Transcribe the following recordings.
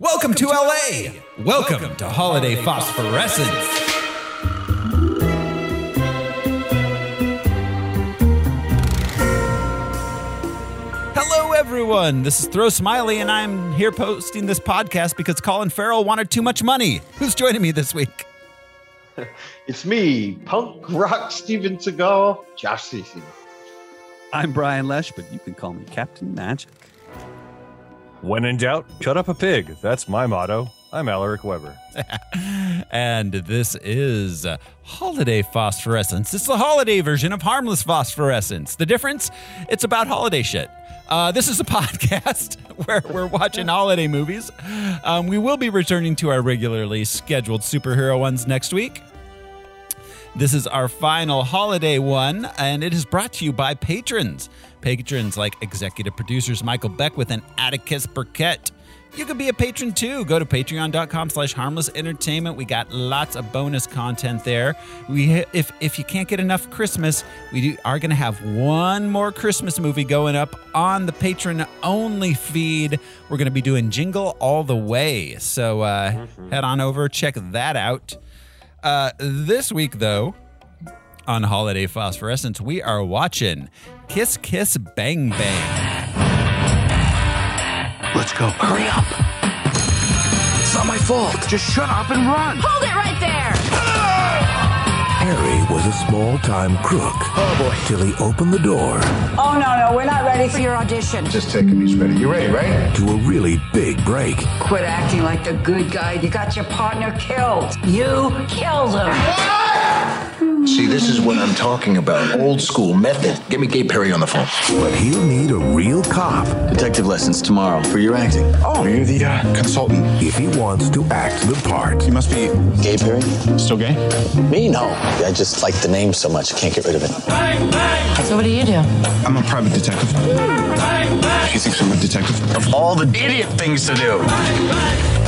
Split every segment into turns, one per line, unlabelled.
Welcome to LA. Welcome to Holiday Phosphorescence. Hello, everyone. This is Throw Smiley, and I'm here posting this podcast because Colin Farrell wanted too much money. Who's joining me this week?
It's me, punk rock Steven Seagal, Josh Sisson.
I'm Brian Lesh, but you can call me Captain Magic.
When in doubt, cut up a pig. That's my motto. I'm Alaric Weber.
and this is uh, holiday phosphorescence. It's the holiday version of harmless phosphorescence. The difference? It's about holiday shit. Uh, this is a podcast where we're watching holiday movies. Um, we will be returning to our regularly scheduled superhero ones next week. This is our final holiday one, and it is brought to you by patrons. Patrons like executive producers Michael Beckwith and Atticus Burkett. You can be a patron too. Go to patreon.com slash harmless entertainment. We got lots of bonus content there. We if if you can't get enough Christmas, we do, are gonna have one more Christmas movie going up on the patron only feed. We're gonna be doing Jingle All the Way. So uh, head on over, check that out. Uh, this week, though, on Holiday Phosphorescence, we are watching Kiss Kiss Bang Bang.
Let's go. Hurry up. It's not my fault. Just shut up and run.
Hold it right there!
Harry was a small time crook. Oh boy. Till he opened the door
Oh, no, no, we're not ready for your audition.
Just take a piece ready. You ready, right?
to a really big break.
Quit acting like the good guy. You got your partner killed. You killed him.
See, this is what I'm talking about. Old school method. Get me Gabe Perry on the phone.
But he'll need a real cop
Detective lessons tomorrow for your acting.
Oh, you're the uh, consultant.
if he wants to act the part.
You must be
Gay Perry?
still gay.
Me? No. I just like the name so much, I can't get rid of it.
So, what do you do?
I'm a private detective. She thinks I'm a detective. Of all the idiot things to do,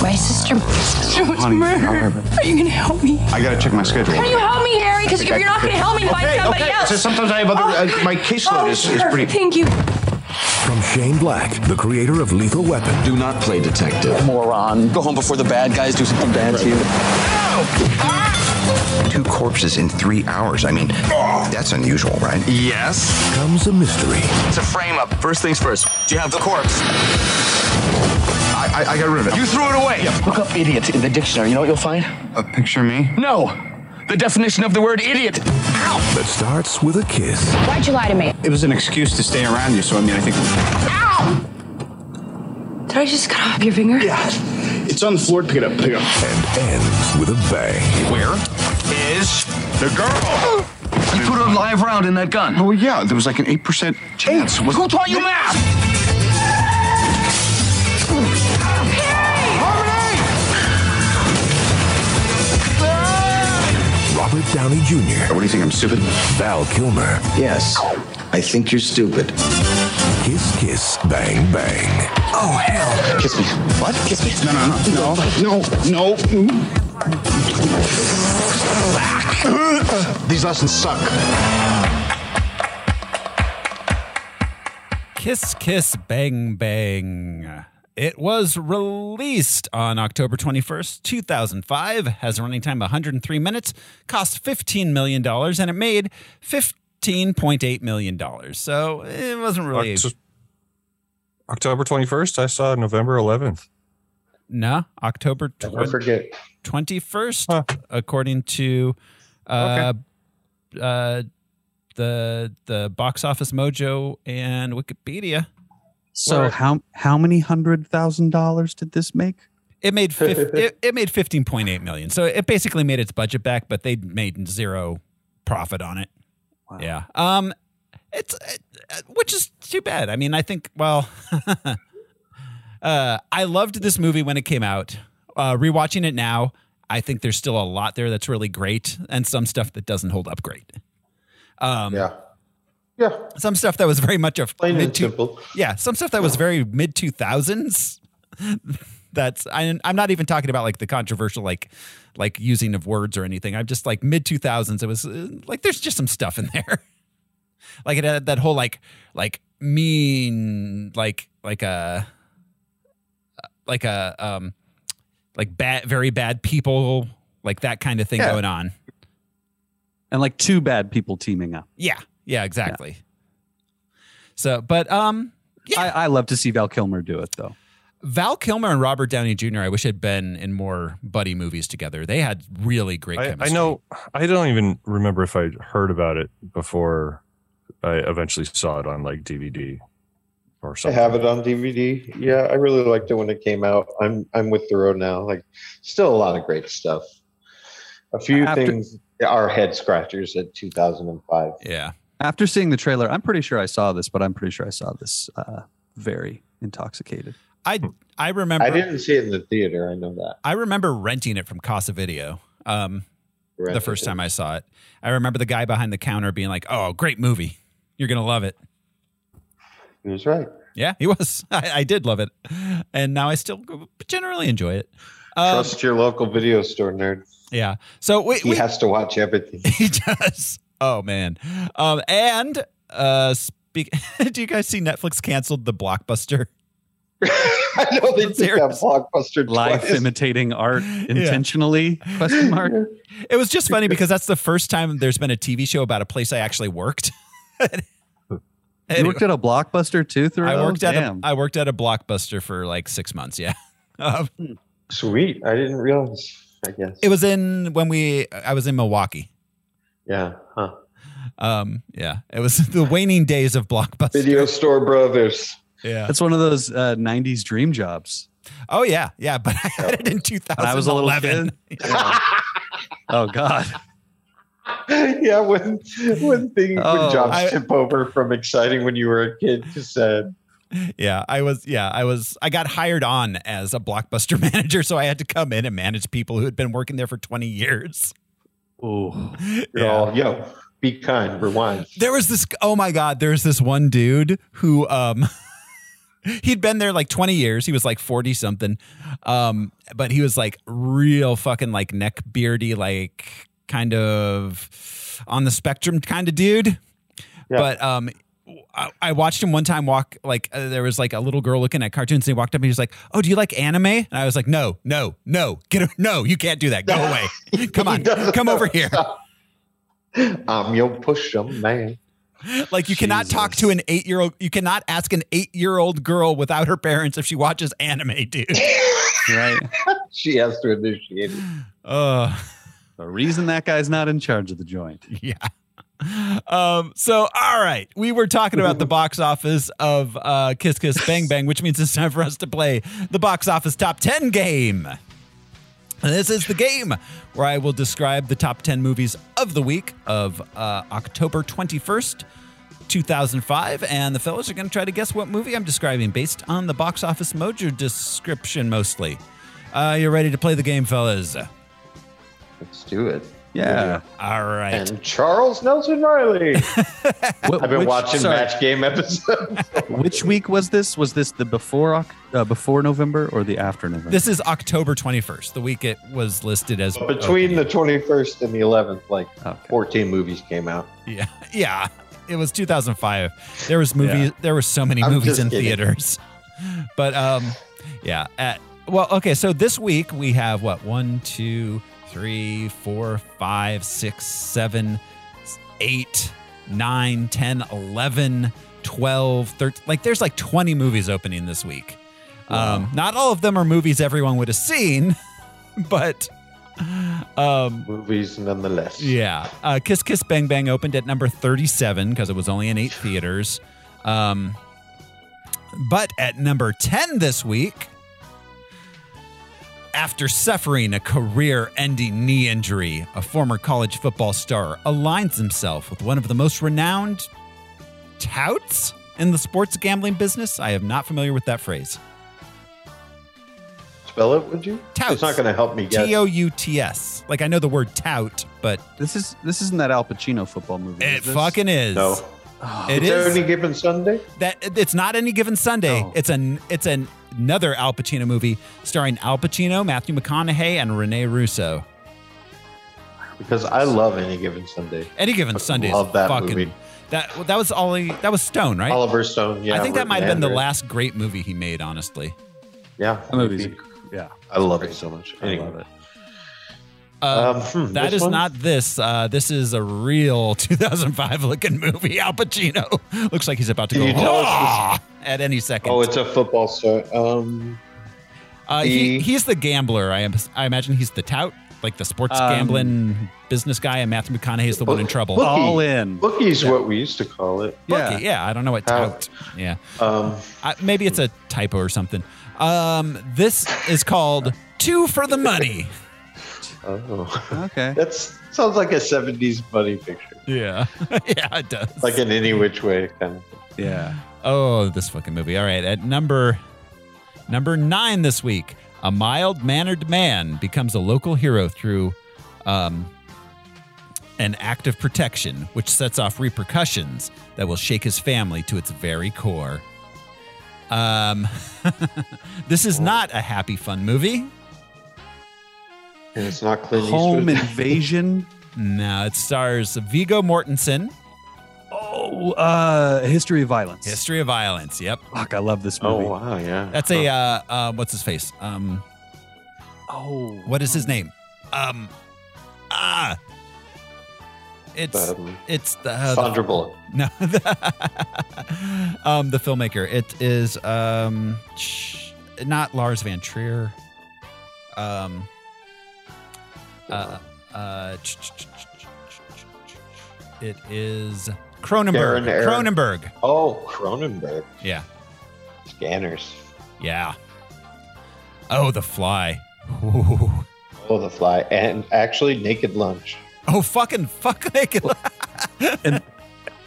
My sister. So much murder. Are you gonna help me?
I gotta check my schedule.
Can you help me, Harry? Because if you're not gonna help me,
Okay,
find somebody
okay.
else. Oh,
So sometimes I have other- uh, my caseload is- is
sure.
pretty-
Thank you.
From Shane Black, the creator of Lethal Weapon,
Do not play detective. Oh, Moron. Go home before the bad guys do something bad to you.
Two corpses in three hours. I mean, that's unusual, right?
Yes.
comes a mystery.
It's a frame up. First things first. Do you have the corpse?
I, I, I got rid of it.
You threw it away. Look up idiot in the dictionary. You know what you'll find?
a picture of me?
No. The definition of the word idiot. Ow.
That starts with a kiss.
Why'd you lie to me?
It was an excuse to stay around you. So I mean, I think.
Ow! Did I just cut off your finger? Yeah.
It's on the floor. Pick it up. Pick it up.
and ends with a bang.
Where is
The girl.
you put a live round in that gun?
Oh yeah, there was like an eight percent chance. Was-
Who taught you math?
Robert Downey Jr.,
What do you think? I'm stupid.
Val Kilmer,
Yes. I think you're stupid.
Kiss Kiss Bang Bang.
Oh hell. Kiss me. What? Kiss me.
No, no, no, no, no, no. These lessons suck.
Kiss Kiss Bang Bang. It was released on October 21st, 2005, has a running time of 103 minutes, cost $15 million, and it made $15.8 million. So it wasn't really.
Oct- October 21st. I saw November 11th.
no, October
I
20,
forget.
21st,
Huh.
according to uh, uh, the, the Box Office Mojo and Wikipedia.
So
Word.
how how many hundred thousand dollars did this make?
It made fif- it, it made fifteen point eight million. So it basically made its budget back, but they made zero profit on it. Yeah. Um, it's it, which is too bad. I mean, I think well, uh, I loved this movie when it came out. Uh, rewatching it now, I think there's still a lot there that's really great, and some stuff that doesn't hold up great. Um,
Yeah. Yeah.
Some stuff that was very much a
Plain and
mid two-
simple.
yeah, some stuff that was very mid two thousands. That's I, I'm not even talking about like the controversial like like using of words or anything. I'm just like mid two thousands. It was uh, like there's just some stuff in there, like it had that whole like like mean like like a uh, like a um like bad very bad people like that kind of thing
Yeah.
going on.
and like two bad people teaming up.
Yeah. Yeah, exactly. So, but um
I, I love to see Val Kilmer do it though.
Val Kilmer and Robert Downey Jr. I wish had been in more buddy movies together. They had really great
I,
chemistry.
I know. I don't even remember if I heard about it before I eventually saw it on like DVD or
I
something.
have it on DVD. Yeah, I really liked it when it came out. I'm I'm with the road now. Like, still a lot of great stuff. A few
After-
things are head scratchers at 2005.
Yeah.
After seeing the trailer, I'm pretty sure I saw this, but I'm pretty sure I saw this uh, very intoxicated.
I I remember
I didn't see it in the theater. I know that.
I remember renting it from Casa Video. Um
Right.
the first time I saw it. I remember the guy behind the counter being like, "Oh, great movie! You're gonna love it."
He was right.
Yeah, he was. I, I did love it, and now I still generally enjoy it. Um,
Trust your local video store nerd.
yeah. So we,
He
we
has to watch everything.
he does. Oh man. Um, and uh, speak. do you guys see Netflix canceled the blockbuster?
I know they did that
Serious.
blockbuster
Life
twice.
imitating art intentionally? Question mark.
It was just funny because that's the first time there's been a TV show about a place I actually worked.
You worked at a blockbuster too, through
I worked at a,
Damn.
I worked at a blockbuster for like six months. Yeah. Um,
Sweet. I didn't realize. I guess.
it was in when we I was in Milwaukee.
yeah. Huh.
Um, yeah, it was the waning days of Blockbuster.
Video store brothers.
Yeah.
That's one of those uh, '90s dream jobs.
Oh yeah, yeah. But I had it in 2011.
When I was a little kid. Oh God.
yeah, when when things
Oh,
when jobs
I-
tip over from exciting when you were a kid to sad.
Yeah, I was. Yeah, I was. I got hired on as a Blockbuster manager, so I had to come in and manage people who had been working there for 20 years.
Ooh.
You're all, yo, be kind, rewind.
There was this. Oh my God! There's this one dude who um. He'd been there like 20 years. He was like 40 something. Um, but he was like real fucking like neck beardy, like kind of on the spectrum kind of dude.
Yeah.
But um, I, I watched him one time walk like uh, there was like a little girl looking at cartoons and he walked up and he was like, "Oh, do you like anime?" And I was like, "No, no, no, get a, no, you can't do that. Go away. Come on,
doesn't
come
know.
over here.
I'm your push 'em man.
Like you cannot talk to an eight year old. You cannot ask an eight year old girl without her parents if she watches anime, dude.
Right.
She has to initiate it.
Uh,
The reason that guy's not in charge of the joint.
yeah. Um, so all right, we were talking about the box office of uh, Kiss Kiss Bang Bang, which means it's time for us to play the box office top ten game. And This is the game where I will describe the top 10 movies of the week of uh, October 21st, 2005. And the fellas are going to try to guess what movie I'm describing based on the box office mojo description mostly. Uh, you're ready to play the game, fellas.
Let's do it.
Yeah.
All right.
And Charles Nelson Riley.
What-
I've been
which-
watching
sorry,
match game episodes.
Which week was this? Was this the before Oc- uh, before November or the after November?
This is October 21st, the week it was listed as
Between the 21st and the 11th, like
Okay.
14 movies came out.
Yeah. Yeah. It was 2005. There was movies. There were so many
I'm
movies
just
in
kidding.
theaters. But um, yeah. At, well, okay. So this week we have what one, two, three, four, five, six, seven, s- eight, nine, ten, eleven, twelve, thirteen. Like there's like 20 movies opening this week. Um, not all of them are movies everyone would have seen, but um,
Movies nonetheless.
yeah. Uh, Kiss Kiss Bang Bang opened at number 37 because it was only in eight theaters. Um, but at number 10 this week, after suffering a career ending knee injury, a former college football star aligns himself with one of the most renowned touts in the sports gambling business. I am not familiar with that phrase.
Spell it, would you?
Touts.
It's not going to help me guess.
T O U T S. Like I know the word tout, but
This is this isn't that Al Pacino football movie.
it
is this?
fucking is.
no.
It is.
Is there any given Sunday?
that it's not any given Sunday.
No.
It's an it's an, another Al Pacino movie starring Al Pacino, Matthew McConaughey, and Rene Russo.
Because I love any given Sunday.
Any given Sunday
love
is
that
fucking
movie.
that that was all he- that was Stone, right?
Oliver Stone. Yeah,
I think that
Rick
might have been the
Mandarin.
last great movie he made, honestly.
Yeah,
That movie's yeah.
I love it so much.
I love
Anyway,
it.
Uh,
um, hmm,
that
this
is
one?
not this. Uh, this is a real 2005 looking movie. Al Pacino looks like he's about to
Can
go
you tell us
"Ah!" at any second.
Oh, it's a football star. Um,
uh, he,
the-
he's the gambler. I am. I imagine he's the tout, like the sports
Um,
gambling business guy. And Matthew McConaughey's the one in
Book-
trouble.
Bookie.
All in.
bookie's what we used to call it.
Bookie,
yeah.
yeah, I don't know what
Tout.
tout. Yeah.
Um,
I, maybe it's a typo or something. Um, this is called Two for the Money.
oh,
Okay.
that sounds like a '70s buddy picture,
Yeah. yeah, it does.
like an any which way kind of. Thing.
Yeah.
oh, this fucking movie. All right. At number number nine this week, a mild mannered man becomes a local hero through um, an act of protection, which sets off repercussions that will shake his family to its very core. Um, this is not a happy, fun movie.
And it's not Clint
Home
Eastwood.
invasion.
No, it stars Vigo Mortensen.
Oh, uh, history of violence.
History of Violence. Yep,
Fuck, I love this
oh
movie.
wow, yeah.
that's a uh, uh, what's his face? Um,
Oh,
what is his name? Um, ah, it's
Um,
it's the, uh, the-
Sandra Bullock.
no, the, um, the filmmaker. It is um, sh- not Lars Van Trier. Um, uh, uh, ch- ch- ch- ch- ch- ch- ch- it is Cronenberg.
Aaron, Aaron.
Cronenberg.
Oh, Cronenberg.
Yeah.
Scanners.
Yeah. Oh, the fly. Ooh.
Oh, the fly, and actually, Naked Lunch.
Oh, fucking fuck naked.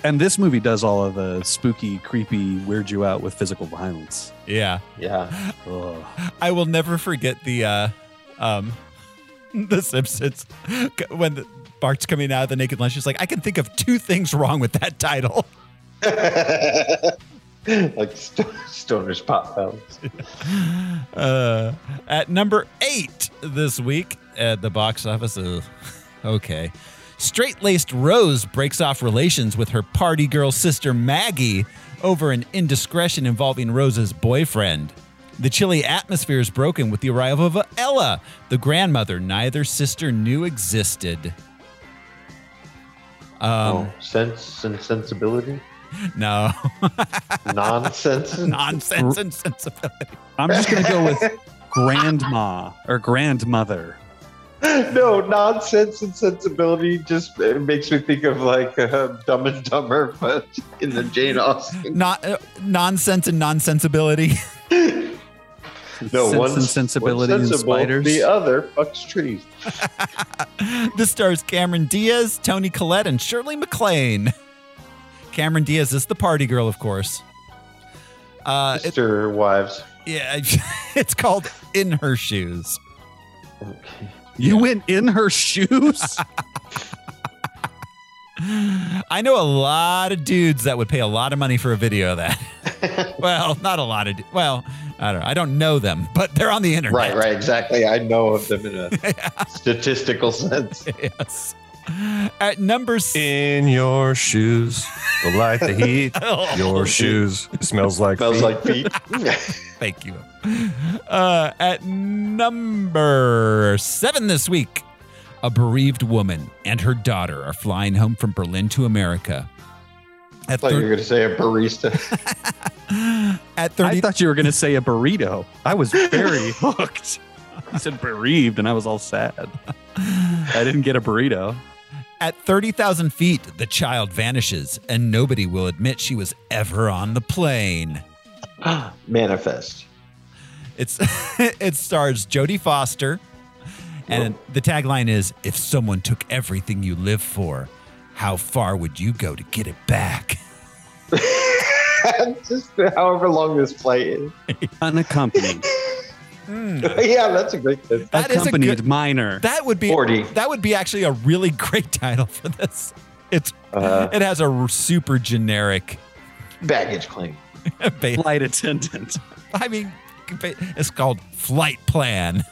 And this movie does all of the spooky, creepy, weird you out with physical violence.
yeah.
Yeah.
Ugh.
I will never forget the uh um the Simpsons when the Bart's coming out of the naked lunch. She's like, I can think of two things wrong with that title.
like st- Stoner's Pop Palace.
Um,
Uh, at number eight this week at the box office. uh, okay. Straight laced Rose breaks off relations with her party girl sister Maggie over an indiscretion involving Rose's boyfriend. The chilly atmosphere is broken with the arrival of Ella, the grandmother neither sister knew existed. Um,
oh, sense and sensibility.
no.
Nonsense.
Nonsense and sensibility.
I'm just gonna go with grandma or grandmother.
no, nonsense and sensibility just it makes me think of like uh, Dumb and Dumber, but in the Jane Austen.
Not, uh, nonsense and nonsensibility.
No,
Sense
one's-
and sensibility
one's
and
sensible,
spiders.
The other fucks trees.
This stars Cameron Diaz, Tony Collette, and Shirley MacLaine. Cameron Diaz is the party girl, of course. Uh, it-
Sister wives.
yeah, it's called In Her Shoes.
you went in her shoes.
I know a lot of dudes that would pay a lot of money for a video of that. well, not a lot of. du- Well, I don't. know. I don't know them, but they're on the internet.
Right, right, exactly. I know of them in a statistical sense.
Yes. At number six.
In your shoes, the light, the heat, your shoes it smells like
Smells
feet.
like feet.
Thank you. Uh, at number seven this week, a bereaved woman and her daughter are flying home from Berlin to America. At,
like
thir-
you're going to say a barista.
at
I
30,
thought you were gonna say a burrito. I was very hooked. You said bereaved, and I was all sad. I didn't get a burrito.
at 30,000 feet, the child vanishes and nobody will admit she was ever on the plane.
Manifest.
It's it stars Jodie Foster, and the tagline is: "If someone took everything you live for, how far would you go to get it back?"
Just however long this flight is.
Unaccompanied,
yeah, that's a great tip.
That is a
accompanied
good-
minor.
That would be
40.
That would be actually a really great title for this. It's
Uh,
Uh-huh.
it has a r- super generic.
baggage claim.
ba-
flight attendant.
I mean, ba- it's called flight plan.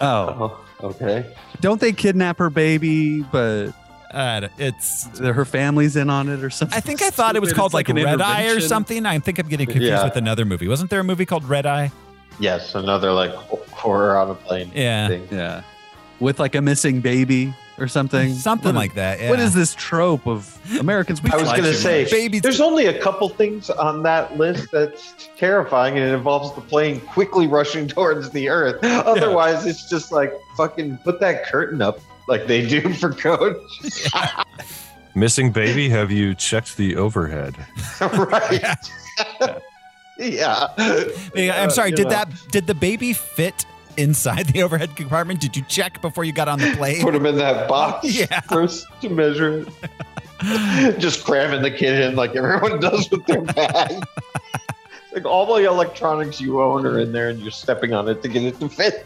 Oh,
Oh, okay.
don't they kidnap her baby? But
Uh, it's.
that her family's in on it or something.
I think I thought it was
stupid.
called
It's
like,
an
Red Eye or
intervention.
something. I think I'm getting confused
Yeah.
with another movie. Wasn't there a movie called Red Eye?
Yes, another like ho- horror on a plane.
Yeah.
Thing.
Yeah. With like a missing baby or something.
Something
What is-
like that. Yeah.
What is this trope of Americans? We
I was
like
gonna
too
say,
much.
Baby.
there's only a couple things on that list that's terrifying, and it involves the plane quickly rushing towards the Earth. Otherwise, it's just like fucking put that curtain up, like they do for code.
Missing baby, have you checked the overhead?
right? yeah.
Yeah, I'm
Uh,
sorry.
you
Did
know,
that? Did the baby fit inside the overhead compartment? Did you check before you got on the plane?
put him in that box
Yeah.
first to measure it? Just cramming the kid in like everyone does with their bag. It's like all the electronics you own are in there, and you're stepping on it to get it to fit.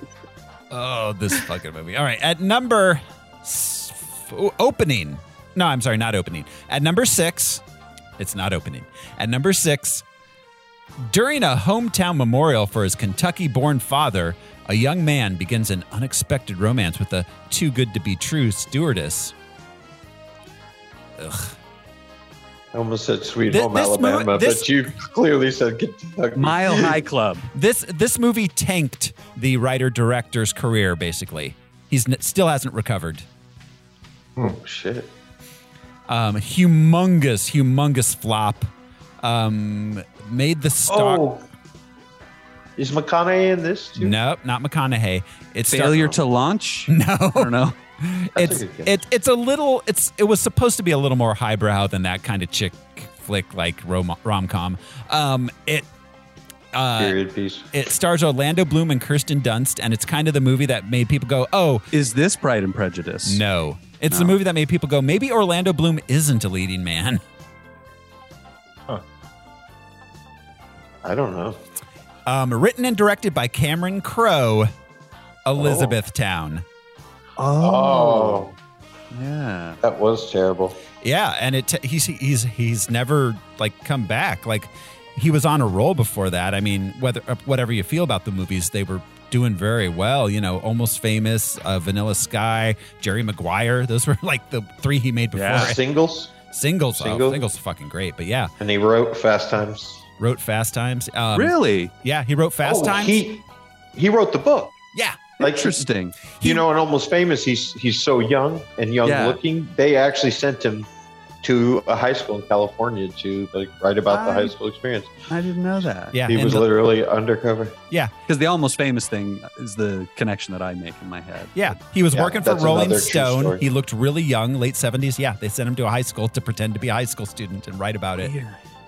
Oh, this fucking movie. All right, at number s- f- opening. No, I'm sorry, not opening. At number six, it's not opening. At number six, during a hometown memorial for his Kentucky-born father, a young man begins an unexpected romance with a too good to be true stewardess.
I almost said Sweet
Thi-
Home
this mo-
Alabama,
this-
but you clearly said Kentucky.
Mile High Club.
This this movie tanked the writer director's career. Basically, he's n- still hasn't recovered.
oh, shit.
Um, humongous, humongous flop. Um, made the star.
Oh, is McConaughey in this too?
Nope, not McConaughey. It's
Failure to launch? I
No,
don't know.
it's
a good guess.
it, it's a little. It's it was supposed to be a little more highbrow than that kind of chick flick like rom com. Um, it
Period piece.
it stars Orlando Bloom and Kirsten Dunst, and it's kind of the movie that made people go, "Oh,
Is this Pride and Prejudice?
No. It's the movie that made people go, maybe Orlando Bloom isn't a leading man.
I don't know.
Um, written and directed by Cameron Crowe, Elizabethtown.
Oh,
Yeah.
that was terrible.
Yeah, and it he's he's he's never like come back. Like he was on a roll before that. I mean, whether uh, whatever you feel about the movies, they were doing very well. You know, Almost Famous, uh, Vanilla Sky, Jerry Maguire. Those were like the three he made before.
Yeah.
it.
Singles,
Singles, oh,
Singles.
singles, are fucking great. But yeah,
and he wrote Fast Times.
wrote Fast Times. Um,
really?
Yeah, he wrote Fast
Oh,
Times.
He he wrote the book.
yeah,
Like
Interesting.
you know, and almost famous. He's he's so young and young
Yeah.
looking. They actually sent him to a high school in California to like write about the
I-
high school experience.
I didn't know that.
yeah.
He
and
was
the-
literally undercover.
Because the almost famous thing is the connection that I make in my head.
Yeah, he was
Yeah,
working for
that's
Rolling
another true
Stone.
story.
He looked really young, late seventies. Yeah, they sent him to a high school to pretend to be a high school student and write about it.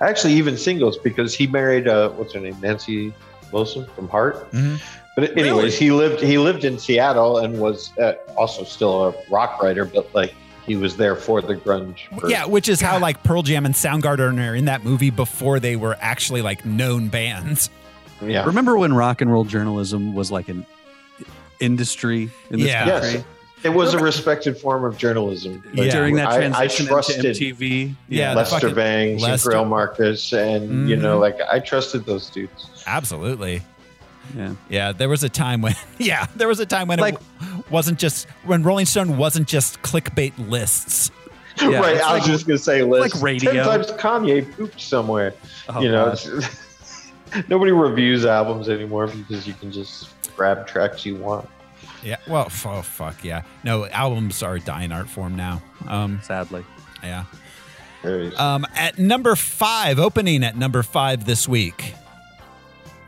Actually, even singles because he married uh, what's her name, Nancy Wilson from Heart.
Mhm.
But anyways, he lived he lived in Seattle and was uh, also still a rock writer, but like he was there for the grunge. for-
Yeah, which is how like Pearl Jam and Soundgarden are in that movie before they were actually like known bands.
yeah.
Remember when rock and roll journalism was like an industry in this
Yeah.
Yes.
country?
It was a respected form of journalism.
Yeah.
During that
I- I,
transition
trusted
into MTV.
Yeah, the
Lester
fucking-
Bangs and
Lester-
Grail Marcus, and you
Mm-hmm.
know,
Mhm.
like I trusted those dudes.
Absolutely.
Yeah.
Yeah, there was a time when yeah, there was a time when
Like-
it w- wasn't just when Rolling Stone wasn't just clickbait lists.
Yeah,
right,
it's
I was
like-
just gonna say, list
like radio.
Ten times Kanye pooped somewhere.
Oh,
you know,
God.
it's- nobody reviews albums anymore because you can just grab tracks you want.
Yeah. Well, f- oh fuck yeah. No, albums are a dying art form now. Um,
sadly.
yeah.
There it is.
Um, at number five, opening at number five this week,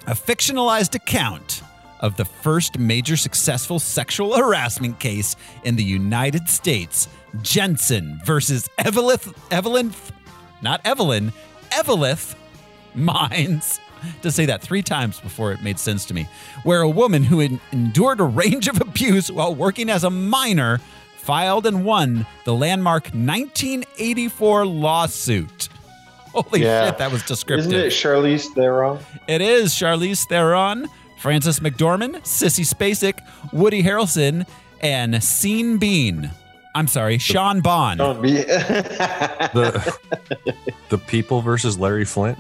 a fictionalized account of the first major successful sexual harassment case in the United States Jensen versus Evelyn, Evelyn, not Evelyn, Evelith Mines. To say that three times before it made sense to me, where a woman who en- endured a range of abuse while working as a minor filed and won the landmark 1984 lawsuit. Holy
Yeah.
shit, that was descriptive.
Isn't it Charlize Theron?
It is Charlize Theron, Frances McDormand, Sissy Spacek, Woody Harrelson, and Sean Bean. I'm sorry, Sean Bond.
Don't be.
The the people versus Larry Flint.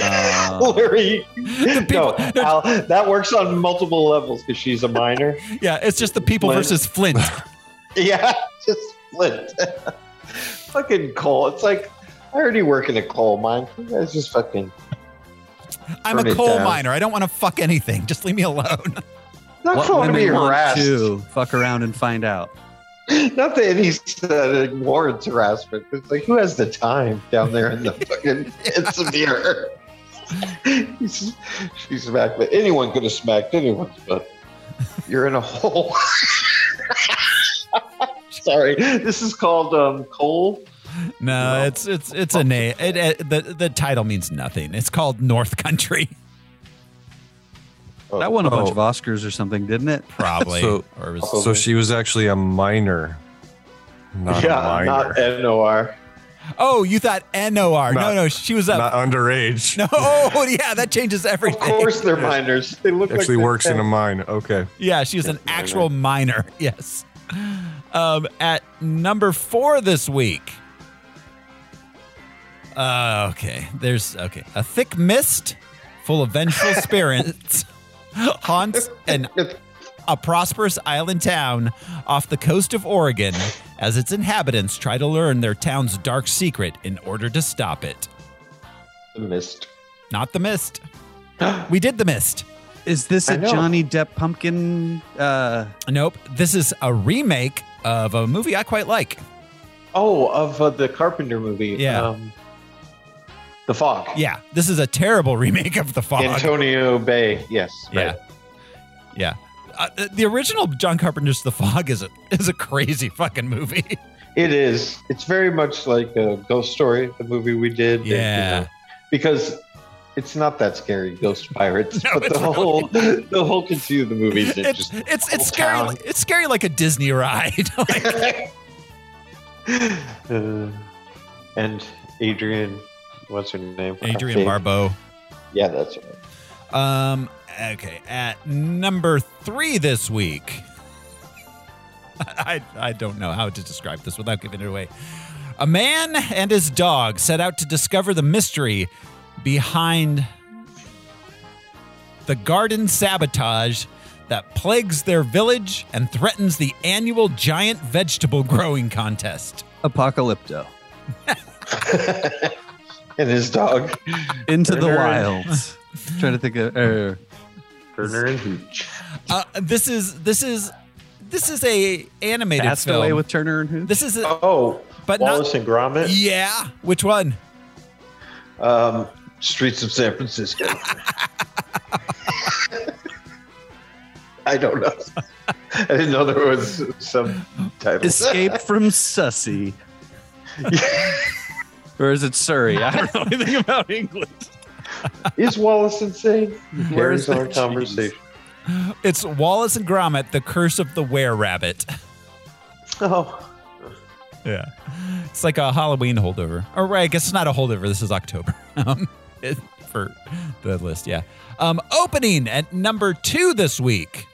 Uh,
Larry.
people-
no, Al, that works on multiple levels because she's a minor.
Yeah, it's just the people
Flint.
versus Flint.
Yeah, just split. fucking coal. It's like I already work in a coal mine. You guys just fucking
I'm
Turn
a
it
coal
down.
miner. I don't want to fuck anything. Just leave me alone.
Not
What
what want to be
women want
harassed.
to fuck around and find out.
Not that he said it warrants harassment. It's like who has the time down there in the fucking pits of the earth? He's- she smacked me. Anyone could have smacked anyone, but you're in a hole. Sorry, this is called um, coal.
No, it's it's it's a name. It, it, the the title means nothing. It's called North Country,
Oh,
That won a bunch
Oh.
of Oscars or something, didn't it?
probably.
So-
or it was-
Oh.
So she was actually a minor, not
yeah,
a minor,
not
not,
N O R.
oh, you thought N O R? No,
Not-
no, she was up.
underage.
No, oh, yeah, that changes
Of
everything.
course, they're minors. They look
Actually
like they're
works in a
ten.
mine. Okay.
Yeah, she was an actual minor. Yes. Um, at number four this week. Uh, okay. There's okay. A thick mist full of vengeful spirits haunts an a prosperous island town off the coast of Oregon as its inhabitants try to learn their town's dark secret in order to stop it.
The mist.
Not the mist. We did the mist.
Is this
I
a
know.
Johnny Depp pumpkin? Uh,
Nope. This is a remake of a movie I quite like.
Oh, of uh, the Carpenter movie.
Yeah.
Um, the Fog.
Yeah, this is a terrible remake of The Fog.
Antonio Bay. Yes.
yeah,
right.
yeah. Uh, uh, the original John Carpenter's The Fog is a is a crazy fucking movie.
It is. It's very much like a ghost story, the movie we did. and, you
Yeah.
know, because it's not that scary, Ghost Pirates.
No,
but
it's
the whole the whole conceit of the movie is it
It's
just
it's
little
it's scary.
town.
It's scary like a Disney ride. Like,
Uh, and Adrian what's her name?
Adrian Barbeau.
Yeah, that's right.
Um. Okay. At number three this week, I I don't know how to describe this without giving it away. A man and his dog set out to discover the mystery behind the garden sabotage that plagues their village and threatens the annual giant vegetable growing contest.
Apocalypto.
And his dog.
Into the
Turner.
wilds. Trying to think of. Uh,
Turner and Hooch.
Uh, this is this is this is a animated
Cast
film.
away with Turner and Hooch.
this is a,
Oh,
But not-
Wallace and Gromit.
yeah. Which one?
Um, streets of San Francisco. I don't know. I didn't know there was some title.
Escape from Sussy. or is it Surrey? I don't know anything about England.
Is Wallace insane? Where is our
cheese?
conversation?
It's Wallace and Gromit: The Curse of the Were Rabbit.
Oh,
Yeah, it's like a Halloween holdover. Or right, I guess it's not a holdover. This is October um, it- for the list. Yeah. Um, opening at number two this week.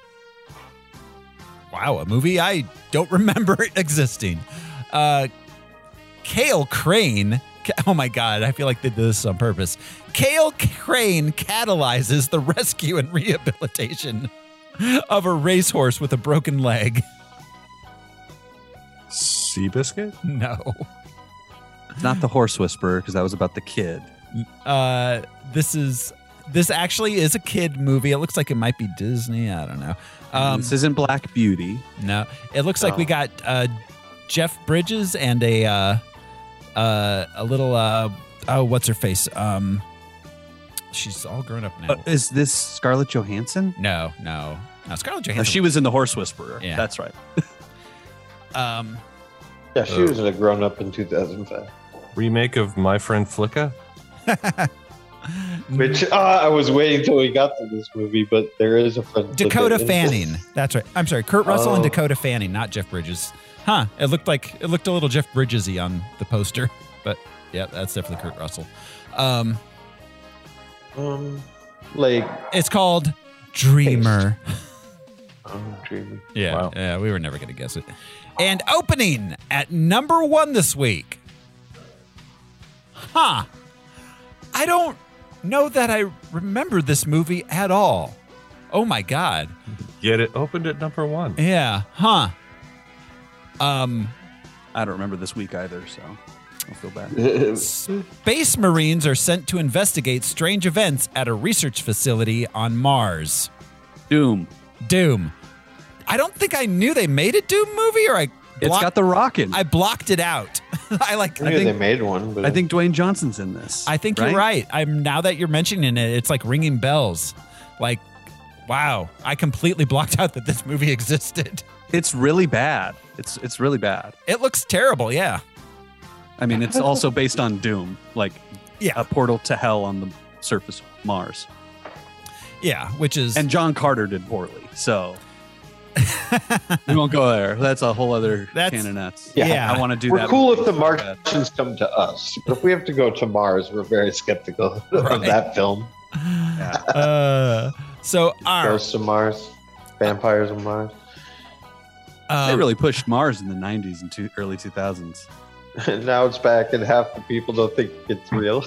Wow, a movie I don't remember it existing. Uh, Kale Crane. Ca- Oh my God, I feel like they did this on purpose. Kale Crane catalyzes the rescue and rehabilitation of a racehorse with a broken leg.
Seabiscuit?
No.
Not the Horse Whisperer, because that was about the kid.
Uh, this is this actually is a kid movie. It looks like it might be Disney. I don't know. Um,
this isn't Black Beauty.
no, it looks like we got uh, Jeff Bridges and a uh, uh, a little uh, oh, what's her face? Um, she's all grown up now.
Uh, is this Scarlett Johansson?
no, no, no. Scarlett
No,
Johansson.
she was in The Horse Whisperer.
Yeah.
That's right.
um,
yeah, she was a grown up in 2005,
Remake of My Friend Flicka?
which uh, I was waiting till we got to this movie, but there is a friend.
Dakota Fanning. That's right. I'm sorry, Kurt Russell and
Oh.
Dakota Fanning, not Jeff Bridges. Huh? It looked like it looked a little Jeff Bridgesy on the poster, but yeah, that's definitely Kurt Russell. Um,
Um, like,
it's called Dreamer.
I'm dreaming.
Yeah,
Wow.
yeah, we were never gonna guess it. And opening at number one this week. Huh? I don't know that I remember this movie at all. Oh my god.
Yet it opened at number one.
Yeah. Huh. Um.
I don't remember this week either, so. I feel bad.
Uh,
Space Marines are sent to investigate strange events at a research facility on Mars.
Doom.
Doom. I don't think I knew they made a Doom movie, or I blocked,
It's got the rocket.
I blocked it out. I like.
I
I
knew
think,
they made one, but
I think Dwayne Johnson's in this.
I think you're right. I'm now that you're mentioning it, it's like ringing bells. Like, wow, I completely blocked out that this movie existed.
It's really bad. It's it's really bad.
It looks terrible. Yeah.
I mean, it's also based on Doom, like
Yeah.
a portal to hell on the surface of Mars.
Yeah. Which is
And John Carter did poorly, so we won't go there. That's a whole other
That's-
can of nuts.
Yeah. Yeah.
I want to do
we're
that.
cool if the
market.
Martians come to us. But if we have to go to Mars, we're very skeptical
Right.
of that film.
uh, so our
Ghosts of Mars, vampires of Mars.
uh,
They
Um,
really pushed Mars in the '90s and two, early 2000s.
And now it's back, and half the people don't think it's real.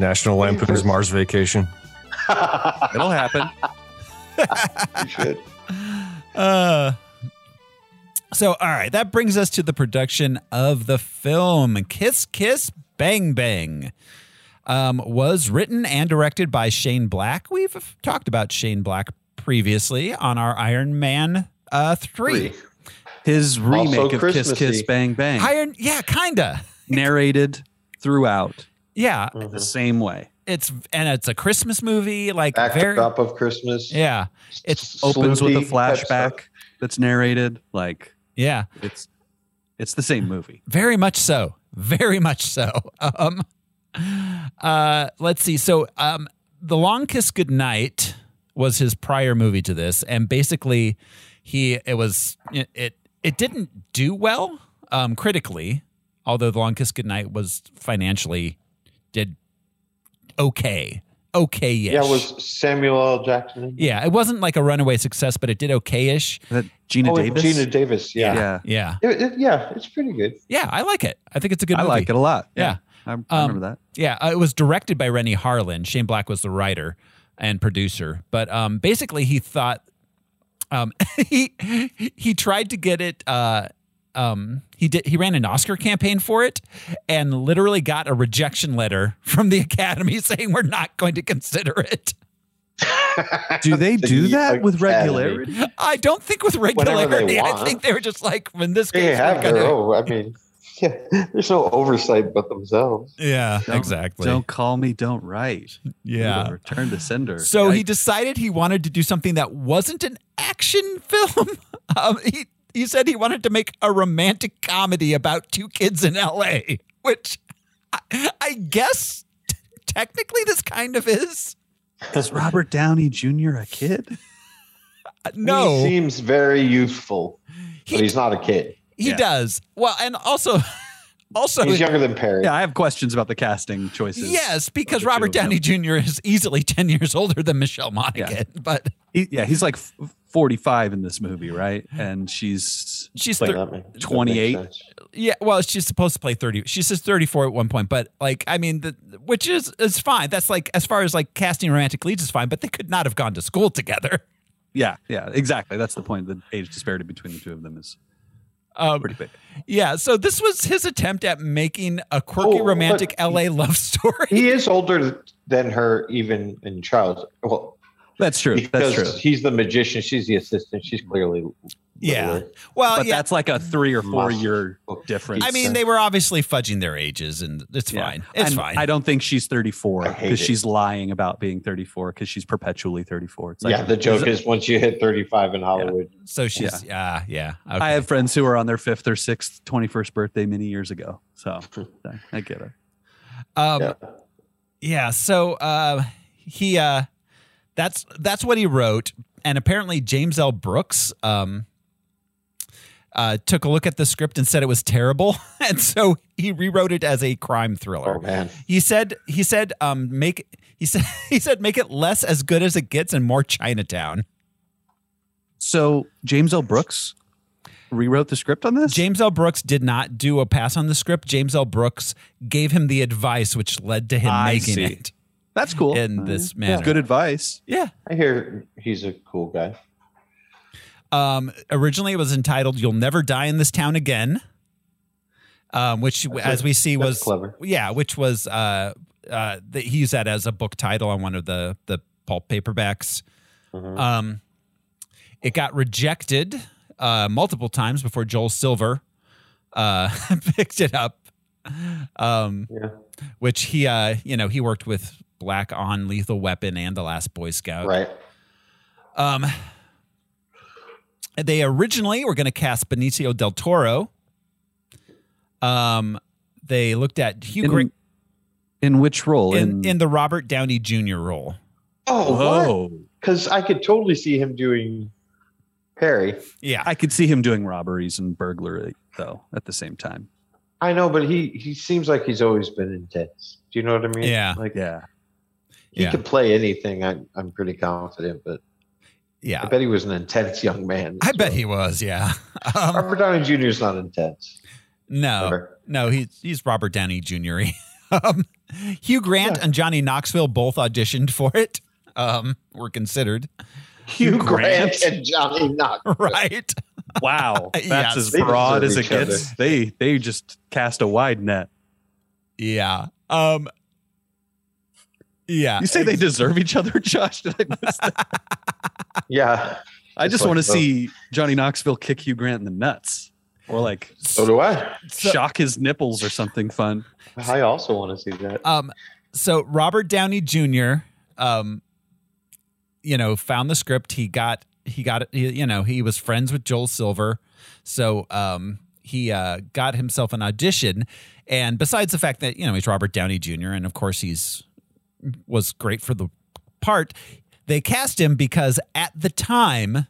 National Lampoon's Mars Vacation.
It'll happen.
Shit.
Uh, so, all right, that brings us to the production of the film Kiss Kiss Bang Bang. Um, was written and directed by Shane Black. We've talked about Shane Black previously on our Iron Man uh, three.
His remake of Kiss
Christmassy.
Kiss Bang Bang,
Iron, yeah, kinda,
narrated throughout
yeah.
Mm. Mm-hmm.
the same way.
It's and it's a Christmas movie, like very,
Backdrop of Christmas.
yeah,
It's
Opens with a
Sleuty type stuff.
flashback that's narrated. Like
yeah.
it's it's the same movie.
Very much so. Very much so. Um, uh, let's see. So, um, The Long Kiss Goodnight was his prior movie to this, and basically, he it was it it, it didn't do well um, critically, although The Long Kiss Goodnight was financially did okay, okay,
Yeah, it was Samuel L. Jackson.
yeah. It wasn't like a runaway success, but it did okay-ish.
Is that Gina
Oh,
Davis.
Gina Davis. Yeah. Yeah.
yeah,
Yeah,
It, it- yeah, it's pretty good.
yeah. I like it. I think it's a good.
I
movie.
like it a lot.
Yeah.
I, I
Um,
remember that.
Yeah, uh, it was directed by Rennie Harlan. Shane Black was the writer and producer. But um, basically, he thought um, he he tried to get it. Uh, um, he did. He ran an Oscar campaign for it, and literally got a rejection letter from the Academy saying we're not going to consider it.
Do they do
The
that with
Academy.
regularity?
I don't think with
they
regularity. I
want.
think they were just like, when this
They
case, we're
have their
gonna-
own. I mean, yeah, there's no oversight but themselves.
yeah,
Don't-
exactly.
Don't call me. Don't write.
yeah.
Ooh, Return to sender.
So he
Yikes.
decided he wanted to do something that wasn't an action film. um, he he said he wanted to make a romantic comedy about two kids in L.A., which I, I guess t- technically this kind of is.
is Robert Downey Jr. a kid?
Uh, No,
He seems very youthful,
He-
but he's not a kid.
he
yeah.
does. Well, and also, also.
He's younger than Perry.
Yeah, I have questions about the casting choices.
Yes, because
of the two
Robert
of them.
Downey Jr. is easily 10 years older than Michelle Monaghan, but
He- yeah, he's like f- 45 in this movie, right? And she's
she's
Wait,
thir-
that ma- that makes
28.
sense.
Yeah, well, she's supposed to play thirty. She says thirty-four at one point, but like, I mean, the, which is is fine. That's like as far as like casting romantic leads is fine, but they could not have gone to school together.
yeah, yeah, exactly. That's the point. The age disparity between the two of them is
Um,
pretty big.
yeah, so this was his attempt at making a quirky
Oh,
romantic
but-
LA love story.
He is older than her, even in childhood. Well,
That's true. That's
because
true.
he's the magician, she's the assistant. She's clearly
yeah,
littler.
well,
but
yeah.
that's like a three or four
Must-
year difference.
I mean, they were obviously fudging their ages, and it's
Yeah.
fine. It's
And
fine.
I don't think she's 34
I hate
because
it.
she's lying about being 34 because she's perpetually 34. It's like,
yeah, the joke is once you hit 35 in Hollywood,
so she's yeah, yeah. okay.
I have friends who are on their fifth or sixth 21st birthday many years ago. So I get it.
um,
yeah.
Yeah, so uh, he uh, that's that's what he wrote, and apparently James L. Brooks um, uh, took a look at the script and said it was terrible, and so he rewrote it as a crime thriller.
Oh, man.
He said he said um, make he said he said make it less as good as it gets and more Chinatown.
So James L. Brooks rewrote the script on this?
James L. Brooks did not do a pass on the script. James L. Brooks gave him the advice, which led to him
I
making
see.
it.
That's cool.
in this
Uh, yeah.
manner.
Good advice.
Yeah.
I hear he's a cool guy.
Um, originally, it was entitled "You'll Never Die in This Town Again." um, which, as we see, was
clever.
Yeah, which was uh, uh, that he used that as a book title on one of the the pulp paperbacks.
Mm-hmm.
Um, it got rejected uh, multiple times before Joel Silver uh, picked it up. Um,
Yeah.
which he, uh, you know, he worked with Black on Lethal Weapon and The Last Boy Scout.
Right.
Um, they originally were going to cast Benicio del Toro. Um, they looked at Hugh
In,
Grant
in which role?
in, in the Robert Downey Jr. role.
Oh, what?
oh,
Because I could totally see him doing Perry.
Yeah,
I could see him doing robberies and burglary though at the same time.
I know, but he he seems like he's always been intense. Do you know what I mean?
Yeah.
Like
Yeah,
he
Yeah.
could play anything. I, I'm pretty confident, but I
yeah.
bet he was an intense young man.
Uh, I bet he was. Yeah. Um,
Robert Downey Jr. is not intense.
no,
Remember?
no, he's he's Robert Downey Jr. um, Hugh Grant and Johnny Knoxville both auditioned for it. Um, were considered
Hugh Grant, and Johnny Knox.
right.
Wow, that's
Yes.
as
They
broad as
deserve
it
each other.
gets. They they just cast a wide net.
Yeah. Um. Yeah.
You say they deserve each other, Josh? Did I miss that?
Yeah.
I
It's
just
like
want to
both.
see Johnny Knoxville kick Hugh Grant in the nuts, or like
So do I.
So-
shock his nipples or something fun.
I also want to see that.
Um, so Robert Downey Jr. Um, you know, found the script. He got he got he, you know he was friends with Joel Silver, so um he uh, got himself an audition. And besides the fact that you know he's Robert Downey Jr. and of course he's was great for the part, they cast him because at the time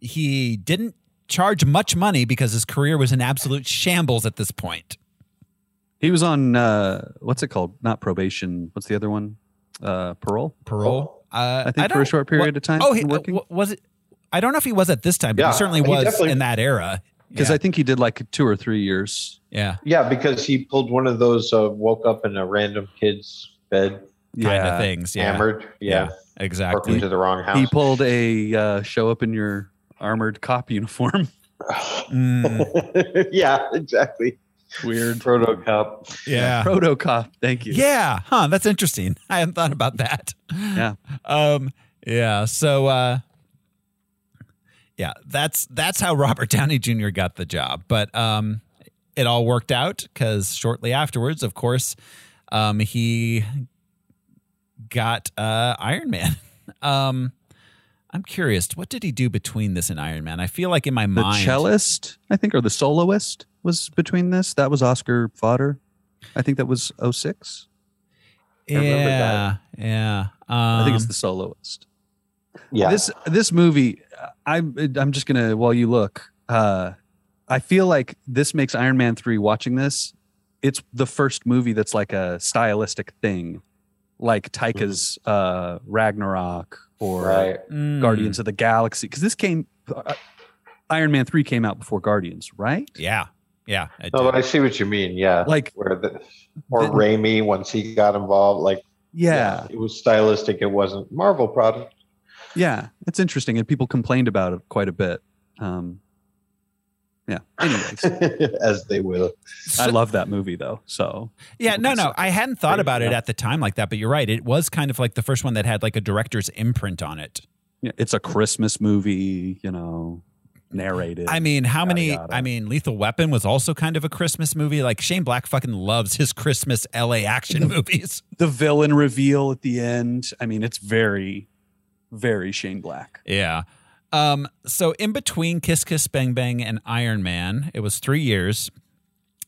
he didn't charge much money because his career was in absolute shambles at this point.
He was on uh, what's it called? Not probation. What's the other one? Uh, parole.
parole. Uh,
I think for a
don't-
short period of time
Oh, he,
and working.
w- was it? I don't know if he was at this time, but
Yeah,
he certainly
he
was
definitely-
in that era.
Because
yeah.
I think he did like two or three years.
yeah,
Yeah, because he pulled one of those uh, woke up in a random kid's bed,
kind of things. Yeah,
hammered. Yeah.
exactly.
Working to the wrong house.
He pulled a uh, show up in your armored cop uniform.
Mm,
yeah, exactly.
Weird.
Proto Cup.
yeah,
Proto cop. Thank you.
yeah, huh? That's interesting. I hadn't thought about that.
Yeah.
um, yeah. So, uh, yeah, that's that's how Robert Downey Jr. got the job, but um, it all worked out because shortly afterwards, of course, um, he got uh, Iron Man. Um, I'm curious, what did he do between this and Iron Man? I feel like in my
The
mind,
cellist, I think, or the soloist was between this. That was Oscar Fodder. I think that was 06.
yeah,
remember
yeah. Um,
I think it's the soloist.
Yeah.
This this movie, I'm I'm just gonna while you look, uh, I feel like this makes Iron Man three. Watching this, it's the first movie that's like a stylistic thing, like Taika's uh, Ragnarok or
Mm-hmm. right.
Mm,
Guardians of the Galaxy. Because this came, uh, Iron Man three came out before Guardians, right?
Yeah, yeah. it
No,
did.
but Oh, I see what you mean. Yeah.
Like
Where the, or
The-
Raimi, once he got involved, like,
yeah,
it was stylistic. It wasn't Marvel product.
Yeah, it's interesting, and people complained about it quite a bit. Um, yeah. Anyways,
As they will.
I love that movie though. So
Yeah,
people
no,
can
no.
suck
I hadn't thought
Right,
about it
yeah.
at the time like that, but you're right. It was kind of like the first one that had like a director's imprint on it.
yeah, it's a Christmas movie, you know, narrated.
I mean, how
Yada,
many?
yada.
I mean, Lethal Weapon was also kind of a Christmas movie. Like Shane Black fucking loves his Christmas LA action movies.
the villain reveal at the end. I mean, it's very, very Shane Black.
Yeah. Um, so in between Kiss Kiss Bang Bang and Iron Man, it was three years.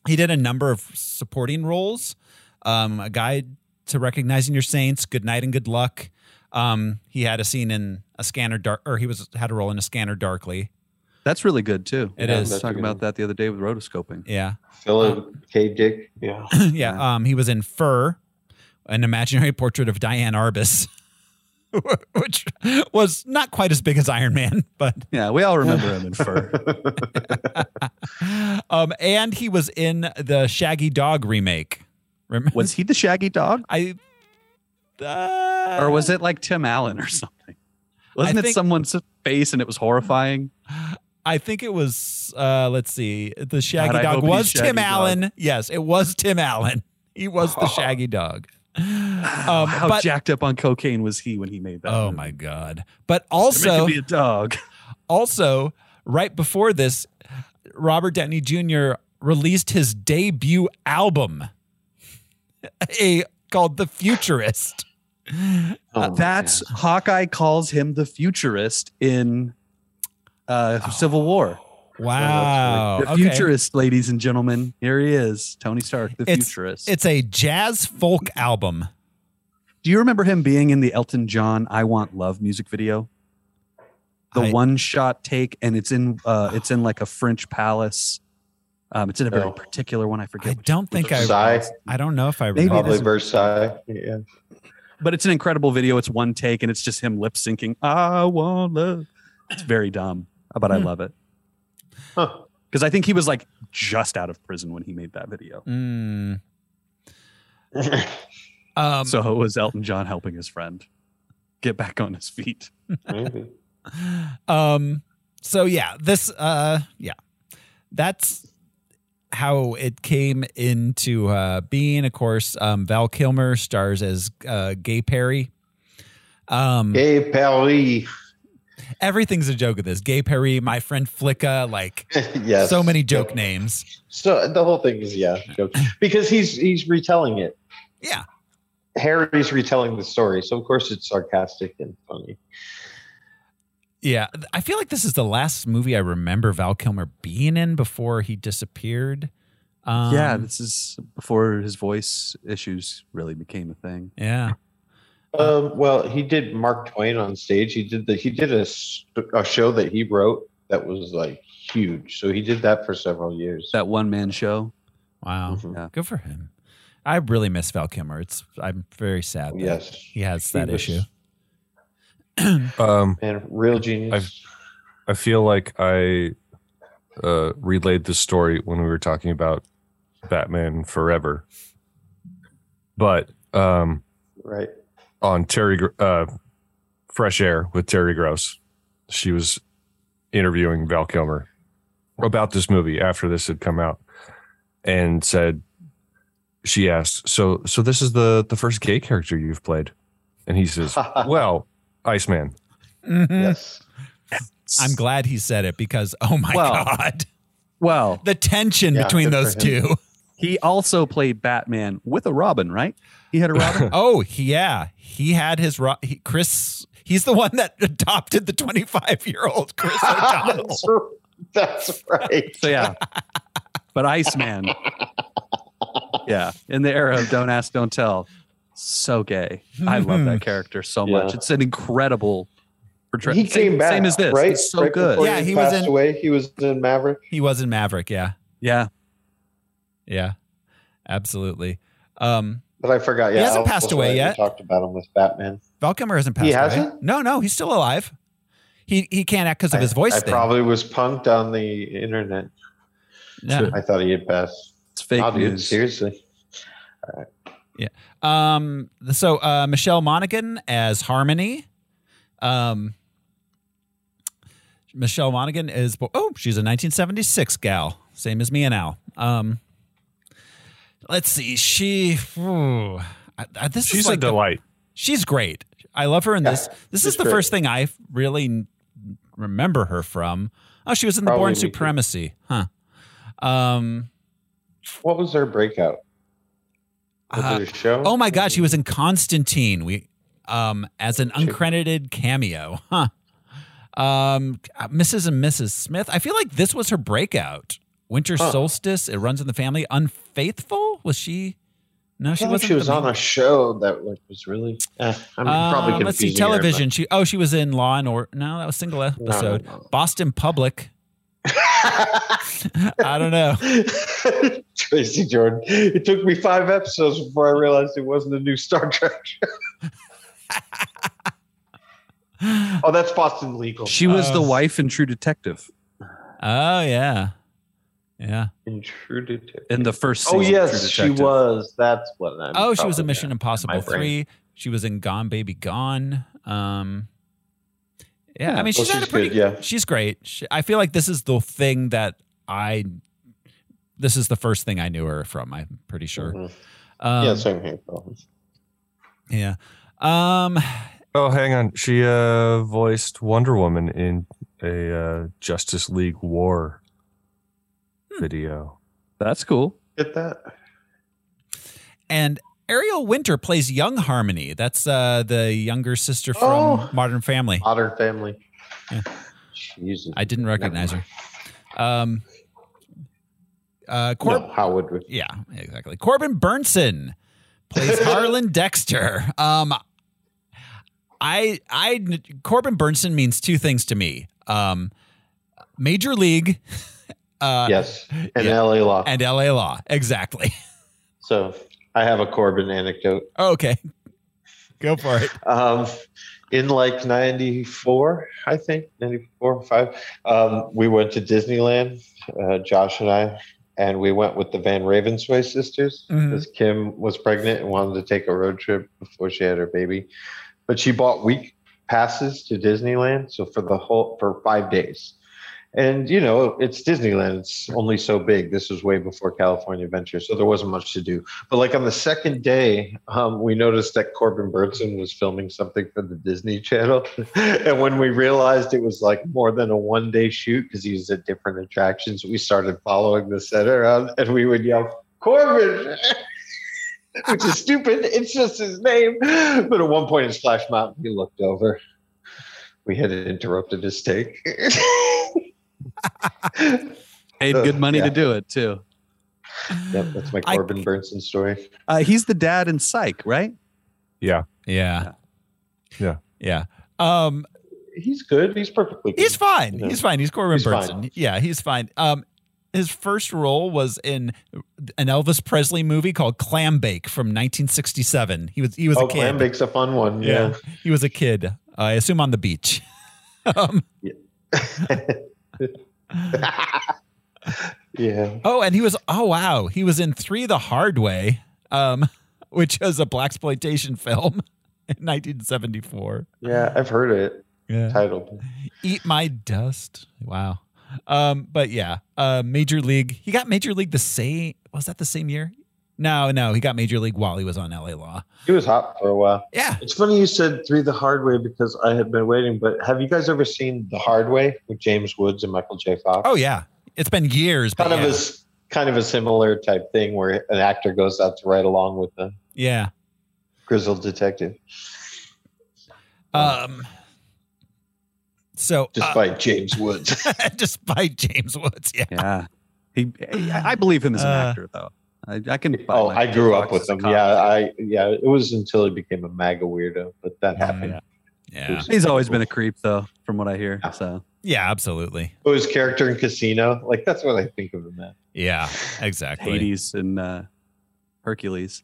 He did a number of supporting roles. Um, a guide to recognizing your saints, good night and good luck. Um, he had a scene in a scanner dark, or he was had a role in a scanner darkly.
That's really good too.
It
I
is.
was talking about that the other day with rotoscoping.
Yeah,
Philip K. Dick. Yeah.
yeah. Um, he was in Fur, an imaginary portrait of Diane Arbus, which was not quite as big as Iron Man, but
Yeah, we all remember him in Fur.
um, and he was in the Shaggy Dog remake. Remember?
Was he the Shaggy Dog,
I? Uh,
or was it like Tim Allen or something? Wasn't it
think-
someone's face and it was horrifying?
I think it was. Uh, let's see. The Shaggy
I
Dog
hope he's
was
Shaggy
Tim
Dog. Oh.
Allen. Yes, it was Tim Allen. He was the Shaggy Dog. Um,
How
but-
jacked up on cocaine was he when he made that?
Oh
movie?
my god! But
There could
also,
be a dog.
also right before this, Robert Downey Jr. released his debut album, a called "The Futurist."
Oh,
Uh, That's Hawkeye calls him the futurist in uh, Civil War.
Wow,
the
Oh, Okay.
futurist, ladies and gentlemen. Here he is, Tony Stark, the
It's-
futurist.
It's a jazz folk album.
Do you remember him being in the Elton John "I Want Love" music video? The
I-
one shot take, and it's in uh, it's in like a French palace. Um, it's in a very
No.
particular one. I forget.
Oh. I
which-
don't think I.
Sigh.
I don't know if I
Maybe it
remember.
Probably
is-
Versailles. Yeah.
but it's an incredible video. It's one take, and it's just him lip syncing. I want love. It's very dumb, but I
Hmm.
love it
Huh.
because I think he was like just out of prison when he made that video.
Mm. Um,
so it was Elton John helping his friend get back on his feet.
Maybe.
um so yeah this uh yeah that's how it came into uh being of course um val kilmer stars as uh gay perry um
Hey, Paris.
everything's a joke of this gay perry my friend flicka like
yes.
so many joke names
So the whole thing is yeah, jokes. because he's he's retelling it.
yeah
Harry's retelling the story, so of course it's sarcastic and funny.
yeah i feel like this is the last movie i remember val kilmer being in before he disappeared um,
yeah, this is before his voice issues really became a thing.
yeah
Um, well, he did Mark Twain on stage. He did the he did a, s- a show that he wrote that was like huge. So he did that for several years.
That one man show.
wow
Mhm.
Yeah.
good for him i really miss val kilmer it's i'm very sad that
Yes,
he has that
He was-
issue.
Um,
and real genius.
I feel like I uh, relayed this story when we were talking about Batman Forever, but um,
right.
on Terry Gr- uh, Fresh Air with Terry Gross, she was interviewing Val Kilmer about this movie after this had come out, and said she asked, "So, so this is the the first gay character you've played?" And he says, "Well, Iceman."
Yes.
I'm glad he said it because oh my
Well-
god,
Well,
the tension
Yeah,
between
good for
those
him.
two.
he also played Batman with a Robin, right? He had a Robin.
Oh he- yeah, he had his ro- he, Chris. He's the one that adopted the 25 year old Chris O'Donnell.
That's, r- that's right.
so yeah. But Iceman. Yeah. In the era of Don't Ask, Don't Tell. So gay. I love
Mm-hmm.
that character so much.
Yeah.
It's an incredible portrayal.
He came
same,
back.
Same as this.
Right.
It's so
Right
good.
before
Yeah, he was
passed
in-
away. He was in Maverick.
He was in Maverick. Yeah,
Yeah.
yeah, absolutely. Um,
But I forgot. Yeah,
He hasn't
Elvis
passed away
Presley
yet.
Talked about him with Batman.
Val Kilmer hasn't passed
He
away.
hasn't?
No, no, he's still alive. He he can't act because of his voice
I
thing.
probably was punked on the internet.
yeah.
I thought he had passed.
It's fake
I'll do it
news.
seriously.
Um. So uh, Michelle Monaghan as Harmony. Um. Michelle Monaghan is oh she's a 1976 gal, same as me and Al. Um. Let's see. She. whew. I, I, this
She's
is like
a
the-
delight.
she's great. I love her in
Yeah,
this. This is
she's
the
great.
first thing I f- really n- remember her from. Oh, she was in
Probably
the Born
me too.
Supremacy, huh? Um.
What was her breakout? Was
uh,
it a show?
Oh my gosh, he was in Constantine. We um as an uncredited cameo. Huh. Um Mrs. and Mrs. Smith. I feel like this was her breakout. Winter
Huh.
Solstice, it runs in the family. Unfaithful? Was she No,
I
she
feel like
wasn't.
she was
the
on
main-
a show that like, was really. eh, I'm probably
Um,
confusing.
let's see,
her, but-
television. She oh, she was in Law and Order. No, that was single
No,
episode.
no, no.
Boston Public. I don't know.
Tracy Jordan. It took me five episodes before I realized it wasn't a new Star Trek. show. oh, that's Boston Legal.
She was
Uh,
the wife in True Detective
Oh yeah, yeah.
Intruded.
in the first season.
Oh
of
yes,
True
she
Detective.
was. That's what. I'm
oh, she was
probably-
in Mission Impossible
brain.
Three. She was in Gone Baby Gone. Um, Yeah, I mean, she's,
Well,
had a
she's
pretty.
good, yeah.
She's great. She, I feel like this is the thing that I. This is the first thing I knew her from. I'm pretty sure. Um,
Mm-hmm. yeah, same here. probably.
yeah. Um,
Oh, hang on. She uh, voiced Wonder Woman in a uh, Justice League War
Hmm.
video.
That's cool.
Get that?
and Ariel Winter plays young Harmony. That's uh, the younger sister from
Oh.
Modern Family.
Modern Family. Jesus.
I didn't recognize her. Um, uh, Cor-
no, how would we?
Yeah, exactly. Corbin Burnson plays Harlan Dexter. Um, I, I, Corbin Burnson means two things to me: um, Major League uh,
yes, and
yeah.
LA Law.
and L.A. Law. Exactly.
so I have a Corbin anecdote.
okay, go for it.
um, in like 94 i think 94 or 5 um, we went to disneyland uh, josh and i and we went with the van ravensway sisters
Mhm.
because kim was pregnant and wanted to take a road trip before she had her baby but she bought week passes to disneyland so for the whole for five days and you know it's disneyland it's only so big this was way before california adventure so there wasn't much to do but like on the second day, um, we noticed that Corbin Burnson was filming something for the Disney Channel, and when we realized it was like more than a one-day shoot because he was at different attractions, we started following the set around, and we would yell, "Corbin!" Which is stupid. It's just his name. But at one point in Splash Mountain, he looked over. We had interrupted his take. yep,
Paid
Uh,
good money
yeah.
to do it too.
that's my
I-
Corbin Burnson story.
Uh, he's the dad in Psych, right?
Yeah.
Yeah.
Yeah. Um,
He's good. He's perfectly good.
He's fine.
Yeah.
He's fine. He's Corbin
He's
Burnson.
fine.
Yeah, he's fine. Um, his first role was in an Elvis Presley movie called Clambake from 1967. He was he was
oh,
a kid.
Clam Bake's a fun one. yeah.
he was a kid. I assume on the beach. um,
yeah.
oh, and he was oh wow, he was in Three the Hard Way, um, which was a black exploitation film in 1974.
Yeah, I've heard it
Yeah.
titled.
Eat my dust. Wow. Um, but yeah, uh, Major League. He got Major League the same. Was that the same year? No, no. He got Major League while he was on LA Law.
He was hot for a while.
Yeah.
It's funny you said Three the Hard Way because I had been waiting, but have you guys ever seen The Hard Way with James Woods and Michael J. Fox?
Oh yeah. It's been years. But
kind of
yeah.
a s- kind of a similar type thing where an actor goes out to ride along with a
yeah.
grizzled detective
Um. So uh,
despite James Woods.
despite James Woods, yeah.
Yeah. He, I I believe him as an
Uh,
actor though. I, I can. buy
oh,
my
I grew up
Fox
with
as a
him.
cop.
Yeah, I yeah, it was until he became a MAGA weirdo, but that
Yeah.
happened.
Oh, Yeah.
He's always been a creep though, from what I hear. So
Yeah. Absolutely.
Oh, his character in Casino, like that's what I think of him at.
Yeah. Exactly.
Hades and uh, Hercules.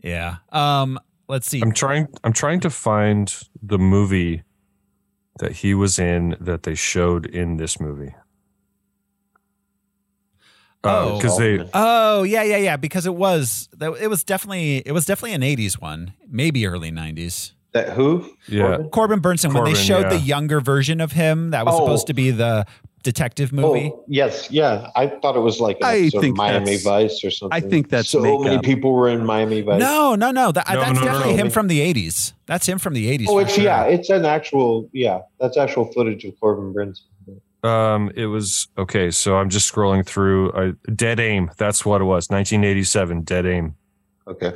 Yeah. Um. Let's see.
I'm trying I'm trying to find the movie that he was in that they showed in this movie.
Oh.
Uh,
Because they
Oh yeah, yeah, yeah. Because it was that it was definitely it was definitely an '80s one, maybe early '90s.
That
Uh,
who?
yeah.
Corbin Burnson when they
Corbin,
showed the
yeah.
younger version of him that was
Oh.
supposed to be the detective movie.
Oh, yes, yeah. I thought it was like an
I
episode of
think
Miami
that's-
Vice or something.
I think that's
so many
makeup.
people were in Miami Vice.
no, no, no. That,
No,
that's
no, no,
definitely
no.
him from the '80s. That's him from the '80s.
oh,
for
it's
sure.
yeah, it's an actual yeah. That's actual footage of Corbin Brinson.
Um, it was okay. So I'm just scrolling through. Uh, Dead Aim. That's what it was. 1987. Dead Aim.
Okay,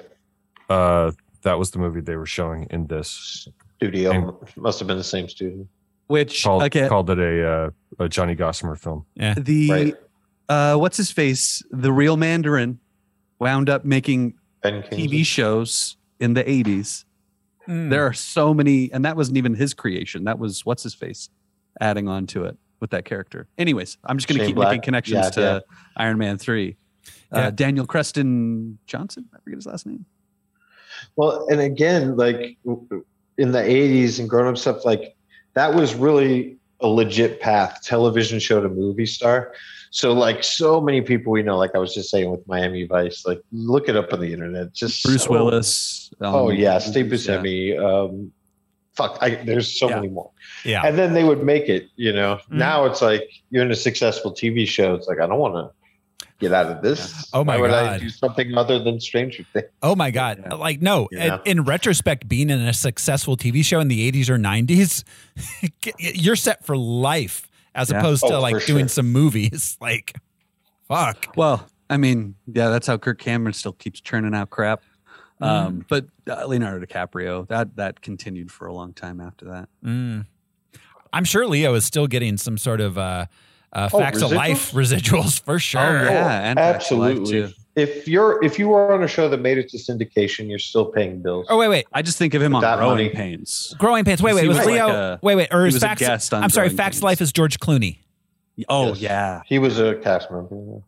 Uh, that was the movie they were showing in this.
studio
And-
must have been the same studio.
Which
Called
okay,
called it a, uh, a Johnny Gossamer film.
the
Right.
uh, what's his face, the real Mandarin, wound up making
Ben Kingsley.
TV shows in the eighties.
Mm.
There are so many, and that wasn't even his creation. That was what's his face adding on to it with that character. Anyways, I'm just going to
Shane
keep
Black.
making connections
Yeah,
to
yeah.
Iron Man three.
Yeah.
Uh, Daniel Creston Johnson, I forget his last name.
Well, and again, like in the '80s and grown-up stuff, like that was really a legit path, television show to movie star. So, like, so many people we know, like I was just saying with Miami Vice, like look it up on the internet. Just
Bruce
so-
Willis. um,
oh yeah, Oh, Steve
yeah.
Buscemi. Um, fuck, I, there's so
Yeah.
many more.
Yeah.
And then they would make it, you know.
Mhm.
Now it's like you're in a successful TV show. It's like I don't want to get out of this.
Oh my
Why would I
God.
do something other than Stranger Things?
Oh my God.
Yeah.
Like, no,
Yeah.
in, in retrospect, being in a successful TV show in the 80s or 90s, you're set for life as
Yeah.
opposed to
Oh,
like
for
doing
sure.
some movies. Like, fuck.
Well, I mean, yeah, that's how Kirk Cameron still keeps churning out crap.
Mm-hmm.
Um, But uh, Leonardo DiCaprio, that that continued for a long time after that.
Mm. I'm sure Leo is still getting some sort of uh, uh,
Oh,
facts of life residuals for sure.
Oh, yeah, and Facts of Life,
absolutely.
too.
If you're if you were on a show that made it to syndication, you're still paying bills.
Oh wait, wait.
I just think of him on
That
Growing
money.
Pains.
Growing Pains. Wait,
He
wait. Was
was
Leo?
like a-
wait, wait. Or
he
is
was a
facts?
guest on
I'm sorry.
Growing
Facts
Pains.
Life is George Clooney.
Oh
Yes.
yeah,
He was a cast member.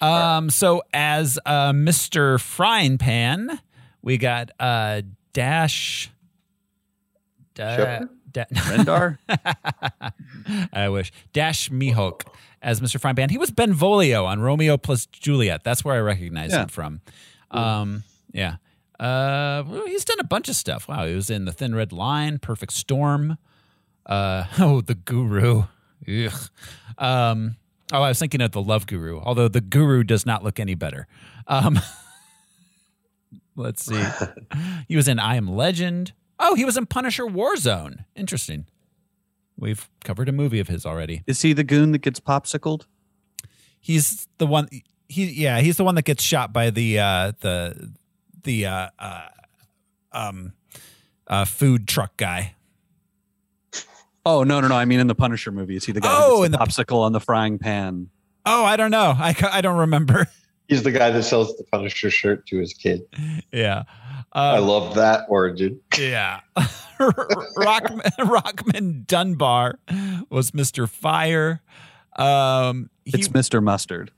Um. So as uh, Mr. Frying Pan, we got uh Dash. Da,
Shepard?
da,
Rendar.
I wish Dash Mihok as Mr. Frying Pan. He was Benvolio on Romeo plus Juliet. That's where I recognize
Yeah.
him from. Um, yeah. Uh, well, he's done a bunch of stuff. Wow, he was in The Thin Red Line, Perfect Storm. Uh, oh, The Guru. Ugh. Um, oh, I was thinking of The Love Guru. Although The Guru does not look any better. Um, let's see. he was in I Am Legend. Oh, he was in Punisher Warzone. Interesting. We've covered a movie of his already.
Is he the goon that gets popsicled?
He's the one. He yeah. He's the one that gets shot by the uh, the the uh, uh, um uh, food truck guy.
Oh no, no, no! I mean, in the Punisher movie, is he the guy
Oh,
who
in
gets
the-
the popsicle on the frying pan?
Oh, I don't know. I ca- I don't remember.
He's the guy that sells the Punisher shirt to his kid.
yeah.
I
Uh,
love that origin.
yeah. Rockman, Rockman Dunbar was Mr. Fire. Um, he-
It's Mr. Mustard.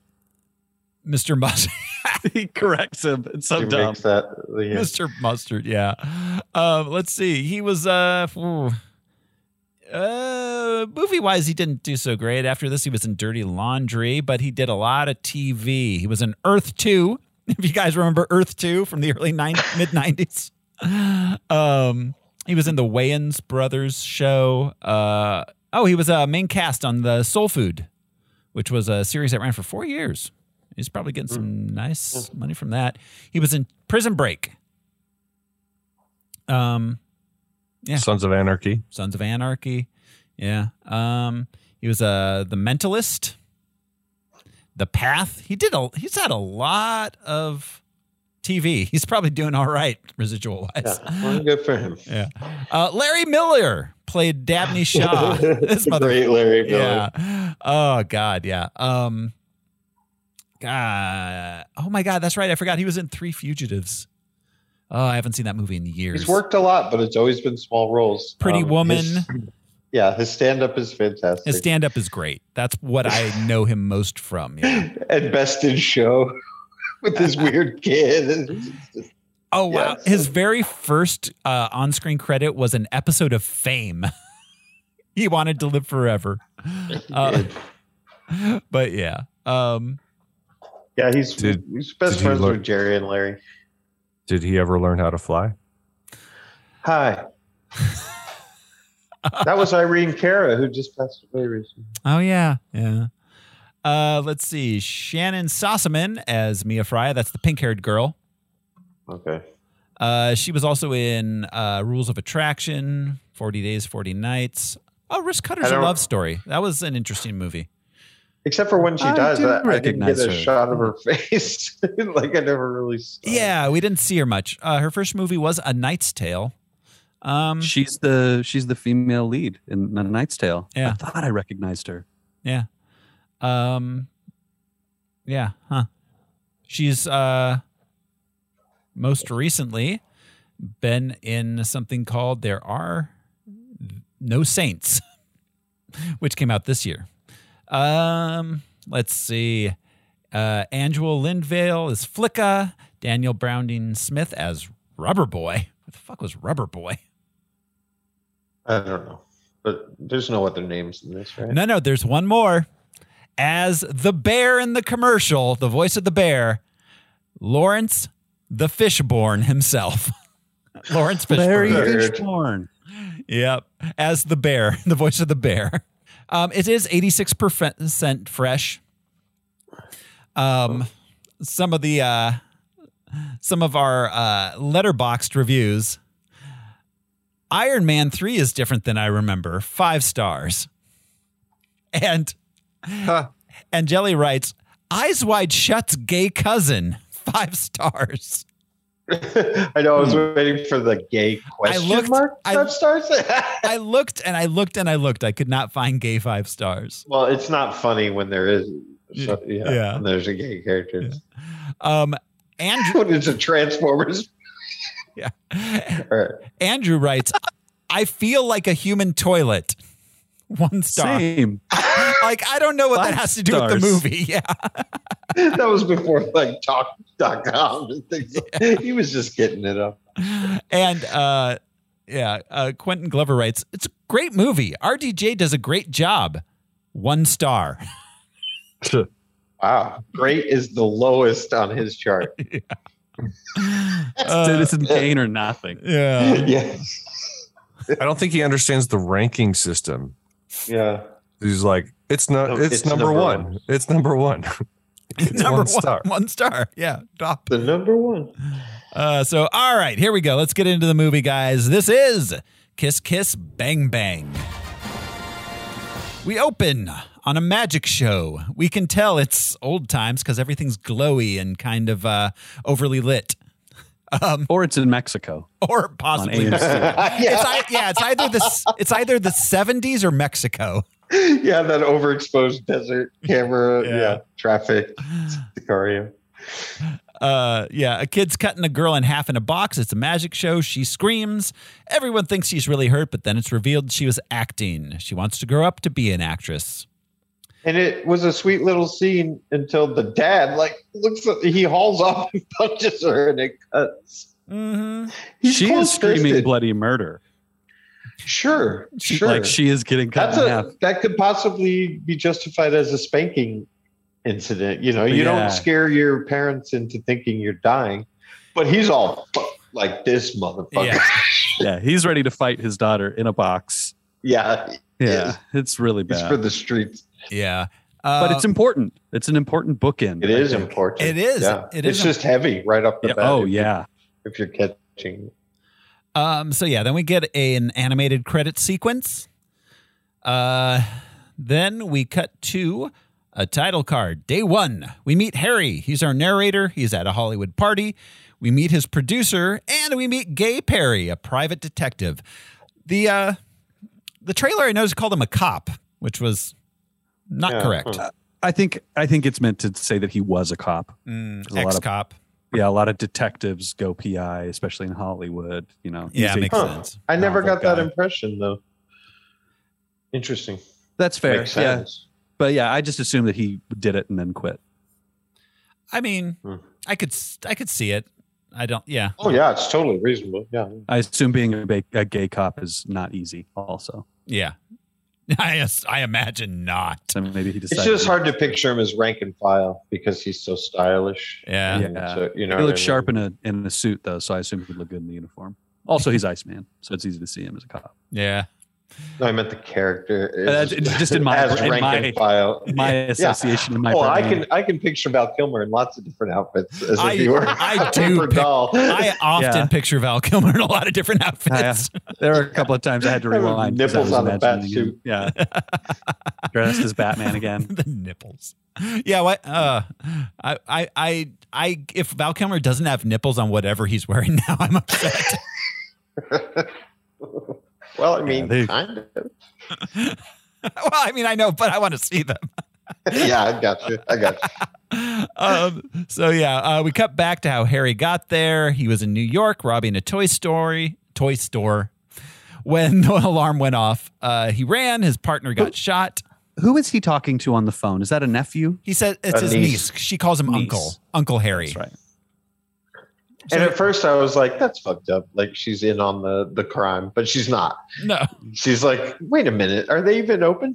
Mr. Mustard.
he corrects him. It's so
He
dumb.
makes that. yeah.
Mr. Mustard, yeah. Um, let's see. He was uh, ooh. uh movie wise, he didn't do so great. After this, he was in Dirty Laundry, but he did a lot of TV. He was in Earth Two. If you guys remember Earth Two from the early nine mid nineties, um, he was in the Wayans Brothers show. Uh, oh, he was a main cast on the Soul Food, which was a series that ran for four years. He's probably getting some nice money from that. He was in Prison Break. Um, Yeah.
Sons of Anarchy.
Sons of Anarchy. Yeah. Um, he was uh the mentalist. The Path. He did a he's had a lot of TV. He's probably doing all right residual wise.
Yeah. Well, good for him.
Yeah. Uh, Larry Miller played Dabney Shaw. this
The
mother-
great Larry Miller.
yeah. Oh God, yeah. Um God. Oh my God, that's right. I forgot he was in Three Fugitives. Oh, I haven't seen that movie in years.
He's worked a lot, but it's always been small roles. Um,
Pretty Woman.
his- yeah, his stand up is fantastic.
His stand up is great. That's what I know him most from. yeah.
and best in show with his weird kid.
Oh wow.
Yes.
His very first uh, on screen credit was an episode of Fame. he wanted to live forever. Uh, but yeah. Um
yeah, he's,
Did-
he's
did
best
he
friends
look-
with Jerry and Larry.
Did he ever learn how to fly?
Hi. that was Irene Cara, who just passed away recently.
Oh yeah, yeah. Uh, let's see. Shannon Sossaman as Mia Fry. That's the pink-haired girl.
Okay.
Uh, she was also in uh, Rules of Attraction, Forty Days, Forty Nights. Oh, Risk Cutters:
I
A
don't-
Love Story. That was an interesting movie.
Except for when she
I
dies,
didn't
I, I didn't get
recognize
a
her.
shot of her face. like I never really saw.
Yeah, we didn't see her much. Uh, her first movie was A Knight's Tale. Um,
She's the she's the female lead in The Knight's Tale.
Yeah.
I thought I recognized her.
yeah, um, yeah, huh? She's uh, most recently been in something called There Are No Saints, which came out this year. Um, let's see. Uh, Angela Lindvale is Flicka. Daniel Browning Smith as Rubber Boy. What the fuck was Rubber Boy?
I don't know. But there's no other names in this, right?
No, no, there's one more. As the bear in the commercial, the voice of the bear, Lawrence the Fishborn himself. Lawrence Fishburne.
Larry
Bird.
Fishburne.
Yep. As the bear, the voice of the bear. Um, it is 86% fresh. Um, some of the uh, some of our uh, letterboxed reviews. Iron Man 3 is different than I remember. 5 stars. And and Jelly writes, "Eyes Wide Shut's gay cousin." 5 stars.
I know. I was waiting for the gay question
looked-
mark.
I-
that starts.
I looked and I looked and I looked. I could not find gay five stars.
well, it's not funny when there is. So, yeah,
Yeah.
when there's a gay character.
Um, Andrew,
When it's a Transformers.
Yeah.
All right.
Andrew writes, I feel like a human toilet. One star.
Same.
Like, I don't know what that
Five
has to do with the
stars.
movie. Yeah.
that was before like talk.com and things. like- He was just getting it up.
And, uh, yeah, uh, Quentin Glover writes, It's a great movie. RDJ does a great job. One star.
Wow. Great is the lowest on his chart.
Uh,
Citizen Kane or nothing.
yeah.
yes.
I don't think he understands the ranking system.
Yeah.
He's like, it's not.
No,
Oh, it's,
it's
number,
number
one.
one.
It's number one. it's
Number
one star.
One star. Yeah. Top.
The number one.
Uh, so, all right, here we go. Let's get into the movie, guys. This is Kiss Kiss Bang Bang. We open on a magic show. We can tell it's old times because everything's glowy and kind of uh, overly lit,
Or it's in Mexico
or
on
possibly. It's,
AMC.
ei- yeah, it's either the s- it's either the seventies or Mexico.
Yeah, that overexposed desert camera.
Yeah.
Yeah. Traffic. Sicario.
uh, yeah, a kid's cutting a girl in half in a box. It's a magic show. She screams. Everyone thinks she's really hurt, but then it's revealed she was acting. She wants to grow up to be an actress.
And it was a sweet little scene until the dad like looks at he hauls off and punches her and it cuts.
Mm-hmm.
He's
She is screaming
cold-fisted.
bloody murder.
Sure. Sure.
Like she is getting cut
That's
in
a
half.
that could possibly be justified as a spanking incident. You know, you
Yeah.
don't scare your parents into thinking you're dying. But he's all "Fuck," like this motherfucker.
Yeah.
Yeah, he's ready to fight his daughter in a box.
Yeah,
Yeah,
Yes.
it's really
it's for
bad.
the streets.
Yeah.
But
Uh,
it's important. It's an important bookend.
It
I
is
think.
important.
It is.
Yeah.
It
it's
is
just heavy right off the
Yeah,
bat.
oh
if-
yeah.
if you're catching.
Um, so yeah, then we get a- an animated credit sequence. Uh, then we cut to a title card. Day one, we meet Harry. He's our narrator. He's at a Hollywood party. We meet his producer, and we meet Gay Perry, a private detective. The uh, the trailer I noticed called him a cop, which was not
Yeah.
correct.
I think I think it's meant to say that he was a cop.
Mm,
Hmm. a lot of-
Ex-cop.
Yeah, a lot of detectives go PI, especially in Hollywood. You know,
yeah,
He's a-
makes
Huh.
sense.
I never
Novel
got that
guy.
impression though. Interesting.
that's fair.
Makes
Yeah,
sense.
but yeah, I just assumed that he did it and then quit.
I mean,
Hmm.
I could s- I could see it. I don't. Yeah.
Oh yeah, it's totally reasonable. Yeah.
I assume being a, ba- a gay cop is not easy. Also,
Yeah. I, I imagine not.
so maybe he decided.
It's just hard to picture him as rank and file because he's so stylish.
Yeah.
Yeah.
And so, you know,
He
what
looks
I mean?
sharp in a in a suit though, so I assume he'd look good in the uniform. Also, he's Iceman, so it's easy to see him as a cop.
Yeah.
No, I meant the character.
That's- it's just in my-
as
in
rank
my-
and file.
My
Yeah.
association, in my
oh, I
brain.
can I can picture Val Kilmer in lots of different outfits as
I-
if he were
I
a
do
paper
pic-
doll.
I often
Yeah.
picture Val Kilmer in a lot of different outfits.
There were a couple of times I had to
I have
rewind. 'cause I
nipples
was
on a
imagining
bat
him-
suit.
Yeah, dressed as Batman again.
the nipples. Yeah. What? Uh, I, I, I, I, if Val Kilmer doesn't have nipples on whatever he's wearing now, I'm upset.
well, I mean,
they-
kind of.
well, I mean, I know, but I want to see them.
yeah, I got you. I got you.
um, so yeah, uh, we cut back to how Harry got there. He was in New York robbing a toy story toy store. When the alarm went off, uh, he ran. His partner got shot.
Who is he talking to on the phone? Is that a nephew?
He said it's
A
his niece.
niece.
She calls him
Niece.
Uncle Uncle Harry.
That's right.
And at first, I was like, "That's fucked up." Like she's in on the the crime, but she's not.
No,
She's like, "Wait a minute, are they even open?"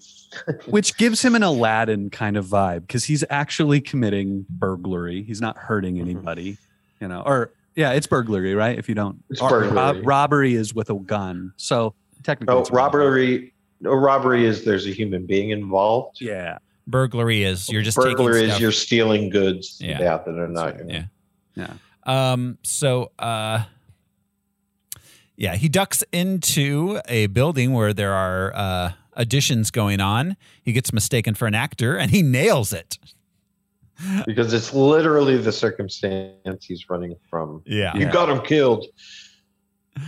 Which gives him an Aladdin kind of
Mm-hmm.
vibe because he's actually committing burglary. He's not hurting anybody, you know, or Yeah, it's burglary, right? If you don't,
It's
or rob-
burglary.
robbery is with a gun. So technically,
Oh,
it's a
robbery. No, robbery is there's a human being involved.
Yeah,
Burglary is you're just
Burglar
taking
is
stuff.
you're stealing goods
Yeah.
yeah. that are not. your-
Yeah.
yeah.
Um, so, uh, yeah, he ducks into a building where there are uh, auditions going on. He gets mistaken for an actor and he nails it.
Because it's literally the circumstance he's running from.
Yeah.
You got him killed.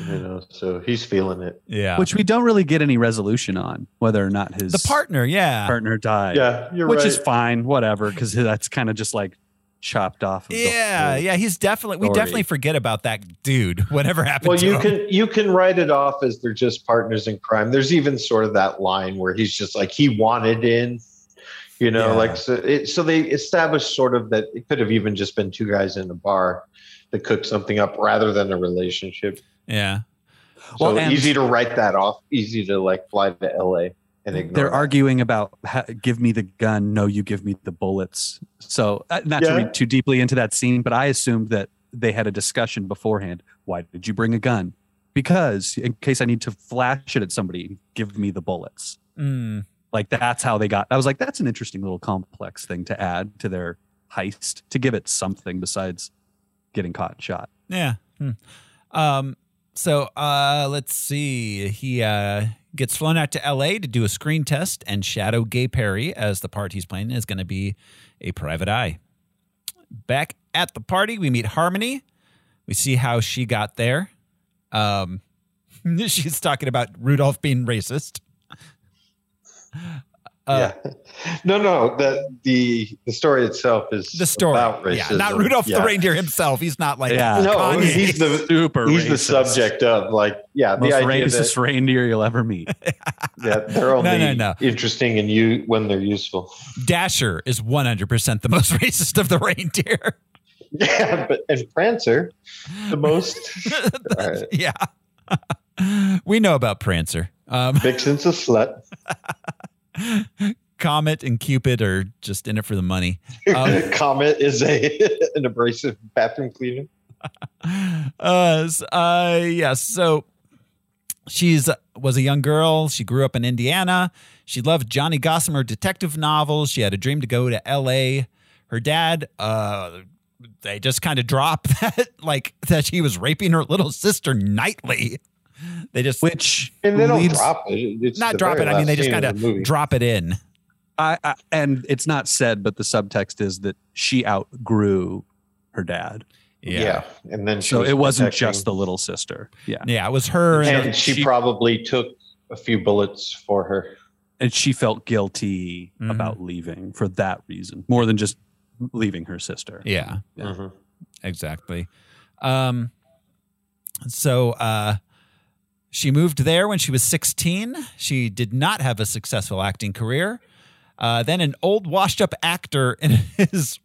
You know, so he's feeling it.
Yeah.
Which we don't really get any resolution on whether or not his
the partner, yeah.
partner died.
Yeah, you're
which
right.
is fine, whatever, because that's kind of just like chopped off. Of the
Yeah,
whole-
yeah, he's definitely we
story.
definitely forget about that dude. Whatever happened
Well,
to
you
him.
can you can write it off as they're just partners in crime. There's even sort of that line where he's just like he wanted in, you know,
Yeah.
like so. It, so they established sort of that it could have even just been two guys in a bar that cooked something up rather than a relationship.
yeah.
Well,
so
and-
easy to write that off. Easy to like fly to L.A. and ignore.
They're
that.
arguing about ha- give me the gun, no, you give me the bullets. So, uh, not to
Yeah.
read too deeply into that scene, but I assumed that they had a discussion beforehand. Why did you bring a gun? Because in case I need to flash it at somebody, give me the bullets.
Mm,
Like that's how they got. I was like, that's an interesting little complex thing to add to their heist to give it something besides getting caught and shot.
yeah. Hmm. Um. So, uh, let's see. He uh gets flown out to L.A. to do a screen test, and Shadow Gay Perry, as the part he's playing, is going to be a private eye. Back at the party, we meet Harmony. We see how she got there. Um, she's talking about Rudolph being racist. Uh,
yeah. No, no. The the the story itself is
the story.
about
yeah,
racism.
not Rudolph
Yeah.
the reindeer himself. He's not like
Yeah.
No,
Kanye.
he's the
Super
he's the subject of like yeah
Most
the idea that-
racist reindeer you'll ever meet.
Yeah, they're only
no, no.
interesting and you when they're useful.
Dasher is 100% the most racist of the reindeer.
Yeah, but and Prancer, the most. All right.
yeah. we know about Prancer. Um,
Vixen's a slut.
Comet and Cupid are just in it for the money. Um,
Comet is a an abrasive bathroom cleaner.
uh, s- uh, yeah, so she's was a young girl. She grew up in Indiana. She loved Johnny Gossamer detective novels. She had a dream to go to L.A. Her dad, uh, they just kind of dropped that, like that she was raping her little sister nightly. They just
Which
And they don't
leads-
drop it. It's
not
the
drop
very
it. I mean,
last
they just
scene
kind
the movie.
of drop it in.
I, I and it's not said, but the subtext is that she outgrew her dad,
Yeah. and then she
so
was
it wasn't
protecting-
just the little sister. Yeah,
Yeah, it was her. And,
And she,
She-
probably took a few bullets for her.
and she felt guilty
Mhm.
about leaving for that reason, more than just leaving her sister.
yeah,
Yeah.
Mhm.
exactly. Um, so uh, she moved there when she was 16. She did not have a successful acting career. Uh, then an old washed up actor in his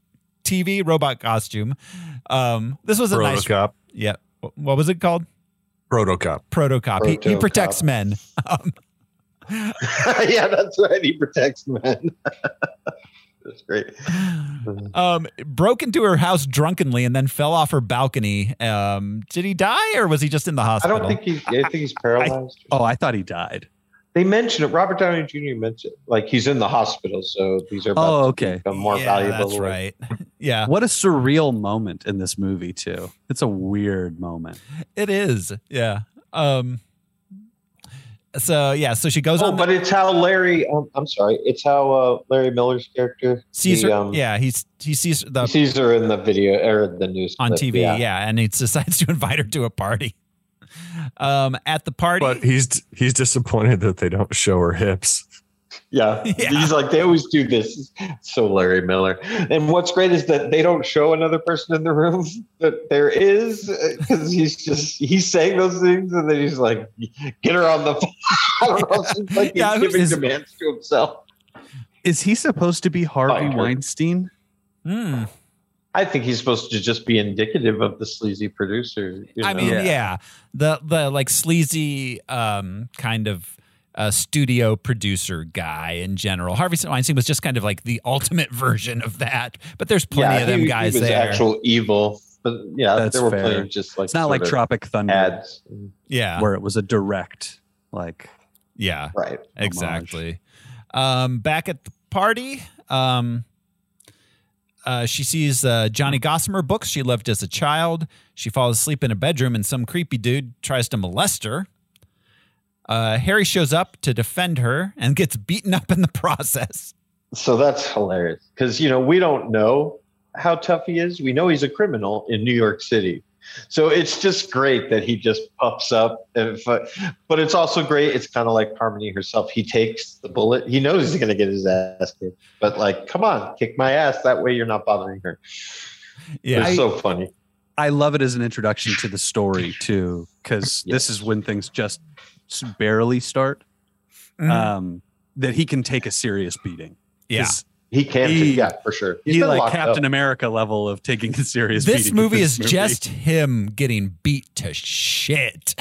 TV robot costume. Um, this was a nice.
Protocop.
Yeah. Wh- What was it called?
Protocop.
Protocop. He, he
Protocop.
protects men. Um,
yeah, that's right. He protects men. that's great.
um, broke into her house drunkenly and then fell off her balcony. Um, did he die or was he just in the
I
hospital?
don't think he's. I think he's paralyzed.
Oh, I thought he died.
They mention it. Robert Downey Jr. mentioned like he's in the hospital, so these are about
Oh,
to
okay.
become more
yeah,
valuable.
That's right. Yeah,
What a surreal moment in this movie too. It's a weird moment.
it is. Yeah. Um. So yeah, so she goes
Oh,
on.
but it's how Larry. Um, I'm sorry. It's how uh, Larry Miller's character
sees
he,
her.
um,
yeah, he's he sees
he
the
sees her in the video or the news
on
clip,
TV. Yeah. and he decides to invite her to a party. Um, at the party.
But he's he's disappointed that they don't show her hips.
yeah,
Yeah.
He's like they always do this. So Larry Miller. And what's great is that they don't show another person in the room that there is because he's just he's saying those things and then he's like, get her on the. phone." I don't know. It's like
Yeah,
he's
who's
giving
his-
demands to himself.
Is he supposed to be Harvey
Find her.
Weinstein?
Hmm.
I think he's supposed to just be indicative of the sleazy producer. you
I
know?
mean, yeah.
Yeah.
the the like sleazy um, kind of uh, studio producer guy in general. Harvey Weinstein was just kind of like the ultimate version of that. But there's plenty of them
he-
guys
he was
there.
Actual evil. but yeah,
That's
they were
fair.
playing just like
It's not
sort
like
of
Tropic Thunder,
ads,
Yeah.
where it was a direct like.
Yeah.
right?
Exactly. Um, back at the party, um, uh, she sees uh, Johnny Gossamer books she loved as a child. She falls asleep in a bedroom, and some creepy dude tries to molest her. Uh, Harry shows up to defend her and gets beaten up in the process.
So that's hilarious because you know we don't know how tough he is. We know he's a criminal in New York City, so it's just great that he just puffs up. And fu- but it's also great. It's kind of like Harmony herself. He takes the bullet. He knows he's going to get his ass kicked, but like, come on, kick my ass. That way you're not bothering her.
Yeah.
it's
uh,
so funny.
I love it as an introduction to the story too, because this is when things just s- barely start.
Mhm.
Um, that he can take a serious beating.
yeah.
'Cause
He can,
He-
yeah, for sure. He's
he
been
like
locked up.
Captain America level of taking a serious.
This
beating with
movie is
movie.
just him getting beat to shit.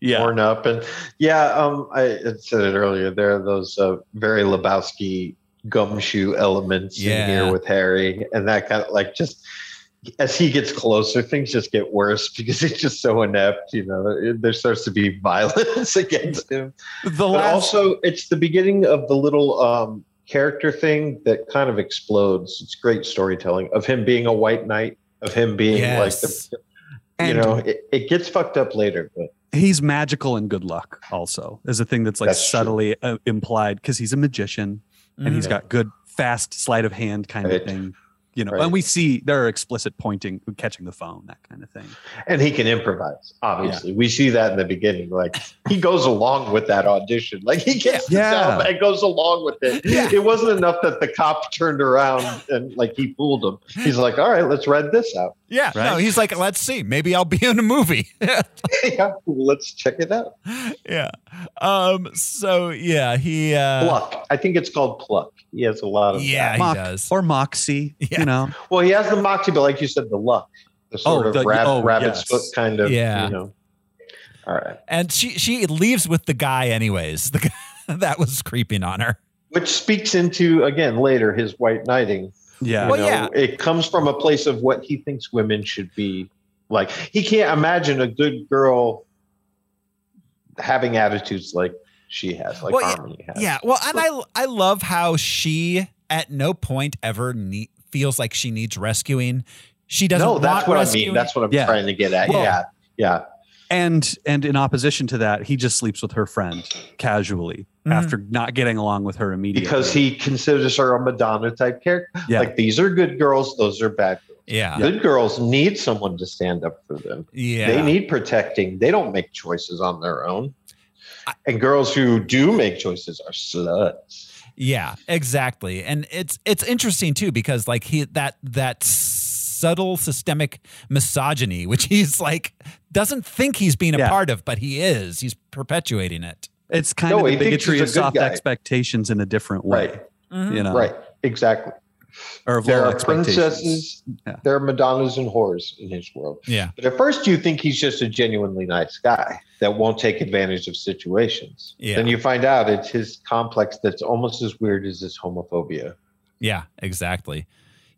yeah,
torn up and yeah um i had said it earlier there are those uh, very lebowski gumshoe elements
Yeah.
in here with harry and that kind of like just as he gets closer things just get worse because he's just so inept you know It- there starts to be violence against him
the
but
last
also it's the beginning of the little um character thing that kind of explodes it's great storytelling of him being a white knight of him being like
Yes.
the, you
and
know it, it gets fucked up later but
he's magical and good luck also is a thing that's like
That's true.
subtly uh, implied because he's a magician and he's got good fast sleight of hand kind
Right.
of thing you know
Right.
and we see there are explicit pointing catching the phone that kind of thing
and he can improvise obviously we see that in the beginning like he goes along with that audition like he gets the
Yeah.
job and goes along with it
Yeah.
it wasn't enough that the cop turned around and like he fooled him he's like all right let's read this out
Yeah. No,
Right?
he's like, let's see. Maybe I'll be in a movie.
yeah let's check it out
yeah. Um, so yeah, he uh
pluck i think it's called pluck he has a lot of
Yeah, he
Mox-
does.
or moxie
Yeah.
you know
well he has the moxie but like you said the luck the sort
Oh,
of
the-
rab-
oh,
rabbit's
yes.
foot kind of
Yeah.
you know all right
And she she leaves with the guy anyways. The guy that was creeping on her.
which speaks into again later his white knighting
yeah
You
Well,
know, It comes from a place of what he thinks women should be like. He can't imagine a good girl having attitudes like she has, like
Well, yeah-
Harmony has.
Yeah. Well, and I I love how she at no point ever nee- feels like she needs rescuing. She doesn't
No, that's
want
what I
rescuing.
mean. That's what I'm
Yeah.
trying to get at.
Well-
yeah. Yeah.
and and in opposition to that he just sleeps with her friend casually
Mhm.
after not getting along with her immediately
Because he considers her a Madonna type character.
yeah
Like these are good girls, those are bad girls.
yeah. Yeah.
Good girls need someone to stand up for them. They need protecting. They don't make choices on their own.
I-
and girls who do make choices are sluts.
Yeah, exactly. And it's it's interesting too because like he that that subtle systemic misogyny which he's like doesn't think he's being a
Yeah.
part of but he is. He's perpetuating it.
it's kind
No,
of
he
the
thinks
bigotry
he's a
of
good
soft
guy.
expectations in a different way
Right.
you know
Right. Exactly.
or of
There
low
are
expectations
princesses,
Yeah.
there are Madonnas and whores in his world.
Yeah.
But at first, you think he's just a genuinely nice guy that won't take advantage of situations.
Yeah.
Then you find out it's his complex that's almost as weird as his homophobia.
Yeah, exactly.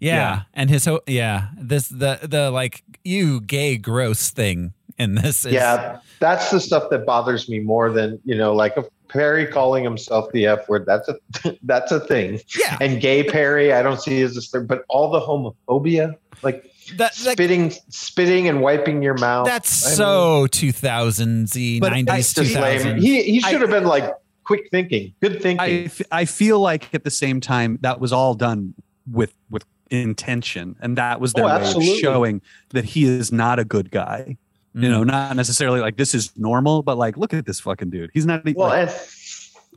Yeah.
Yeah.
And his ho- yeah, this the the like you gay gross thing in this is
yeah, that's the stuff that bothers me more than you know, like a Perry calling himself the F word. That's a that's a thing.
Yeah.
And gay Perry, I don't see as a thing, but all the homophobia, like
That, that
spitting, spitting, and wiping your mouth.
that's
I mean-
so 2000s,
But
90s,
that's
just lame.
2000s.
He he
I-
should have been like quick thinking, good
I,
thinking.
f- I feel like at the same time that was all done with with intention and that was their
Oh,
way
absolutely.
of showing that he is not a good guy
Mm,
you
Mm.
know not necessarily like this is normal but like look at this fucking dude he's not e-
well,
like,
and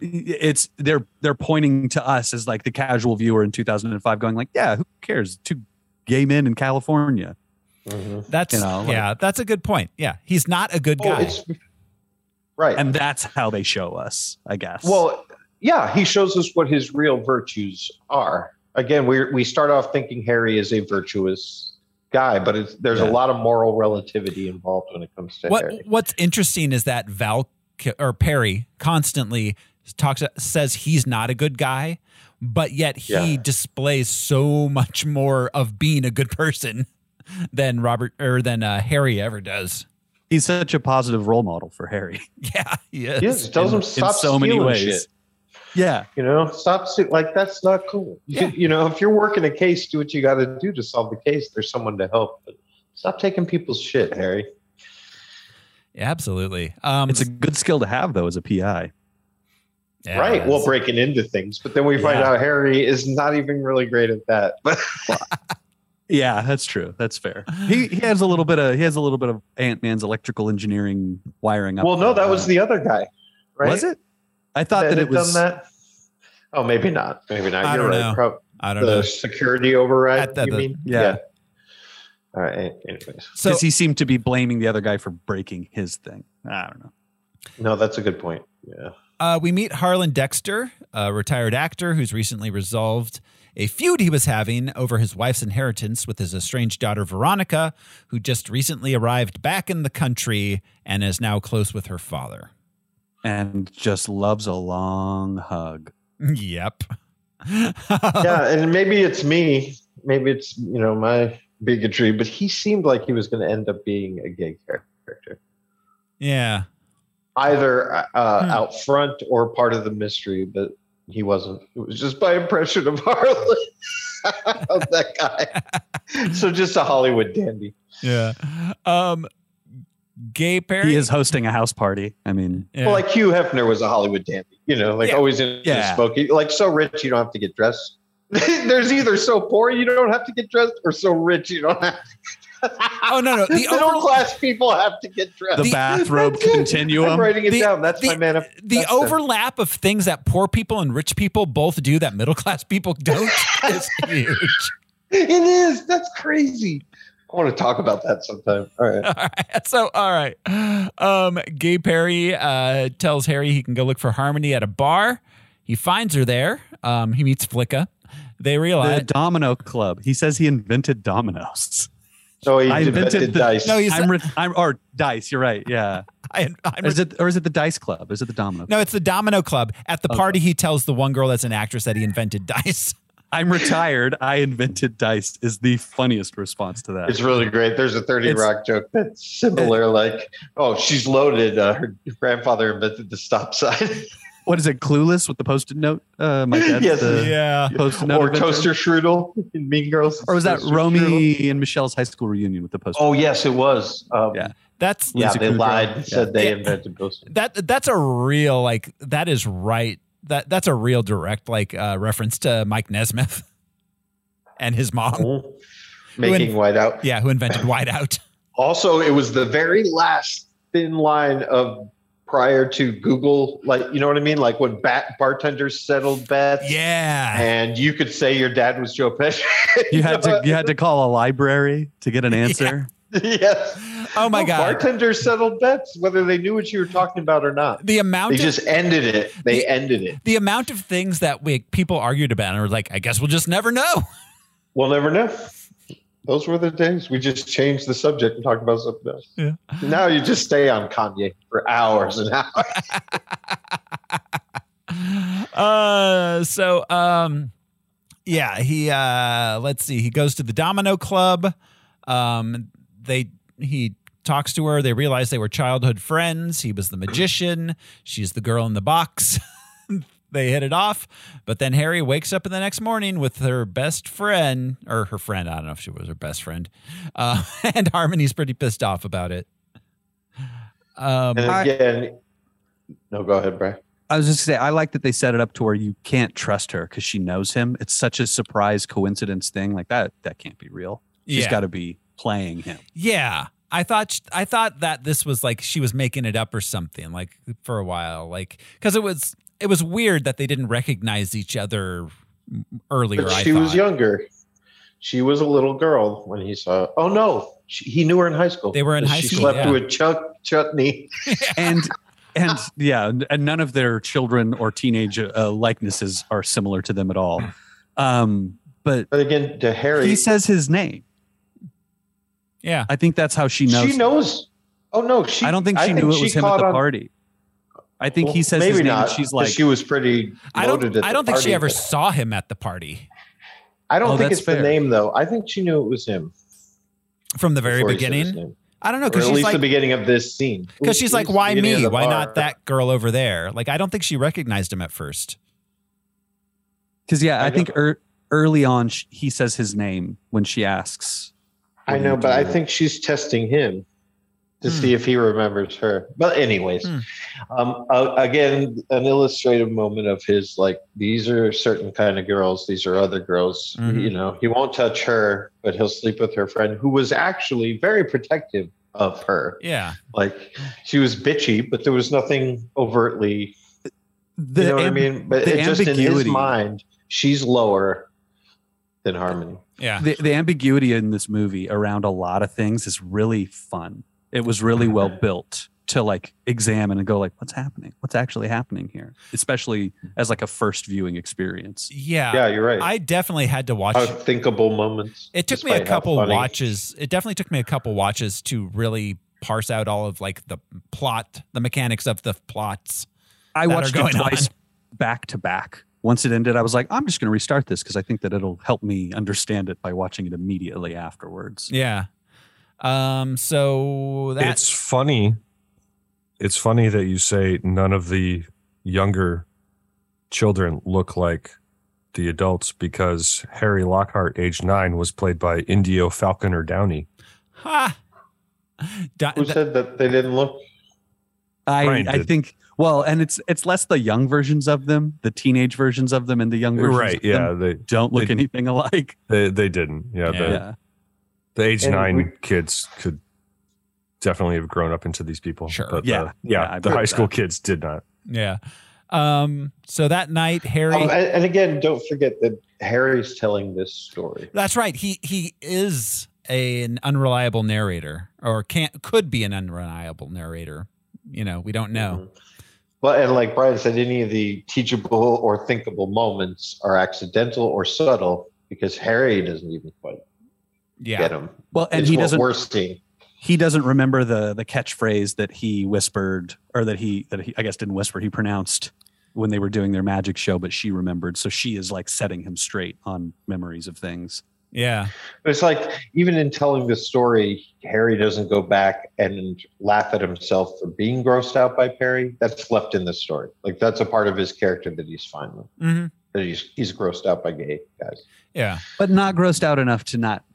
it's they're they're pointing to us as like the casual viewer in 2005 going like yeah who cares two gay men in california
that's
you know, like-
yeah, that's a good point. Yeah, he's not a good
Oh,
guy.
it's right.
and that's how they show us i guess
well, yeah, he shows us what his real virtues are. Again, we we start off thinking Harry is a virtuous guy, but it's, there's
Yeah.
a lot of moral relativity involved when it comes to
What
Harry.
What's interesting is that Val or Perry constantly talks says he's not a good guy, but yet he
Yeah.
displays so much more of being a good person than Robert or than uh, Harry ever does.
He's such a positive role model for Harry.
Yeah, he is.
Yes, tells them stop
so many
stealing
ways.
shit.
Yeah.
You know, stop ste- like that's not cool. You,
Yeah.
you know, if you're working a case, do what you got to do to solve the case. There's someone to help. But stop taking people's shit, Harry.
Absolutely. Um,
It's a good skill to have though as a PI.
yeah,
Right. Well,
it's-
breaking into things, but then we find
Yeah.
out Harry is not even really great at that. But
Yeah, that's true. That's fair. He he has a little bit of he has a little bit of Ant Man's electrical engineering wiring up. uh,
well, no, that was the other guy. Right?
Was it? I thought that,
that
it
had
was
done that? Oh, maybe not. Maybe not.
I
You're
don't
right.
know.
Prob-
I don't
the
know.
security override.
At the-
you
the-
mean?
yeah.
All right. an- Anyways,
So
because he seemed to be blaming the other guy for breaking his thing. I don't know.
no, that's a good point. Yeah.
Uh, we meet Harlan Dexter, a retired actor who's recently resolved a feud he was having over his wife's inheritance with his estranged daughter Veronica, who just recently arrived back in the country and is now close with her father.
And just loves a long hug.
Yep.
Yeah, and maybe it's me. Maybe it's you know my bigotry, but he seemed like he was going to end up being a gay character,
yeah.
either uh,
Hmm.
out front or part of the mystery. But he wasn't. It was just my impression of Harlan of that guy. so just a Hollywood dandy.
Yeah. Um, gay Perry.
He is hosting a house party. I mean,
Yeah.
Well, like Hugh Hefner was a Hollywood dandy, you know, like
Yeah.
always in
Yeah.
yeah. smoky, like so rich you don't have to get dressed. There's either so poor you don't have to get dressed, or so rich you don't have.
oh, no, no. The
middle
overall.
class people have to get dressed.
the, bathrobe
That's it. I'm
continuum.
writing it
The-
down. That's
the-
my man.
the
that's
overlap of things that poor people and rich people both do that middle class people don't is huge.
It is. That's crazy. I want to talk about that sometime. All right.
all right. So, all right. Um, Gay Perry uh, tells Harry he can go look for Harmony at a bar. He finds her there. Um, he meets Flicka. They
The
realize.
domino club. He says he invented dominoes.
So he
I invented
invented
the-
dice.
no, he's.
I'm, re- I'm or dice. You're right. Yeah.
I, I'm
Is it or is it the dice club? Is it the domino?
no, it's the Domino Club. At
Oh.
the party, he tells the one girl that's an actress that he invented dice.
I'm retired. I invented dice is the funniest response to that.
It's really great. There's a 30
It's-
Rock joke that's similar, like, oh, she's loaded. Uh, her grandfather invented the stop sign.
What is it? Clueless with the post-it note. Uh, my dad's
Yes.
the
Yeah.
post-it note.
or
inventor?
Toaster Strudel in Mean Girls.
Or was that
Toaster Strudel.
Romy and Michelle's high school reunion with the post?
Oh, yes, it was. Um,
Yeah.
yeah,
That's
Lisa
they
Kudrow.
lied and
Yeah.
said they
Yeah.
invented Ghost.
that that's a real like that is right that that's a real direct like uh, reference to Mike Nesmith and his mom
Making whiteout.
yeah who invented whiteout
Also, it was the very last thin line of prior to Google, like, you know what I mean? Like when bat- bartenders settled bets.
yeah
And you could say your dad was Joe Pesci.
You had to you had to call a library to get an answer.
yes.
oh my
No,
god
Bartenders settled bets, whether they knew what you were talking about or not.
the
They
amount of,
just ended it. They ended it.
the amount of things that we people argued about and were like I guess we'll just never know
We'll never know. Those were the days we just changed the subject and talked about something else.
Yeah.
Now you just stay on Kanye for hours and hours.
uh so um yeah he uh let's see he goes to the domino club um they he talks to her they realize they were childhood friends he was the magician she's the girl in the box they hit it off but then harry wakes up in the next morning with her best friend or her friend i don't know if she was her best friend uh, and harmony's pretty pissed off about it um
And
I-
again, no, go ahead, Brian.
I was just gonna say I like that they set it up to where you can't trust her because she knows him. It's such a surprise coincidence thing like that. That can't be real. She's
yeah.
got to be playing him.
Yeah. I thought sh- I thought that this was like she was making it up or something like for a while like cuz it was it was weird that they didn't recognize each other earlier
But
I
she was
thought.
younger. She was a little girl when he saw. Oh no, she, he knew her in high school.
They were in high
she
school,
Slept
yeah.
with Chuck Chutney.
And and yeah, and- and none of their children or teenage uh, likenesses are similar to them at all.
Hmm.
Um, but
But again, to Harry,
he says his name.
Yeah.
I think that's how she knows.
she knows. Oh no, she.
I don't think she
think
knew it was him at
caught
the
on-
party. I think he
Well,
says
maybe
his name.
not.
and she's
'cause
like,
she was pretty.
I don't
loaded at
I
the
don't think she
party,
ever
but-
saw him at the party.
I don't
Oh,
think
that's
it's
fair.
the name though. I think she knew it was him.
from the very
before he said his
beginning.
name.
I don't know
Or
because
at
she's
least the
like
beginning of this scene.
because she's
At
like
least the
why
beginning of
me?
the
Why
bar.
not that girl over there? Like I don't think she recognized him at first.
Because yeah, I,
I
think
know.
er, early on sh- he says his name when she asks.
I know, but I think she's testing him
Hmm.
to see if he remembers her. But anyways,
Hmm.
um, uh, again, an illustrative moment of his like these are certain kind of girls, these are other girls.
Mm-hmm.
Mhm.
You know, he won't touch her, but he'll sleep with her friend, who was actually very protective of her.
Yeah,
Like she was bitchy, but there was nothing overtly
The
you know what I
amb-
mean? But
the
it just in his
ambiguity.
mind, she's lower than Harmony.
yeah.
The, the ambiguity in this movie around a lot of things is really fun. It was really well
Mm-hmm.
built to like examine and go like, what's happening? What's actually happening here? Especially as like a first viewing experience.
yeah,
yeah, Oh, you're right.
I definitely had to watch.
How thinkable moments.
It took me a
despite how
couple
funny.
watches. It definitely took me a couple watches to really parse out all of like the plot, the mechanics of the plots.
I
that are
watched
going
it twice
on.
back to back. Once it ended, I was like, I'm just going to restart this because I think that it'll help me understand it by watching it immediately afterwards.
Yeah. Um. So
it's
that's
funny. It's funny that you say none of the younger children look like the adults because Harry Lockhart, age nine, was played by Indio Falconer Downey.
ha. Da-
Who
th-
said that they didn't look?
I,
Brian
I
did.
think well, and it's it's less the young versions of them, the teenage versions of them, and the young versions
Right?
of
Yeah,
them
they,
don't look
They-
anything alike.
they they didn't. Yeah,
Yeah.
The,
yeah.
the age
And
nine
we-
kids could definitely have grown up into these people.
Sure.
but the,
Yeah. Yeah,
yeah,
I
the
agree
high
with
school
that.
kids did not.
yeah. Um. So that night, Harry.
Um, and, and again, don't forget that Harry's telling this story.
That's right. He he is an unreliable narrator, or can could be an unreliable narrator. You know, we don't
Mm-hmm.
know.
Well, and like Brian said, any of the teachable or thinkable moments are accidental or subtle because Harry doesn't even quite
Yeah,
get him.
Well, and
It's
he
what
doesn't
We're seeing.
he doesn't remember the the catchphrase that he whispered or that he that he I guess didn't whisper, he pronounced when they were doing their magic show, but she remembered. So she is like setting him straight on memories of things.
yeah,
But it's like even in telling the story, Harry doesn't go back and laugh at himself for being grossed out by Perry. That's left in the story. Like that's a part of his character that he's fine with.
hmm
That he's he's grossed out by gay guys.
yeah.
But not grossed out enough to not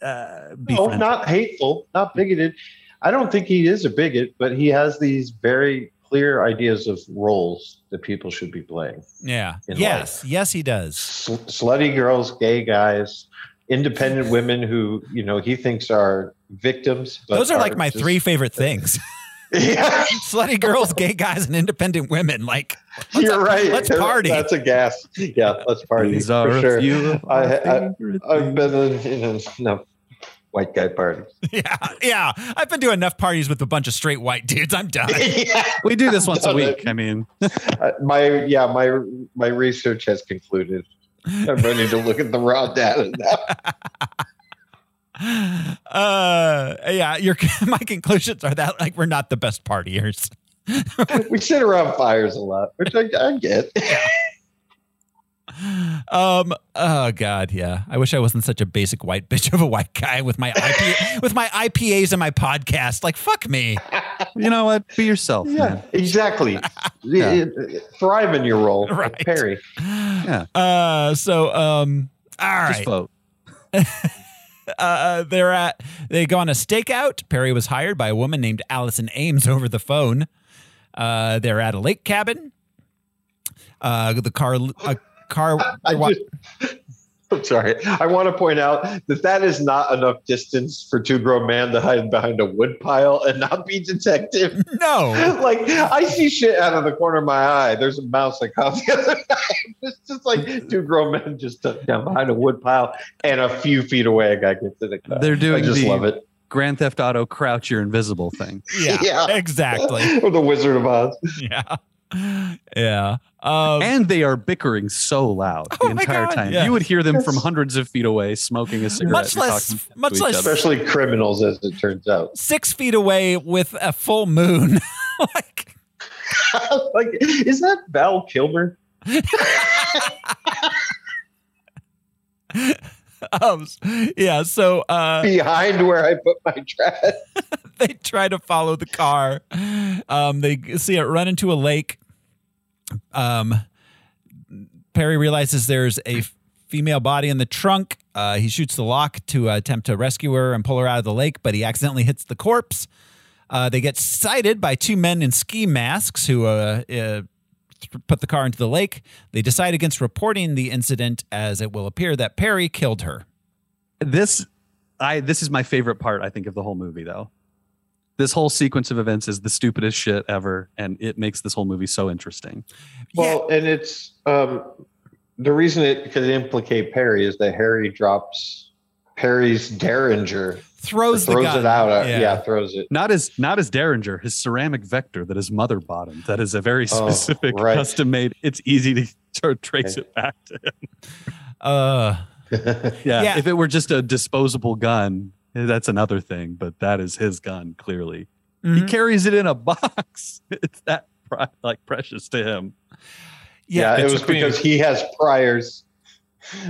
uh be
No,
friends.
Oh, not hateful, not bigoted. I don't think he is a bigot, but he has these very clear ideas of roles that people should be playing.
Yeah.
In
yes. Yes, he does.
Sl- slutty girls, gay guys, independent women who, you know, he thinks are victims. But
Those are like my
just-
three favorite things:
Yeah.
slutty girls, gay guys, and independent women. Like, let's-
You're right.
Let's
That-
party.
That's a gas. Yeah, let's party
These are
for
a
sure.
few of
I-
our
I-
favorite
I've
things.
been in, in enough white guy parties.
yeah, yeah. I've been to enough parties with a bunch of straight white dudes. I'm done.
yeah.
we do this once a
Done it.
week. I mean,
Uh, my yeah, my my research has concluded. I'm ready to look at the raw data now.
Uh, yeah. Your my conclusions are that like we're not the best partiers.
We sit around fires a lot, which I, I get.
Um. Oh God. Yeah. I wish I wasn't such a basic white bitch of a white guy with my IP, with my IPAs and my podcast. Like fuck me.
you know what? Be yourself.
yeah,
man.
exactly.
Yeah.
Thrive in your role, like
Right.
Perry.
Yeah. Uh. So. Um. All
Just
right.
vote.
Uh. They're at. They go on a stakeout. Perry was hired by a woman named Allison Ames over the phone. Uh. They're at a lake cabin. Uh. The car. A car.
I just, I'm sorry. I want to point out that that is not enough distance for two grown men to hide behind a wood pile and not be detective.
no.
like I see shit out of the corner of my eye. There's a mouse that caught the other night. It's just like two grown men just tucked down behind a wood pile, and a few feet away, a guy gets in a car.
They're doing
Uh, I just
the
love it.
Grand Theft Auto crouch you're invisible thing.
Yeah.
Yeah.
Exactly.
or the Wizard of Oz.
Yeah. Yeah. Um,
and they are bickering so loud the
Oh my
entire
God,
time.
yeah.
You would hear them from
Yes.
hundreds of feet away smoking a cigarette.
Much
and
less-
talking to
much
each
less-
other.
Especially criminals, as it turns out.
six feet away with a full moon. like,
like, is that Val Kilmer?
jobs. um, Yeah. So uh,
behind where I put my trash.
they try to follow the car. Um, they see it run into a lake. Um, Perry realizes there's a female body in the trunk. Uh, he shoots the lock to attempt to rescue her and pull her out of the lake, but he accidentally hits the corpse. Uh, they get sighted by two men in ski masks who uh, uh, th- put the car into the lake. They decide against reporting the incident as it will appear that Perry killed her.
This, I this is my favorite part. I think of the whole movie though. This whole sequence of events is the stupidest shit ever, and it makes this whole movie so interesting.
Well, and it's um, the reason it because it implicate Perry is that Harry drops Perry's Derringer,
Throws, the
throws
gun.
it out. uh, Yeah. throws it.
Not as not as Derringer, his ceramic vector that his mother bought him. That is a very
Oh,
specific,
right.
custom made. It's easy to, to trace it back to. Him.
Uh,
Yeah,
Yeah.
If it were just a disposable gun, that's another thing. But that is his gun. Clearly, he
mhm.
carries it in a box. It's that pri- like precious to him.
Yeah, it
it's
was
a phoenix.
because he has priors.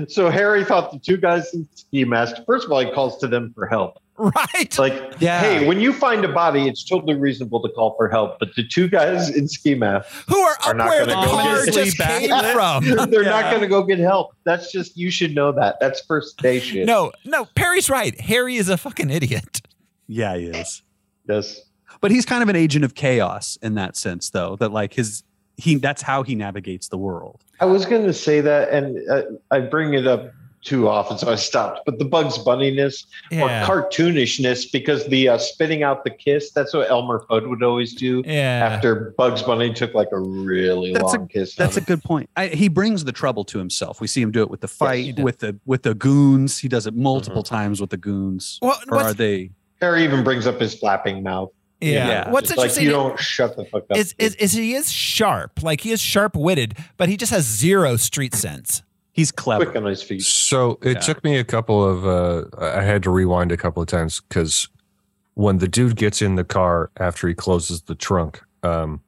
So Harry thought the two guys in ski masks. First of all, he calls to them for help.
Right.
Like,
Yeah.
hey, when you find a body, it's totally reasonable to call for help. But the two guys in ski masks,
Who are
Are
up
not
where the
gonna go
car
get it.
just came from?
they're not
Yeah.
going to go get help. That's just you should know that. That's first day shit.
No, no, Perry's right. Harry is a fucking idiot.
Yeah, he is.
Yes.
but he's kind of an agent of chaos in that sense though that like his he that's how he navigates the world
I was going to say that, and uh, I bring it up too often, so I stopped. But the Bugs Bunniness
Yeah.
or cartoonishness, because the uh, spitting out the kiss—that's what Elmer Fudd would always do.
yeah.
After Bugs Bunny took like a really
That's a-
long kiss,
that's a
on
good point I, he brings the trouble to himself we see him do it with the
he
fight
does.
with the with the goons he does it multiple times with the goons
Well,
or are
what's,
they
Harry even brings up his flapping mouth.
yeah.
Yeah.
What's
Just like you
interesting
don't shut the fuck up.
is, is, is he is sharp. Like he is sharp witted, but he just has zero street sense.
he's
quick um,
clever
on his feet.
So it
Yeah.
took me a couple of uh I had to rewind a couple of times because when the dude gets in the car after he closes the trunk, um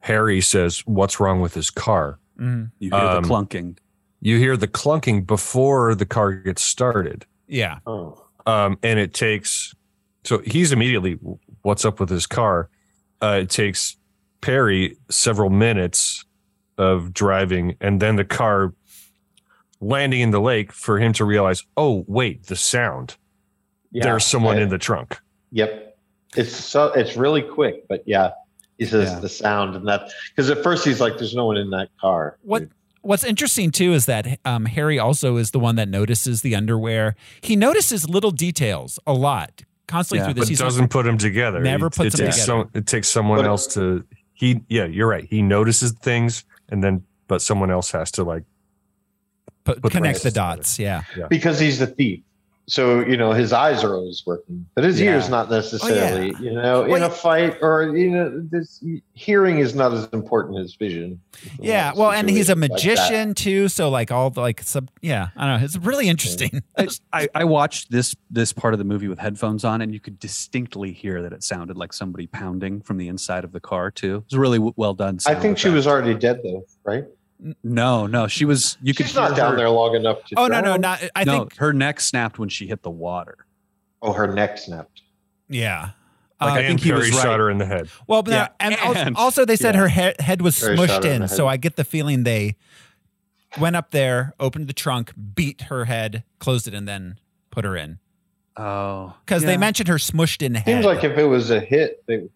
Harry says, What's wrong with his car?
you hear
Um,
the clunking
You hear the clunking before the car gets started.
Yeah.
Oh.
um, and it takes so he's immediately what's up with his car uh, it takes perry several minutes of driving and then the car landing in the lake for him to realize oh wait the sound
Yeah.
there's someone
I-
in the trunk
Yep. It's so it's really quick, but yeah. He says
Yeah.
the sound and that because at first he's like, "There's no one in that car."
What What's interesting too is that um, Harry also is the one that notices the underwear. He notices little details a lot constantly
Yeah.
through
but
this. He's like,
doesn't put them together
Never
it,
puts
it
'em
takes
together.
some- it takes someone
But-
else to he yeah you're right he notices things and then but someone else has to like
put,
put
connect the
braces together.
dots. Yeah.
Because he's the thief. So you know his eyes are always working, but his
Yeah.
ears not necessarily.
Oh,
You know, in
Well,
a fight or you know, this hearing is not as important as vision.
Yeah. Well, and he's a
Situations like that.
magician too. So like all the, like sub. Yeah. I don't know. It's
Mm.
really interesting.
I, I, I watched this this part of the movie with headphones on and you could distinctly hear that it sounded like somebody pounding from the inside of the car too it was really w- well done
I
sound
think she
effect.
was already dead though, right?
no no she was you could
She's not
hear
down
her-
there long enough to.
Oh no no
drown.
not. I
no,
think
her neck snapped when she hit the water
Oh, her neck snapped.
yeah.
Like,
Um,
I
and
think he
perry
was right.
shot her in the head
Well, but
Yeah,
and, al-
and-
also they said
yeah.
her head, head was
Very shot
smushed
her in
in,
the
so
head.
I get the feeling they went up there, opened the trunk, beat her head, closed it, and then put her in
Oh,
because
yeah.
they mentioned her smushed in head.
Seems like if it was a hit, they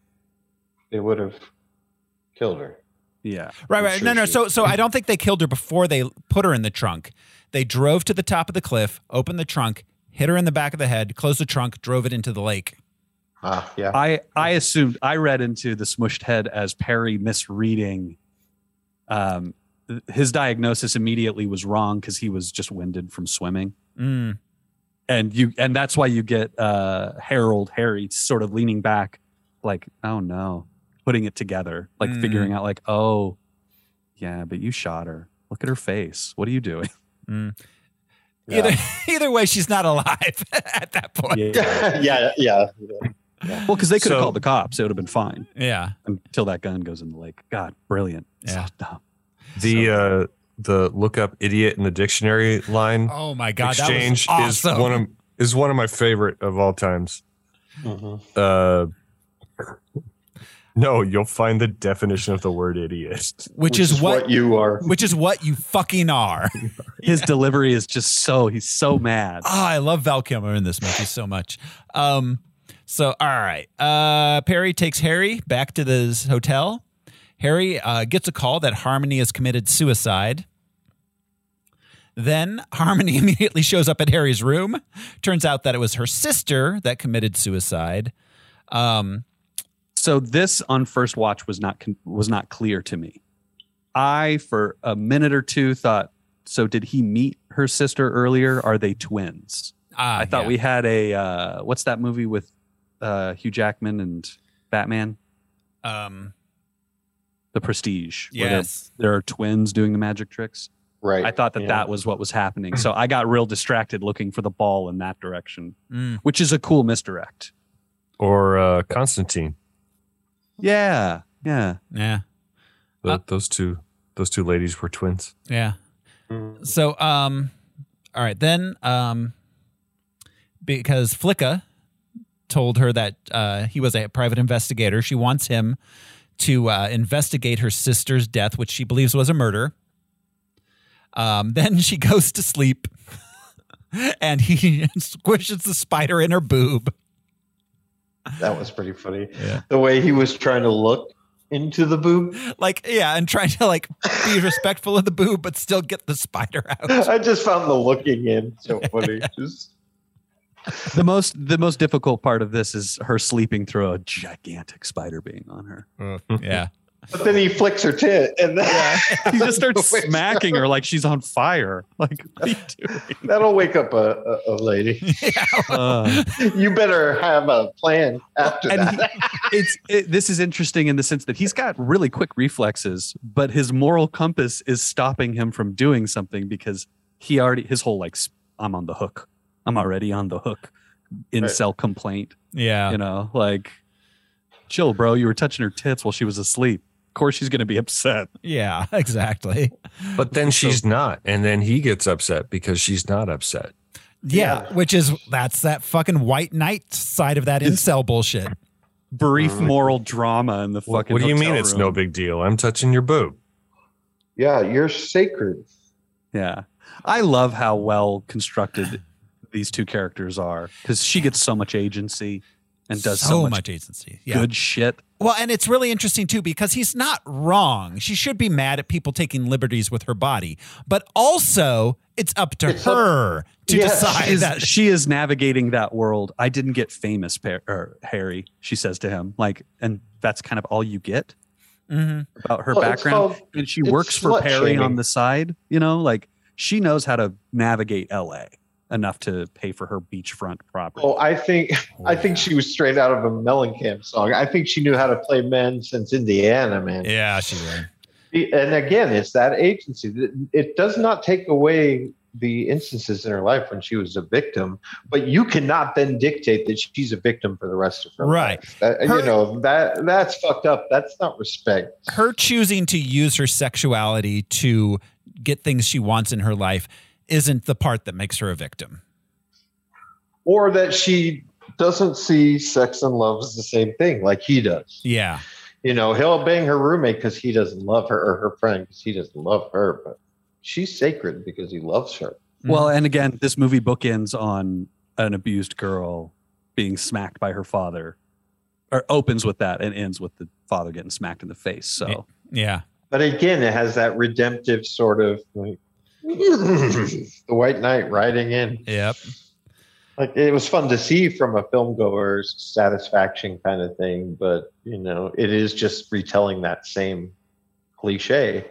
they would have killed her.
yeah,
right,
I'm
right.
sure
no, no.
she-
So, so I don't think they killed her before they put her in the trunk. They drove to the top of the cliff, opened the trunk, hit her in the back of the head, closed the trunk, drove it into the lake.
Ah,
Uh,
yeah.
I I assumed I read into the smushed head as Perry misreading. Um, th- his diagnosis immediately was wrong because he was just winded from swimming,
Mm.
and you and that's why you get uh Harold Harry sort of leaning back, like oh no, putting it together, like
Mm.
figuring out like oh, yeah, but you shot her. Look at her face. What are you doing?
Yeah.
Either, either way, she's not alive at that point.
yeah, yeah.
Well, because they could have
So-
called the cops. It would have been fine
Yeah.
until that gun goes in the lake. God, brilliant.
Yeah.
So dumb.
the uh the look up idiot in the dictionary line
Oh my god,
exchange
that was awesome.
is one of is one of my favorite of all times. Uh, no, you'll find the definition of the word idiot.
which, is, what,
you are.
which is what you fucking are.
His delivery is just so he's so mad.
Ah, I love Val Kilmer in this movie so much. Um, so, all right. Uh, Perry takes Harry back to the hotel. Harry uh, gets a call that Harmony has committed suicide. Then Harmony immediately shows up at Harry's room. Turns out that it was her sister that committed suicide. Um,
So this on first watch was not con- was not clear to me. I for a minute or two thought so did he meet her sister earlier? Are they twins?
ah,
I thought
yeah.
we had a uh, what's that movie with uh, Hugh Jackman and Batman?
Um,
The Prestige. where they're-
yes.
there are twins doing the magic tricks.
Right.
I thought that
yeah.
that was what was happening. So I got real distracted looking for the ball in that direction,
Mm.
which is a cool misdirect.
Or uh, Constantine.
Yeah. Yeah.
Yeah.
Tho-
Uh,
those two those two ladies were twins.
Yeah. So, um, all right then, um, because Flicka told her that uh, he was a private investigator, she wants him to uh, investigate her sister's death, which she believes was a murder. Um, then she goes to sleep, and he squishes the spider in her boob.
That was pretty funny. The way he was trying to look into the boob.
Like, yeah, and trying to like be respectful of the boob, but still get the spider out.
I just found the looking in so funny. Just
The most the most difficult part of this is her sleeping through a gigantic spider being on her.
yeah.
But then he flicks her tit, and that,
He just starts
Wait.
smacking her like she's on fire. Like what are you doing?
that'll wake up a, a, a lady.
Uh,
You better have a plan after
and
that.
he- it's it, this is interesting in the sense that he's got really quick reflexes, but his moral compass is stopping him from doing something because he already his whole like sp- I'm on the hook. I'm already on the hook. Incel complaint,
Yeah.
you know, like chill, bro. You were touching her tits while she was asleep. Of course, she's gonna be upset.
Yeah, exactly.
But then she's not, and then he gets upset because she's not upset.
Yeah,
Yeah.
which is that's that fucking white knight side of that incel bullshit.
Brief moral drama in the
What,
fucking.
Mm. what do you mean
hotel
it's
room.
no big deal? I'm touching your boob.
Yeah, you're sacred.
Yeah. I love how well constructed these two characters are because she gets so much agency and does so, much,
agency. Yeah.
good shit.
Well, and it's really interesting too because he's not wrong. She should be mad at people taking liberties with her body, but also it's up to
It's up-
her to
Yeah,
decide
She is,
that.
she is navigating that world. I didn't get famous, Par- or Harry, she says to him. Like, and that's kind of all you get
Mhm.
about her
Well, it's
background.
called-
and she
it's
works for
slut
Perry on
shaming.
the side, you know, like she knows how to navigate LA enough to pay for her beachfront property.
Oh, I think I think she was straight out of a Mellencamp song. I think she knew how to play men since Indiana, man.
Yeah, she would.
And again, it's that agency. It does not take away the instances in her life when she was a victim, but you cannot then dictate that she's a victim for the rest of her
Right.
life. That,
Her-
you know that that's fucked up. That's not respect.
Her choosing to use her sexuality to get things she wants in her life isn't the part that makes her a victim.
Or that she doesn't see sex and love as the same thing, like he does.
Yeah.
You know, he'll bang her roommate because he doesn't love her, or her friend because he doesn't love her. But she's sacred because he loves her.
Well, and again, this movie bookends on an abused girl being smacked by her father, or opens with that and ends with the father getting smacked in the face. So
Yeah.
But again, it has that redemptive sort of like the White Knight riding in.
Yep.
Like it was fun to see from a film goer's satisfaction kind of thing, but you know, it is just retelling that same cliche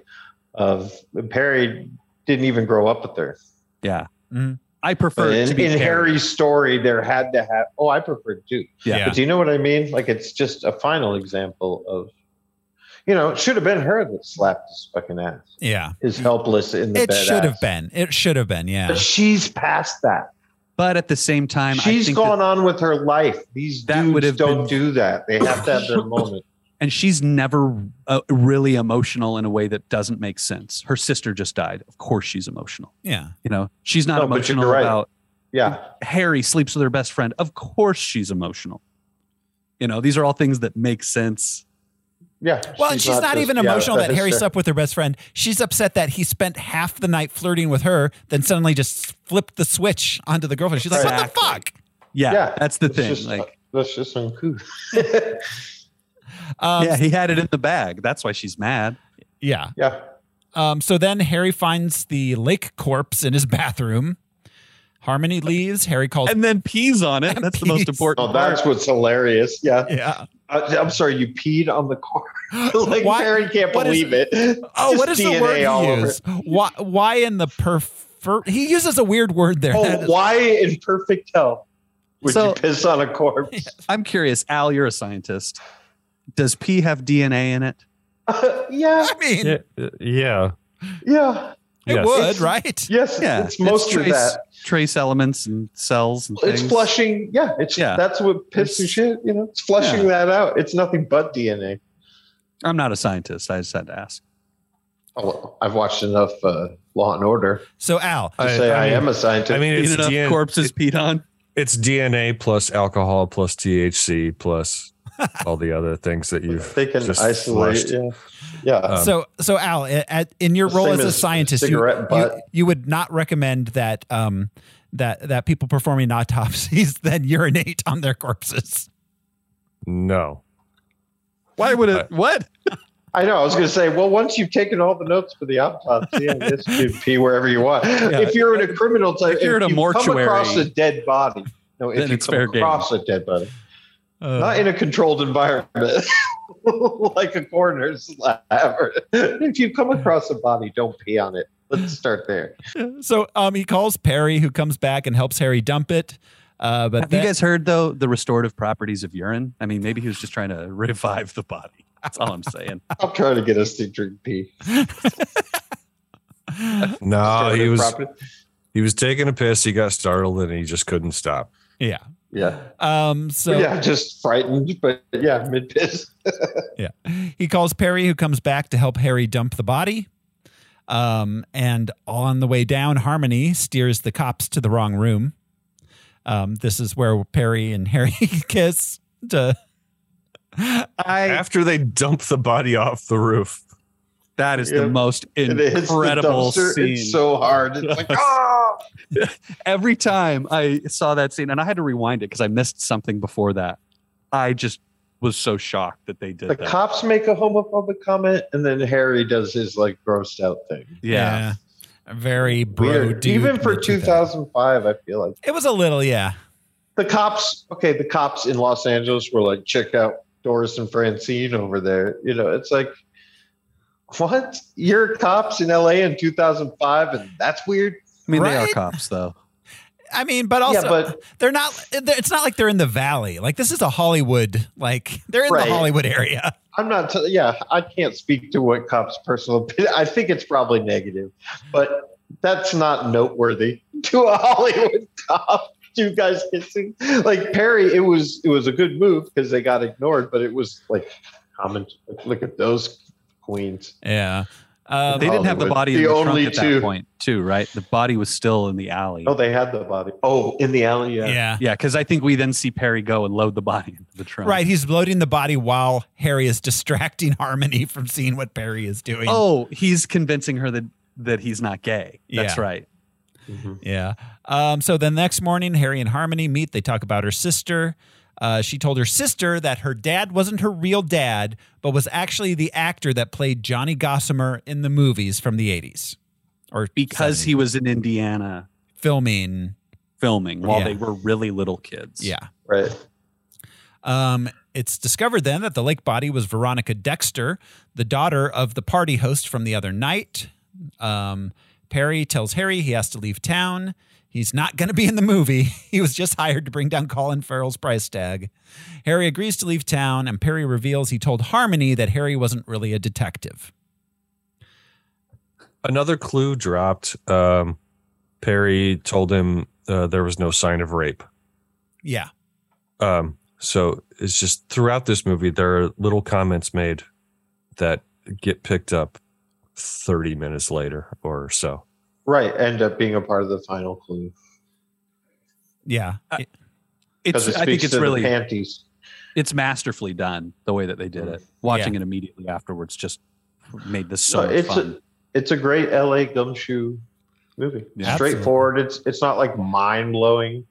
of Perry didn't even grow up with her.
yeah,
Mhm.
I prefer
But
it
in,
to be
in
Harry.
Harry's story, there had to have oh, I preferred too.
Yeah.
But do you know what I mean? Like it's just a final example of you know, it should have been her that slapped his fucking ass.
Yeah.
His helpless in the
It
bed
should have
ass.
been. It should have been. Yeah.
But she's past that.
But at the same time, I
She's
think
gone on with her life. These
That would
dudes
have
don't
been-
do that. They have to have their moment.
and she's never uh, really emotional in a way that doesn't make sense. Her sister just died. Of course, she's emotional.
Yeah.
You know, she's not
No, but you're
emotional
right.
about
Yeah.
Harry sleeps with her best friend. Of course, she's emotional. You know, these are all things that make sense.
Yeah.
Well, and she's not,
just-
even
yeah,
emotional that Harry
hysterical.
slept with her best friend. She's upset that he spent half the night flirting with her, then suddenly just flipped the switch onto the girlfriend. She's like, "What the
Exactly.
fuck?"
Yeah,
Yeah,
that's the
That's
thing.
just- uh,
like,
that's just uncouth.
Um,
yeah, he had it in the bag. That's why she's mad.
yeah.
yeah.
Um, so then Harry finds the lake corpse in his bathroom. Harmony leaves. Harry calls.
And then pees on it. That's the
pees.
most important.
Oh, that's what's hilarious. Yeah.
yeah.
I, I'm sorry, you peed on the corpse. like
Why-
Harry can't
what is-
believe it.
Oh,
Just
what is the
DNA
word
all
he
over.
used? Why? Why in the perfer? He uses a weird word there. That
Oh,
is-
why in perfect health would
So-
you piss on a corpse?
I'm curious, Al, you're a scientist. Does pee have DNA in it?
yeah,
I mean,
Yeah. uh, yeah.
yeah,
it
Yes.
would, right?
yes.
Yeah,
it's mostly
trace,
that.
trace elements and cells and
It's
things.
flushing. Yeah, it's
Yeah.
that's what
It's-
piss and shit. You know, it's flushing that out. It's nothing but DNA.
I'm not a scientist. I just had to ask.
Oh, well, I've watched enough uh, Law and Order
So Al,
to
I-
say I,
I mean-
am a scientist.
I mean,
Eat
it's,
enough
DN
corpses peed on.
it's DNA plus alcohol plus THC plus all the other things that you've
they can
just
isolate.
flushed.
Yeah, yeah.
Um,
so so Al, i- at, in your
the
role
same
as a
as
scientist, you,
cigarette
you,
butt.
you would not recommend that um, that that people performing autopsies then urinate on their corpses.
No.
Why would it? What?
I know. I was going to say, well, once you've taken all the notes for the autopsy, I guess you can pee wherever you want. If you're in a criminal type,
If you're in a
you come
mortuary-
across a dead body. No,
Then
if you
it's
come
fair game.
across a dead body,
Uh,
not in a controlled environment, like a coroner's lab. or- If you come across a body, don't pee on it. Let's start there.
so um, he calls Perry, who comes back and helps Harry dump it. Uh, but
Have you
then-
guys heard though the restorative properties of urine? I mean, maybe he was just trying to revive the body. That's all I'm saying.
I'm trying to get us to drink pee.
Ah,
No, he was
Property.
he was taking a piss. He got startled and he just couldn't stop.
yeah.
Yeah.
Um, so
yeah, just frightened, but yeah, mid piss.
Yeah. He calls Perry, who comes back to help Harry dump the body. Um, and on the way down, Harmony steers the cops to the wrong room. Um, this is where Perry and Harry kiss. To,
I
After they dump the body off the roof.
that is
Yeah.
the most
And it hits the
incredible
dumpster.
scene.
It's so hard. It's like, ah!
Every time I saw that scene, and I had to rewind it because I missed something before that. I just was so shocked that they did
the
that.
cops make a homophobic comment, and then Harry does his like grossed out thing.
yeah.
Yeah. Very bro
Weird,
dude
even for
mid- 2000.
2005. I feel like
It was a little, yeah.
the cops. Okay, the cops in Los Angeles were like, check out Doris and Francine over there. You know, it's like, what? You're cops in LA in 2005, and that's weird.
I mean, they are
Right?
cops though.
I mean, but also
yeah, but
they're not. they're- It's not like they're in the valley. Like this is a Hollywood. Like they're in
Right.
the Hollywood area.
I'm not. T- yeah, I can't speak to what cops' personal. opinion. I think it's probably negative, but that's not noteworthy to a Hollywood cop. Two guys kissing, like Perry. It was it was a good move because they got ignored, but it was like comment. Like, look at those queens.
Yeah. Um,
they didn't have the
Hollywood.
body
The
in the
only
trunk at
two.
that point, too, right? The body was still in the alley.
Oh, they had the body. Oh, in the alley. Yeah.
yeah.
yeah, because I think we then see Perry go and load the body into the trunk.
Right, he's loading the body while Harry is distracting Harmony from seeing what Perry is doing.
Oh, he's convincing her that that he's not gay. That's
Yeah.
right.
yeah. Um, so the next morning, Harry and Harmony meet. They talk about her sister. Uh, she told her sister that her dad wasn't her real dad, but was actually the actor that played Johnny Gossamer in the movies from the 80s or
Because he was in Indiana
filming.
filming while
Yeah.
they were really little kids.
Yeah.
Right.
Um, it's discovered then that the lake body was Veronica Dexter, the daughter of the party host from the other night. Um, Perry tells Harry he has to leave town. He's not going to be in the movie. He was just hired to bring down Colin Farrell's price tag. Harry agrees to leave town, and Perry reveals he told Harmony that Harry wasn't really a detective.
Another clue dropped. Um, Perry told him uh, there was no sign of rape.
Yeah.
Um, So it's just throughout this movie, there are little comments made that get picked up 30 minutes later or so.
Right, end up being a part of the final clue
Yeah. It-
because
It's,
it
I think
speaks
it's
to
really
the panties.
it's masterfully done the way that they did it. Watching it immediately afterwards just made this so
No,
much
it's
fun.
a it's a great L.A. gumshoe movie.
Yeah.
Straightforward. It's it's not like mind blowing,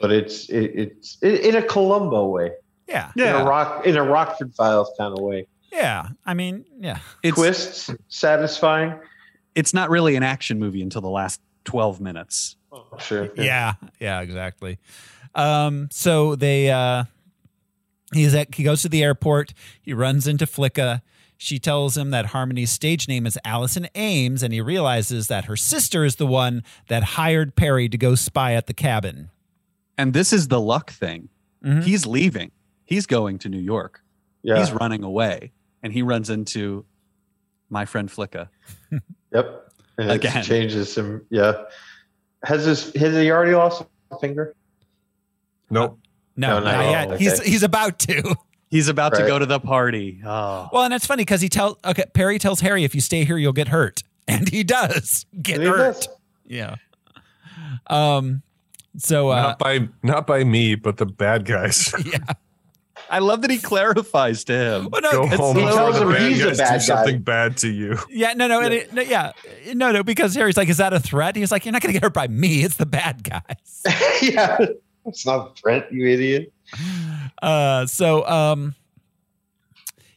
but it's it, it's i in a Columbo way,
Yeah.
in a rock in a Rockford Files kind of way.
Yeah. I mean, yeah.
it's,
Twists, satisfying.
it's not really an action movie until the last 12 minutes.
Sure.
Yeah, yeah, exactly. Um, so they uh, he's at he goes to the airport. He runs into Flicka. She tells him that Harmony's stage name is Allison Ames, and he realizes that her sister is the one that hired Perry to go spy at the cabin.
And this is the luck thing.
Mm-hmm.
He's leaving. He's going to New York.
Yeah.
He's running away and he runs into my friend Flicka.
Yep. And
Again.
it changes him. Yeah. Has his has he already lost a finger?
Nope.
No,
No,
not
Oh, no,
yet.
okay.
He's he's about to.
He's about to
Right.
go to the party. Oh.
Well, and it's funny because he tells okay Perry tells Harry if you stay here you'll get hurt, and he does get
And he
hurt.
does.
Yeah. Um. So uh,
not by not by me, but the bad guys.
I love that he clarifies to him.
well, oh, no,
Go
it's-
home.
he
before
tells
the
him he's a
guys
bad
do
guy.
something bad to you.
Yeah, no, no, and it, no, yeah, no, no, because Harry's like, "Is that a threat?" He's like, "You're not going to get hurt by me. It's the bad guys."
yeah. It's not a threat, you idiot.
Uh, so, um,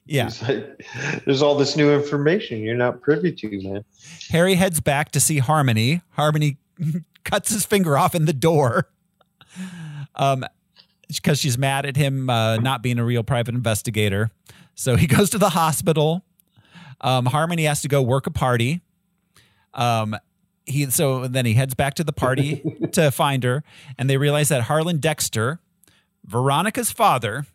yeah,
He's like, There's all this new information you're not privy to, man.
Harry heads back to see Harmony. Harmony cuts his finger off in the door, um, because she's mad at him uh, not being a real private investigator. So he goes to the hospital. Um, Harmony has to go work a party. Um, he so then he heads back to the party to find her, and they realize that Harlan Dexter, Veronica's father,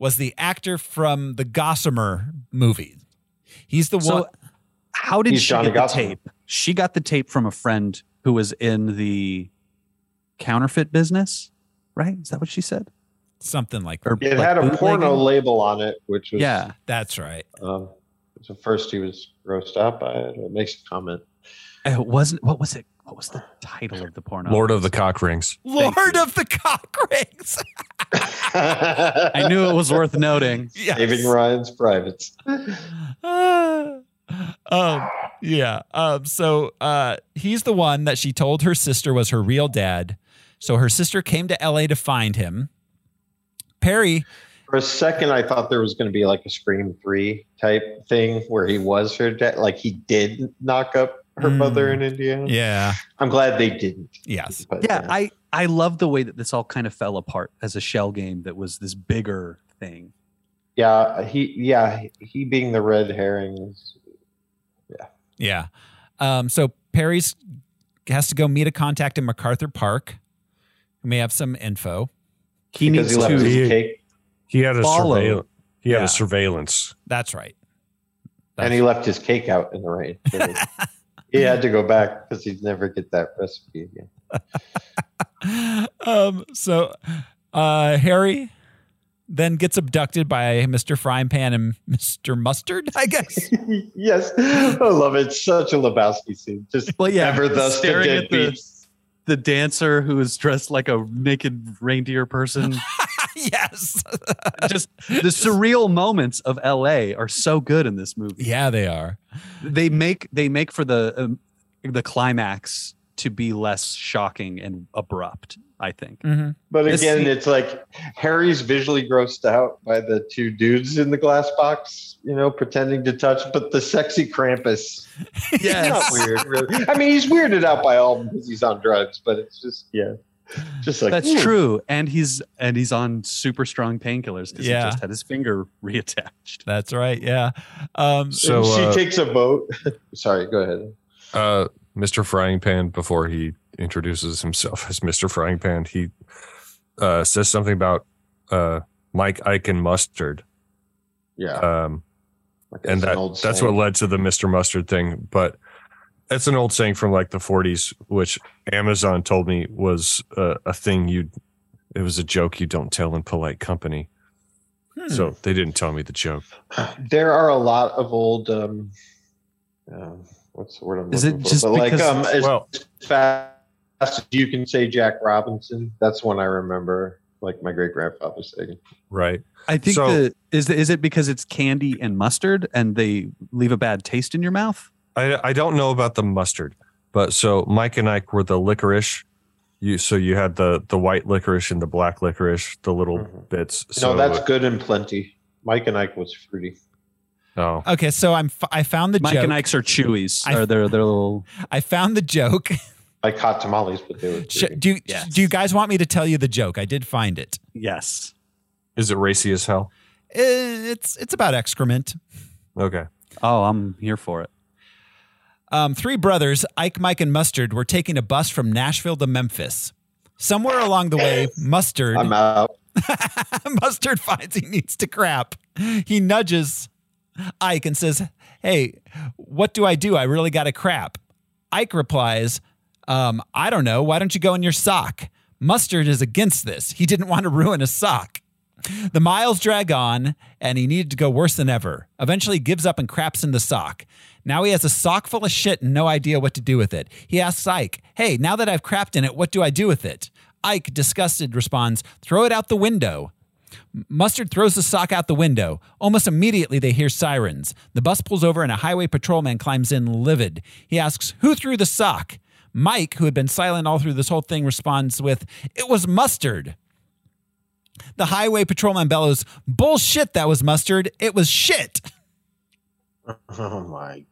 was the actor from the Gossamer movie. He's the one.
So how did
He's
she
Johnny
get the
Gossman.
tape? She got the tape from a friend who was in the counterfeit business, right? Is that what she said?
Something like that.
Or
It
like
had a
bootlegging?
porno label on it, which was
Yeah.
That's right.
Um, so first he was grossed out by it. It makes a comment.
It wasn't what was it? What was the title of the porno?
Lord of the Cock Rings.
Lord of the Cock Rings.
I knew it was worth noting.
yes.
Saving Ryan's privates.
Ah. um, yeah. Um, so uh, he's the one that she told her sister was her real dad. So her sister came to LA to find him. Perry,
For a second, I thought there was going to be like a Scream 3 type thing where he was her dad. Like he did knock up her
Mm.
mother in Indiana.
yeah,
I'm glad they didn't.
yes,
But,
Yeah, I I love the way that this all kind of fell apart as a shell game that was this bigger thing.
yeah, he, yeah, he being the red herring. is-
yeah. Um, so Perry's has to go meet a contact in MacArthur Park. We may have some info.
He
because
needs
he left
to
his cake
He had a
Follow.
surveillance. He had
Yeah.
a surveillance.
That's right.
and he left his cake out in the rain. So he had to go back because he'd never get that recipe again.
um, so uh, Harry then gets abducted by Mr. Frying Pan and Mr. Mustard, I guess.
yes, I love it. Such a Lebowski scene. Just
Well, yeah,
ever thus the
staring at the,
deadbeats.
the dancer who is dressed like a naked reindeer person.
yes.
Just the surreal moments of LA are so good in this movie.
Yeah, they are.
They make they make for the um, the climax to be less shocking and abrupt, I think.
Mm-hmm.
But
This
again,
scene-
it's like Harry's visually grossed out by the two dudes in the glass box, you know, pretending to touch. But the sexy Krampus, it's not weird. Really. I mean, he's weirded out by all of them because he's on drugs. But it's just, yeah, just like
That's
ooh.
true, and he's and he's on super strong painkillers because
Yeah.
he just had his finger reattached.
That's right. Yeah. Um,
So
and she
uh,
takes a vote. Sorry, go ahead.
uh, Mr. Frying Pan, before he introduces himself as Mr. Frying Pan, he uh, says something about uh, Mike Ike and mustard,
Yeah,
um,
like
and
it's an
that
old
that's
saying.
what led to the Mr. Mustard thing. But that's an old saying from like the 40s, which Amazon told me was uh, a thing you'd It was a joke you don't tell in polite company.
Hmm.
So they didn't tell me the joke.
There are a lot of old. Um, um, what's the word I'm
Is
looking
it
for?
just
but like
because-
um, as
Well-
fast as you can say Jack Robinson? That's one I remember. Like my great grandfather saying.
Right.
I think
So-
the is the, is it because it's candy and mustard and they leave a bad taste in your mouth?
I I don't know about the mustard, but so Mike and Ike were the licorice. You so you had the the white licorice and the black licorice, the little
Mm-hmm.
Mhm.
bits. So
no, that's good and plenty. Mike and Ike was fruity.
Oh,
Okay, so I'm f- I found the
Mike
joke.
and Ike's are chewies.
I-
or they're they're little.
I found the joke.
Like hot tamales, but they were.
Sh-
fruity.
do
Yes.
do you guys want me to tell you the joke? I did find it.
Yes.
is it racy as hell?
Uh, It's it's about excrement.
Okay.
Oh, I'm here for it.
Um, three brothers, Ike, Mike, and Mustard, were taking a bus from Nashville to Memphis. Somewhere along the way, Mustard
I'm out.
Mustard finds he needs to crap. He nudges Ike and says, "Hey, what do I do? I really got to crap." Ike replies, um, "I don't know. Why don't you go in your sock?" Mustard is against this. He didn't want to ruin his sock. The miles drag on, and he needed to go worse than ever. Eventually, he gives up and craps in the sock. Now he has a sock full of shit and no idea what to do with it. He asks Ike, Hey, now that I've crapped in it, what do I do with it? Ike, disgusted, responds, Throw it out the window. Mustard throws the sock out the window. Almost immediately, they hear sirens. The bus pulls over, and a highway patrolman climbs in livid. He asks, Who threw the sock? Mike, who had been silent all through this whole thing, responds with, It was mustard. The highway patrolman bellows, Bullshit, that was mustard. It was shit.
Oh my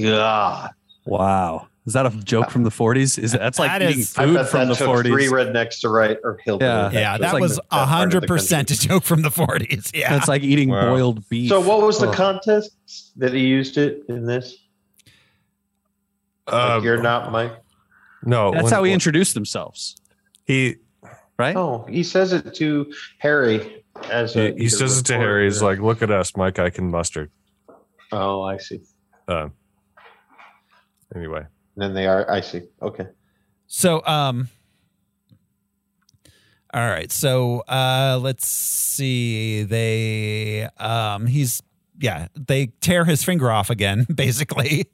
god!
Wow. Is that a joke from the 40s? Is that's like
That
eating
is-
I
food
bet
from
that
the
took
40s?
three rednecks to write or hillbilly.
Yeah.
Yeah,
It's
that
like
was
the- that part of the
100%
country.
a joke from the 40s. Yeah.
That's like eating
Wow.
boiled beef. Oh.
So what was the
Ugh.
contest that he used it in this? Like,
Uh,
you're not Mike.
no.
That's
when-
how he introduced themselves,
he
right?
Oh, he says it to Harry as
he,
a,
he says it to
reporter.
Harry. He's like, "Look at us, Mike. I can mustard."
"Oh, I see."
Anyway,
Then they are. I see. Okay.
So, um, all right. So, uh, let's see. They, um, he's, yeah, they tear his finger off again, basically,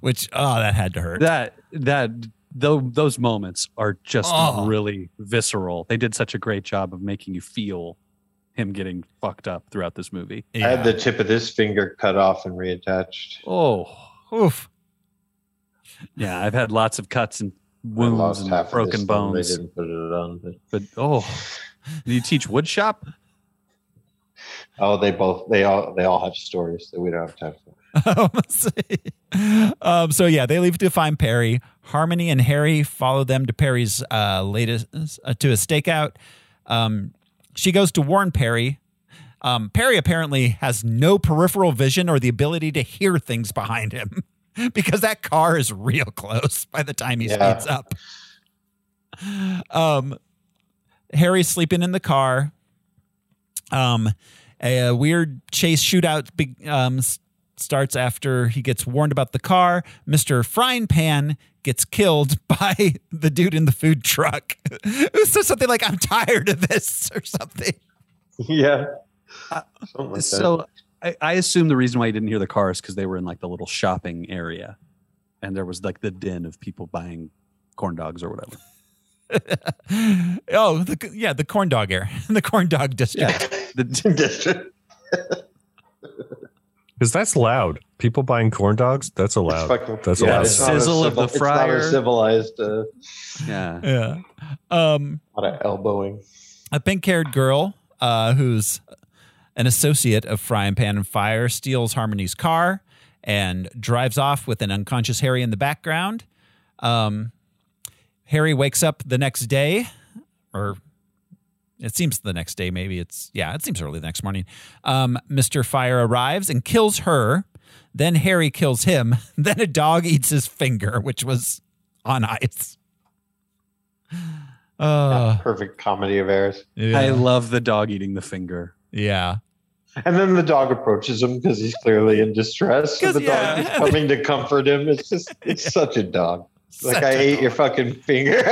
which, oh, that had to hurt.
That that though those moments are just
Oh.
really visceral. They did such a great job of making you feel him getting fucked up throughout this movie.
I had the tip of this finger cut off and reattached.
Oh,
Oof.
yeah, I've had lots of cuts and
I
wounds
lost half of
and broken
this thing. They didn't
bones,
put it on. But,
but oh, do you teach wood shop?
oh, they both. They all. They all have stories that we don't have time for.
um, so yeah, they leave to find Perry. Harmony and Harry follow them to Perry's uh, latest uh, to a stakeout. Um, she goes to warn Perry. Um, Perry apparently has no peripheral vision or the ability to hear things behind him because that car is real close by the time he
Yeah.
speeds up. Um, Harry's sleeping in the car. Um, a, uh, weird chase shootout be- um, s- starts after he gets warned about the car. Mr. Frying Pan gets killed by the dude in the food truck who says something like, I'm tired of this or something.
yeah. Something like that.
Uh, So I, I assume the reason why you didn't hear the car is because they were in like the little shopping area, and there was like the din of people buying corn dogs or whatever.
oh, the, yeah, the corn dog air, the corn dog district.
Yeah, the,
District.
because that's loud. People buying corn dogs. That's
It's
allowed.
fucking-
Uh, That's
yeah,
allowed.
it's not a
Sizzle of the
civil-
fryer.
It's not a civilized. Uh,
yeah.
Yeah. Um,
lot of elbowing.
a pink haired girl uh, who's an associate of Frying Pan and Fire steals Harmony's car and drives off with an unconscious Harry in the background. Um, Harry wakes up the next day, or it seems the next day, maybe it's, yeah, it seems early the next morning. Um, Mr. Fire arrives and kills her. Then Harry kills him. Then a dog eats his finger, which was on ice. Uh,
Perfect comedy of errors.
yeah.
I love the dog eating the finger.
Yeah.
And then the dog approaches him because he's clearly in distress. So
'Cause,
the
yeah.
dog is coming to comfort him. It's just, it's such a dog. Like
Such
I
a-
ate your fucking finger.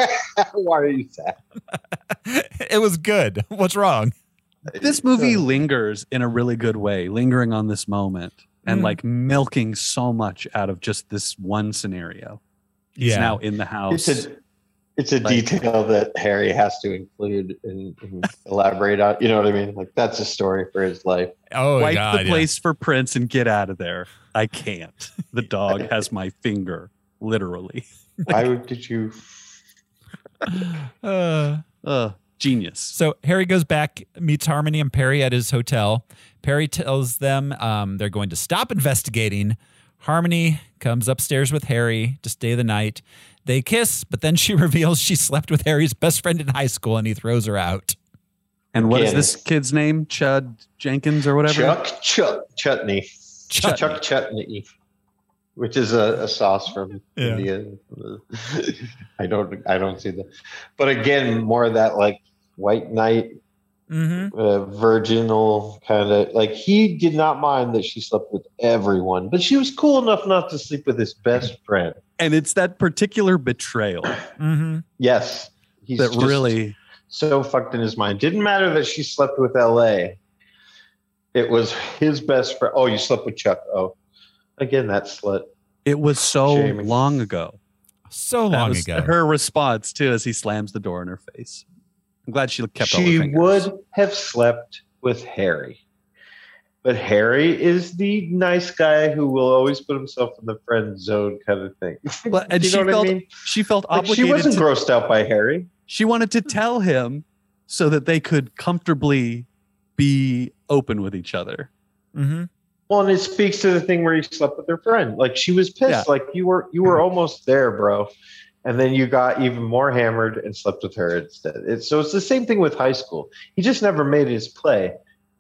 Why are you sad?
it was good. What's wrong?
this
uh,
movie lingers in a really good way, lingering on this moment and
Mm.
like milking so much out of just this one scenario. He's now in the house.
It's a it's a
Like-
detail that Harry has to include and, and elaborate on. You know what I mean? Like that's a story for his life.
Oh
Wipe
god.
the
yeah.
place for Prince and get out of there. I can't. The dog has my finger, literally.
Why would- did you?
Uh,
Uh, genius.
So Harry goes back, meets Harmony and Perry at his hotel. Perry tells them um, they're going to stop investigating. Harmony comes upstairs with Harry to stay the night. They kiss, but then she reveals she slept with Harry's best friend in high school and he throws her out.
And what is
Again.
this kid's name? Chud Jenkins or whatever?
Chuck Chuck Chutney.
Chutney.
Chuck Chutney, which is a, a sauce from
Yeah.
India. I don't I don't see that. But again, more of that like white knight
Mm-hmm.
uh, virginal kind of like he did not mind that she slept with everyone, but she was cool enough not to sleep with his best friend.
And it's that particular betrayal
Mm-hmm.
Yes, he's
that
just
really
so fucked in his mind. Didn't matter that she slept with L.A. It was his best friend. Oh, you slept with Chuck. Oh, again that slut.
it was so
Jamie.
long ago.
So
That
long
was
ago.
Her response too, as he slams the door in her face. I'm glad she kept. all her
she
fingers.
would have slept with Harry. But Harry is the nice guy who will always put himself in the friend zone kind of thing.
Well, and
You
she
know what I
felt
mean?
she felt
Like, she
obligated.
wasn't
to,
grossed out by Harry.
she wanted to tell him so that they could comfortably be open with each other.
Mm-hmm.
Well, and it speaks to the thing where he slept with her friend. Like she was pissed.
Yeah.
Like you were you were almost there, bro. And then you got even more hammered and slept with her instead. It's, so it's the same thing with high school. He just never made his play.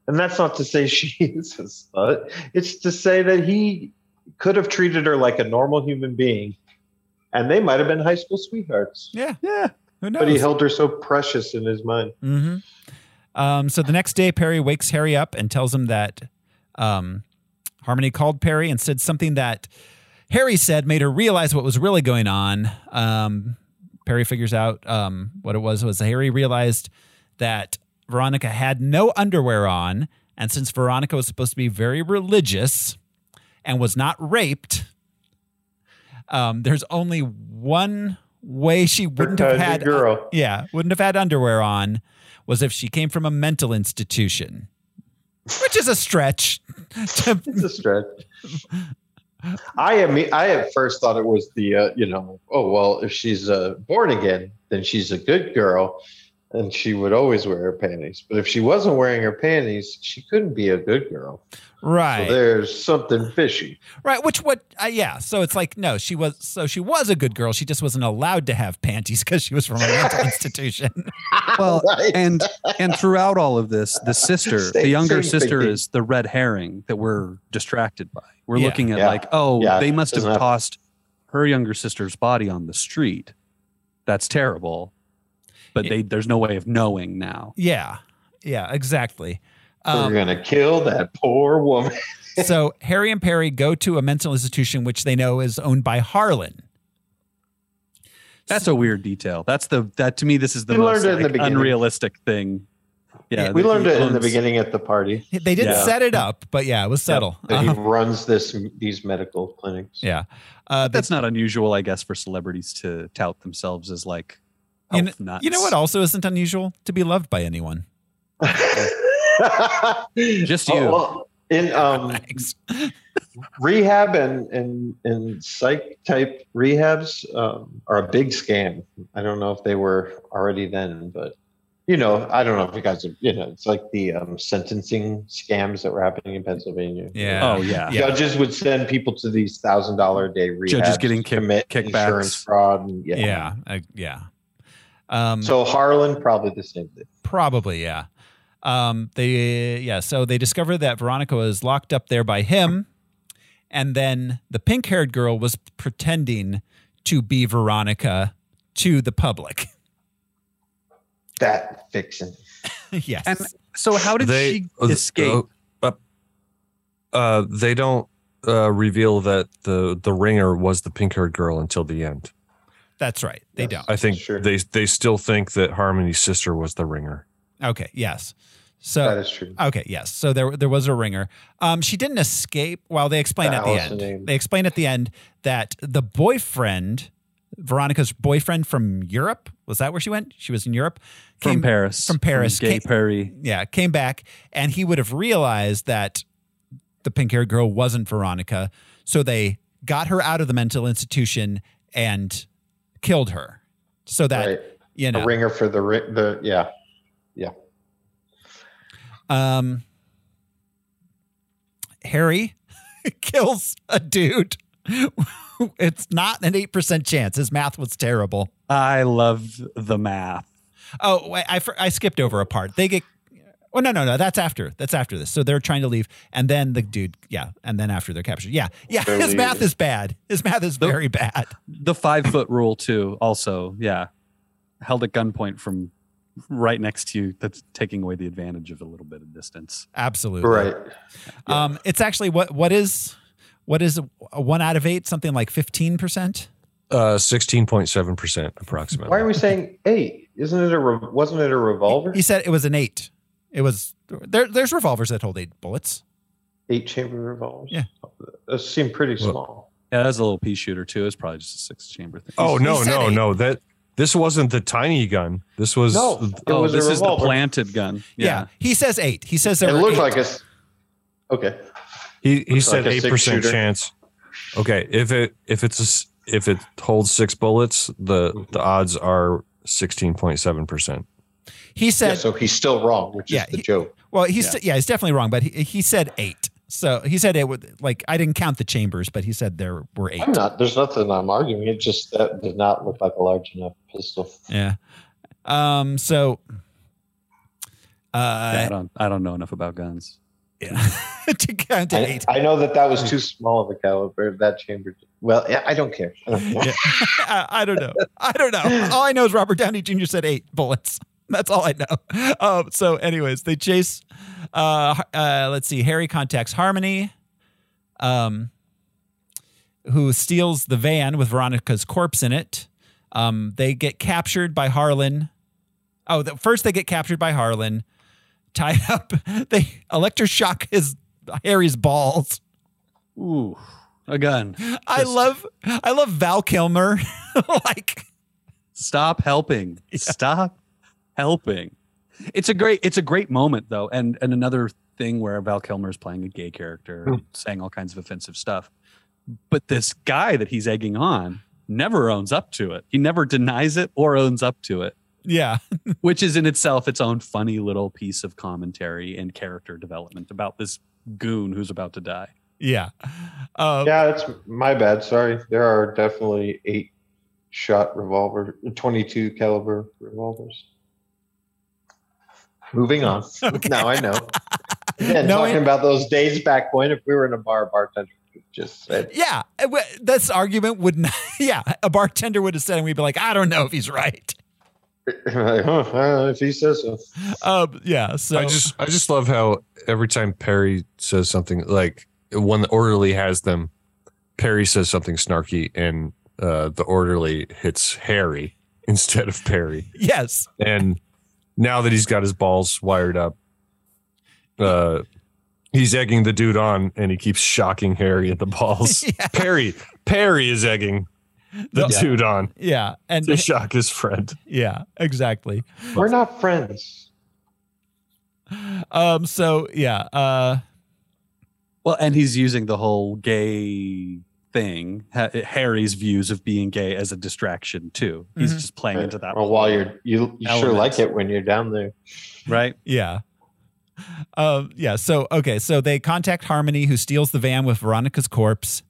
And that's not to say she is a slut. It's to say that he could have treated her like a normal human being. And they might have been high school sweethearts.
Yeah.
Yeah.
Who
But he
knows?
held her so precious in his mind.
Mm-hmm. Um, so the next day, Perry wakes Harry up and tells him that um, Harmony called Perry and said something that Harry said made her realize what was really going on. Um, Perry figures out um, what it was was Harry realized that Veronica had no underwear on, and since Veronica was supposed to be very religious and was not raped, um, there's only one way she wouldn't have
Kind of
had
girl.
yeah, wouldn't have had underwear on was if she came from a mental institution, which is a stretch. to-
It's a stretch. I am. I at first thought it was the uh, you know oh well if she's uh, born again then she's a good girl and she would always wear her panties but if she wasn't wearing her panties she couldn't be a good girl so
right.
there's something fishy
right. Which, what, uh, yeah. So it's like, no, she was, so she was a good girl. She just wasn't allowed to have panties because she was from a mental institution.
Well,
Right.
and and throughout all of this, the sister,
Same-
the younger
same
sister,
thinking.
is the red herring that we're distracted by. We're
Yeah.
looking at
Yeah.
like, oh,
Yeah.
they must have
Doesn't have-
tossed her younger sister's body on the street. That's terrible. But
Yeah.
they, there's no way of knowing now.
Yeah. Yeah, exactly. Um,
um,
we're gonna kill that poor woman
so Harry and Perry go to a mental institution, which they know is owned by Harlan.
That's a weird detail. That's the that to me. This is the
We
most
learned it in
like,
the beginning.
unrealistic thing. Yeah,
we
that
learned
he
it in the
owns-
beginning at the party
They didn't
Yeah.
set it up, but yeah, it was subtle.
that
Uh-huh.
he runs this these medical clinics
Yeah. Uh,
That's not unusual, I guess, for celebrities to tout themselves as like
you,
health
kn- you know,
nuts.
what also isn't unusual? To be loved by anyone.
Just
Oh,
you.
well, in um
Thanks.
rehab and and and psych type rehabs um, are a big scam. I don't know if they were already then, but you know, I don't know if you guys, have, you know, it's like the um, sentencing scams that were happening in Pennsylvania.
Yeah.
Oh yeah.
Yeah.
Judges would send people to these thousand dollar a day rehabs.
Judges getting
to
kick-
commit
kickbacks.
insurance fraud. And, yeah.
Yeah, I- yeah. Um,
So Harlan probably the same thing.
probably yeah. Um, they yeah. So they discover that Veronica was locked up there by him, and then the pink-haired girl was pretending to be Veronica to the public.
That fixing.
yes.
And so, how did
They-
she
uh,
escape?
Uh, uh, they don't uh, reveal that the the ringer was the pink haired girl until the end.
That's right. They don't.
I think
Sure.
they they still think that Harmony's sister was the ringer.
Okay. Yes. So
Uh,
That is true.
Okay. Yes. So there there was a ringer. Um, she didn't escape. Well, they explain at the
Allison
end.
named-
They explain at the end that the boyfriend, Veronica's boyfriend from Europe, was that where she went? She was in Europe.
from
Came-
Paris.
From Paris.
Gay
Came-
Perry.
yeah, came back, and he would have realized that the pink haired girl wasn't Veronica. So they got her out of the mental institution and killed her. So that
Right.
you know,
A ringer for the ri- the yeah.
um, Harry kills a dude. it's not an eight percent chance. His math was terrible.
I love the math.
Oh, wait, I, fr- I skipped over a part. They get. Oh no no no! That's after. That's after this. So they're trying to leave, and then the dude, yeah, and then after they're captured, yeah, yeah.
They're
His math
leaving.
is bad. His math is very bad.
The five foot rule too. Also, yeah, held at gunpoint from right next to you. That's taking away the advantage of a little bit of distance.
Absolutely
Right.
Um, it's actually what what is what is a one out of eight? Something like fifteen percent.
Uh, sixteen point seven percent approximately.
Why are we saying eight? Isn't it a re- wasn't it a revolver?
He said it was an eight. It was there. There's revolvers that hold eight bullets.
Eight chamber revolvers.
Yeah.
those seem pretty small.
Yeah, that was a little pea shooter too. It's probably just a six chamber thing.
oh no
he said
no
it.
no that this wasn't the tiny gun. This was
No, it
Oh,
was
this
a
is the
revolver.
planted gun.
Yeah.
Yeah.
he says eight. He says there.
It
were
looked
eight.
like a. s- Okay.
He he
Looks
said
like a
eight percent
six-shooter.
chance. Okay, if it if it's a s if it holds six bullets, the the odds are sixteen point seven percent.
he said.
yeah, so he's still wrong, which
Yeah,
is the
he-
joke.
well, he's yeah. he's definitely wrong, but he, he said eight. So he said it would like I didn't count the chambers, but he said there were eight.
I'm not. There's nothing I'm arguing. It just that did not look like a large enough pistol.
Yeah. Um. So.
I
Uh,
don't. I don't know enough about guns.
to count to
I,
eight.
I know that that was too small of a caliber. That chamber. Well, yeah, I don't care. I don't care.
I, I don't know. I don't know. All I know is Robert Downey Jr. said eight bullets. That's all I know. Um, so, anyways, they chase. Uh, uh, let's see. Harry contacts Harmony, um, who steals the van with Veronica's corpse in it. Um, they get captured by Harlan. Oh, the, first they get captured by Harlan, tied up. They electroshock his Harry's balls.
Ooh, a gun.
I
Just-
love, I love Val Kilmer. like
Stop helping. Stop helping. It's a great it's a great moment though. And and another thing where Val Kilmer is playing a gay character, and saying all kinds of offensive stuff. But this guy that he's egging on never owns up to it. He never denies it or owns up to it,
Yeah.
which is in itself its own funny little piece of commentary and character development about this goon who's about to die.
Yeah. Uh,
Yeah, it's my bad. Sorry. There are definitely eight shot revolver, 22 caliber revolvers. Moving on. Now I know. And
No,
talking
it-
about those days back when if we were in a bar, bartender would just said,
Yeah. it w- This argument would not. Yeah. A bartender would have said, and we'd be like, I don't know if he's right.
like, huh, uh, if he says so.
Um, yeah. So
I just I just love how every time Perry says something like when the orderly has them, Perry says something snarky and uh, the orderly hits Harry instead of Perry.
yes.
And now that he's got his balls wired up, uh, he's egging the dude on, and he keeps shocking Harry at the balls. Perry, Perry is egging the
Yeah.
dude on
Yeah. And
to shock his friend.
yeah, exactly.
We're not friends.
Um, so yeah. Uh,
Well, and he's using the whole gay thing, Ha- Harry's views of being gay as a distraction too. He's
Mhm.
just playing into that,
Well, while you're, you, you sure
Elements.
like it when you're down there.
right?
yeah. Um, yeah. So, okay. So they contact Harmony, who steals the van with Veronica's corpse.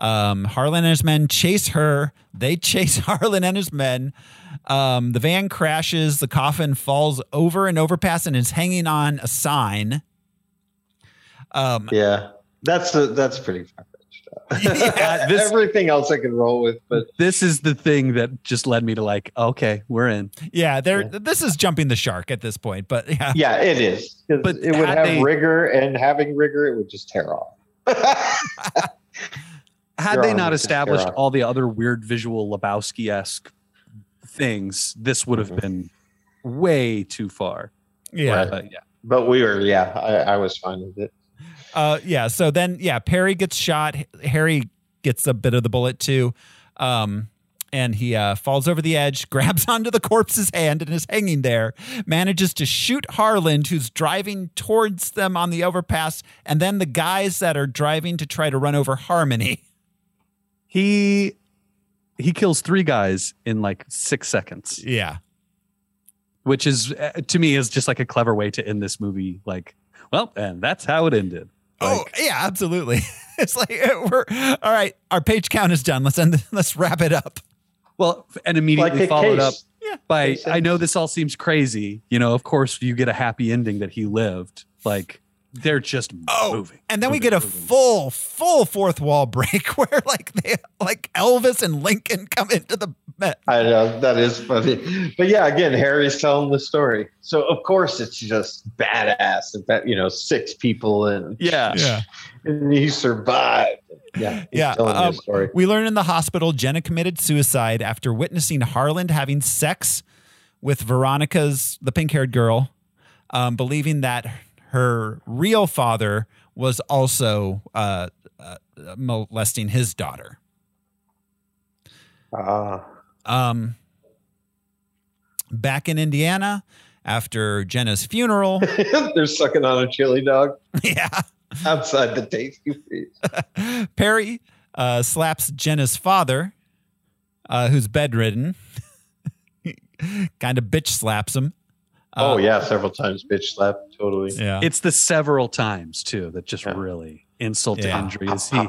Um, Harlan and his men chase her. They chase Harlan and his men. Um, the van crashes. The coffin falls over an overpass and is hanging on a sign. Um,
Yeah. That's a, that's pretty far fetched.
Yeah, this-
Everything else I can roll with, but
This is the thing that just led me to like, okay, we're in.
yeah, they're,
Yeah.
this is jumping the shark at this point, but yeah.
Yeah, it is. 'Cause
But
it would
had
have
they-
rigor, and having rigor, it would just tear off.
had
You're
they
on
not
with this,
established
Sarah.
all the other weird visual Lebowski esque things, this would have
Mm-hmm.
been way too far.
Yeah.
But yeah,
But we were, yeah, I, I was fine with it.
Uh, yeah. So then, yeah, Perry gets shot. H- Harry gets a bit of the bullet too. Um, and he uh, falls over the edge, grabs onto the corpse's hand, and is hanging there. Manages to shoot Harland, who's driving towards them on the overpass, and then the guys that are driving to try to run over Harmony.
he he kills three guys in like six seconds,
Yeah.
which is uh, to me is just like a clever way to end this movie. Like, well, and that's how it ended.
oh yeah, absolutely. it's like eh, we're all right. Our page count is done. Let's end. Let's wrap it up.
Well, and
Like
immediately
a
followed
case.
up by
Makes
I know this all seems crazy. You know, of course, you get a happy ending that he lived. Like they're just
Oh,
moving.
and then we
moving,
get a
moving.
full, full fourth wall break where like they, like Elvis and Lincoln come into the Met.
I know that is funny, but yeah, again, Harry's telling the story, so of course it's just badass that that you know six people and
yeah.
Yeah,
and he survived. Yeah, he's
Yeah,
telling
um,
his story.
we learn in the hospital Jenna committed suicide after witnessing Harland having sex with Veronica's the pink-haired girl, um, believing that her real father was also uh, uh, molesting his daughter.
Ah,
Um, back in Indiana, after Jenna's funeral,
they're sucking on a chili dog
yeah.
outside the tasty freeze.
Perry uh, slaps Jenna's father, uh, who's bedridden. kind of bitch slaps him.
Uh,
oh yeah, several times bitch slap. Totally.
Yeah.
It's the several times too that just really insult
Yeah.
to injury as he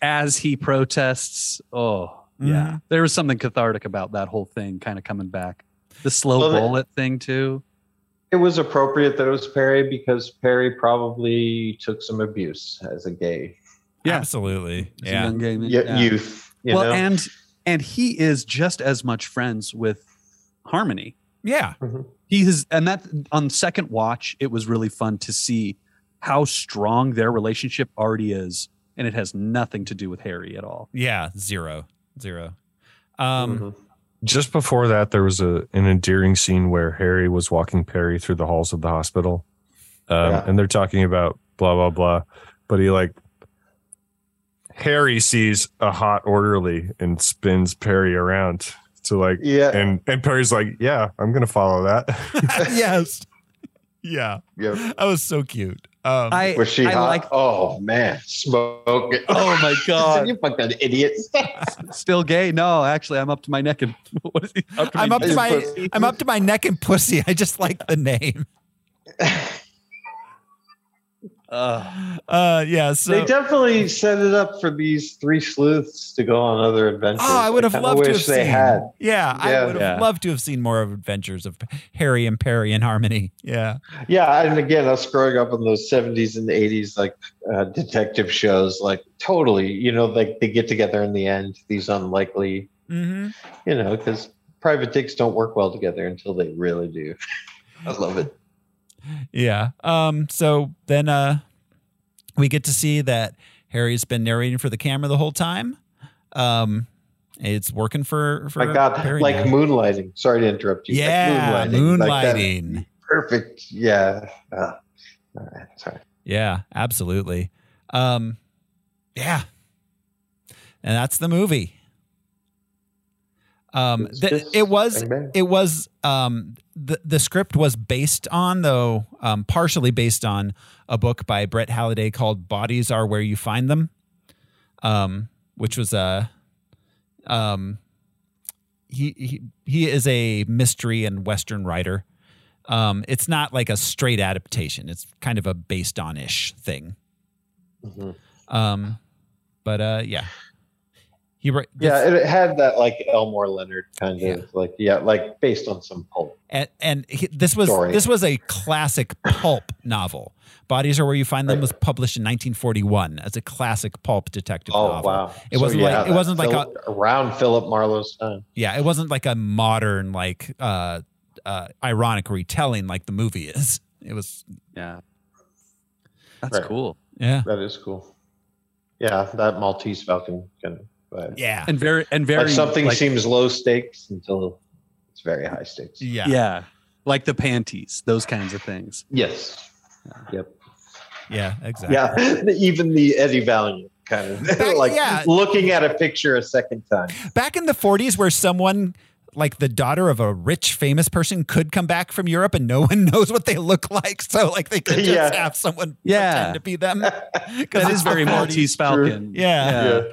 as he protests. Oh
Mm-hmm.
yeah, there was something cathartic about that whole thing, kind of coming back. The slow
Well, the-
bullet thing too.
It was appropriate that it was Perry because Perry probably took some abuse as a gay
Yeah.
Absolutely.
As a
Yeah.
young gay man.
y-
Yeah.
youth. You
well,
know?
and and he is just as much friends with Harmony.
Yeah.
He is, and that on second watch, it was really fun to see how strong their relationship already is, and it has nothing to do with Harry at all.
Yeah. Zero. Zero. Um,
Mhm.
Just before that, there was a an endearing scene where Harry was walking Perry through the halls of the hospital, um,
Yeah.
and they're talking about blah blah blah, but he like Harry sees a hot orderly and spins Perry around to like,
yeah,
and and Perry's like, yeah, I'm gonna follow that.
yes. Yeah.
yeah.
That was so cute. Um,
I
Was she
I
hot?
like.
oh man, smoke it.
Oh my god!
you fucking idiot!
Still gay? No, actually, I'm up to my neck and what is he? Up to
I'm
my
up to
neck
my
and-
I'm up to my neck and pussy. I just like the name.
Ugh.
Uh, yeah. So
they definitely set it up for these three sleuths to go on other adventures.
Oh, I would have
kinda
loved to have
wish they
seen.
had.
Yeah, I
Yeah.
would have
Yeah.
loved to have seen more of adventures of Harry and Perry and Harmony. Yeah,
Yeah, and again, us growing up in those '70s and '80s, like uh, detective shows, like totally, you know, like they get together in the end. These unlikely,
mm-hmm.
you know, because private dicks don't work well together until they really do. I love it.
yeah. Um, so then uh, we get to see that Harry's been narrating for the camera the whole time. Um, it's working for for
My God,
Perry
like
now.
moonlighting. Sorry to interrupt you. Like
yeah,
moonlighting. Like that
moonlighting.
perfect. Yeah. Uh, all right. Sorry.
Yeah, absolutely. Um, yeah, and that's the movie. Um,
It's
th-
just
it was
bang, bang.
it was um the the script was based on though um partially based on a book by Brett Halliday called Bodies Are Where You Find Them, um which was a um he he he is a mystery and western writer. Um, it's not like a straight adaptation. It's kind of a based on ish thing.
Mhm.
Um, but uh, yeah, he wrote.
Yeah, it had that like Elmore Leonard kind
Yeah.
of like yeah, like based on some pulp.
and, and he, this was
Story.
this was a classic pulp novel. Bodies Are Where You Find Them
Right.
was published in 1941 as a classic pulp detective
Oh
novel.
wow!
It wasn't like- it
that
wasn't like
Philip- around Philip Marlowe's time.
Yeah, it wasn't like a modern like uh, uh, ironic retelling like the movie is. It was
Yeah, that's
Right.
cool.
yeah
That is cool. Yeah, that Maltese Falcon can. But
Yeah.
and very and very
like something
like-
seems low stakes until it's very high stakes.
Yeah.
yeah. like the panties, those kinds of things.
Yes. Yep.
Yeah, exactly.
Yeah. Even the Eddie Valiant kind of
Back-
like
yeah.
looking at a picture a second time.
Back in the 40s, where someone like the daughter of a rich famous person could come back from Europe and no one knows what they look like. So, like, they could just
Yeah.
have someone
Yeah.
pretend to be them.
That is very Maltese Falcon.
Yeah.
Yeah. Uh,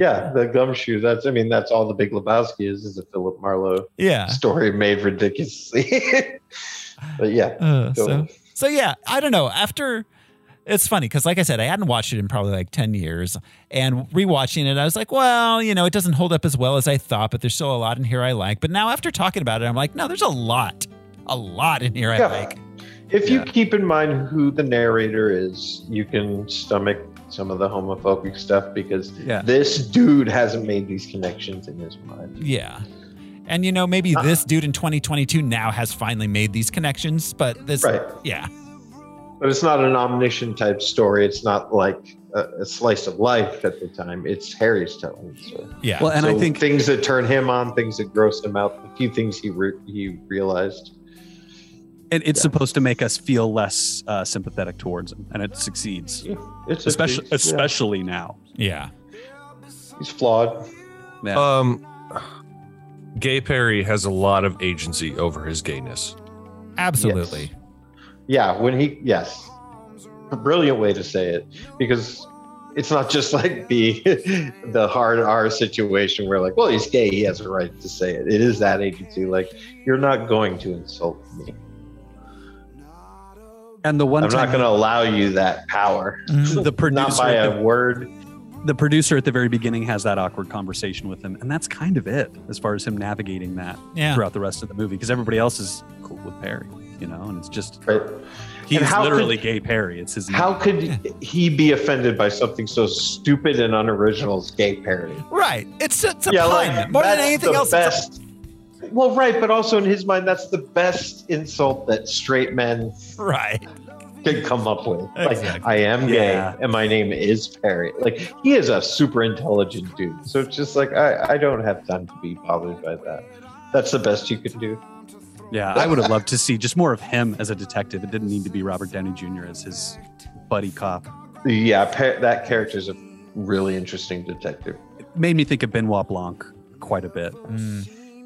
Yeah, the gumshoe. That's I mean, that's all the Big Lebowski is is a Philip Marlowe
Yeah.
story made ridiculously. but yeah.
Uh,
Go
so,
with-
so yeah, I don't know. After it's funny because, like I said, I hadn't watched it in probably like ten years, and rewatching it, I was like, well, you know, it doesn't hold up as well as I thought, but there's still a lot in here I like. But now after talking about it, I'm like, no, there's a lot, a lot in here I
Yeah.
like.
If you keep in mind who the narrator is, you can stomach some of the homophobic stuff because
Yeah.
this dude hasn't made these connections in his mind.
Yeah. And you know, maybe
Uh-uh.
this dude in 2022 now has finally made these connections, but this,
Right.
yeah,
But it's not an omniscient type story. It's not like a, a slice of life at the time. It's Harry's telling. the story.
yeah,
Well, and I
So
think
things that turn him on, things that gross him out, a few things he re- he realized.
it, it's supposed to make us feel less uh, sympathetic towards him, and it succeeds,
It's a
especially
piece, yeah.
especially now.
yeah.
he's flawed.
Yeah.
Um, Gay Perry has a lot of agency over his gayness.
Absolutely.
Yeah, when he yes, a brilliant way to say it because it's not just like the the hard R situation where like, well, he's gay, he has a right to say it. It is that agency. Like, you're not going to insult me.
and the one
I'm not
time
going to allow you that power.
Mhm.
the producer
Not by
at
a word.
the, the producer at the very beginning has that awkward conversation with him, and that's kind of it as far as him navigating that
Yeah.
throughout the rest of the movie because everybody else is cool with Perry, you know, and it's just
Right?
he's
how could-
literally gay Perry. It's his name.
How could he be offended by something so stupid and unoriginal as gay parody?
Right. It's, it's a
yeah,
pun.
like,
More than
that's
anything
the
else, it's a
Best. Well, right, but also in his mind, that's the best insult that straight men
Right.
could come up with. Like,
Exactly.
I am gay,
Yeah.
and my name is Perry. Like, he is a super intelligent dude. So it's just like, I, I don't have time to be bothered by that. That's the best you can do.
Yeah, I would have loved to see just more of him as a detective. It didn't need to be Robert Downey Jr. as his buddy cop.
Yeah, per- that character's a really interesting detective.
It made me think of Benoit Blanc quite a bit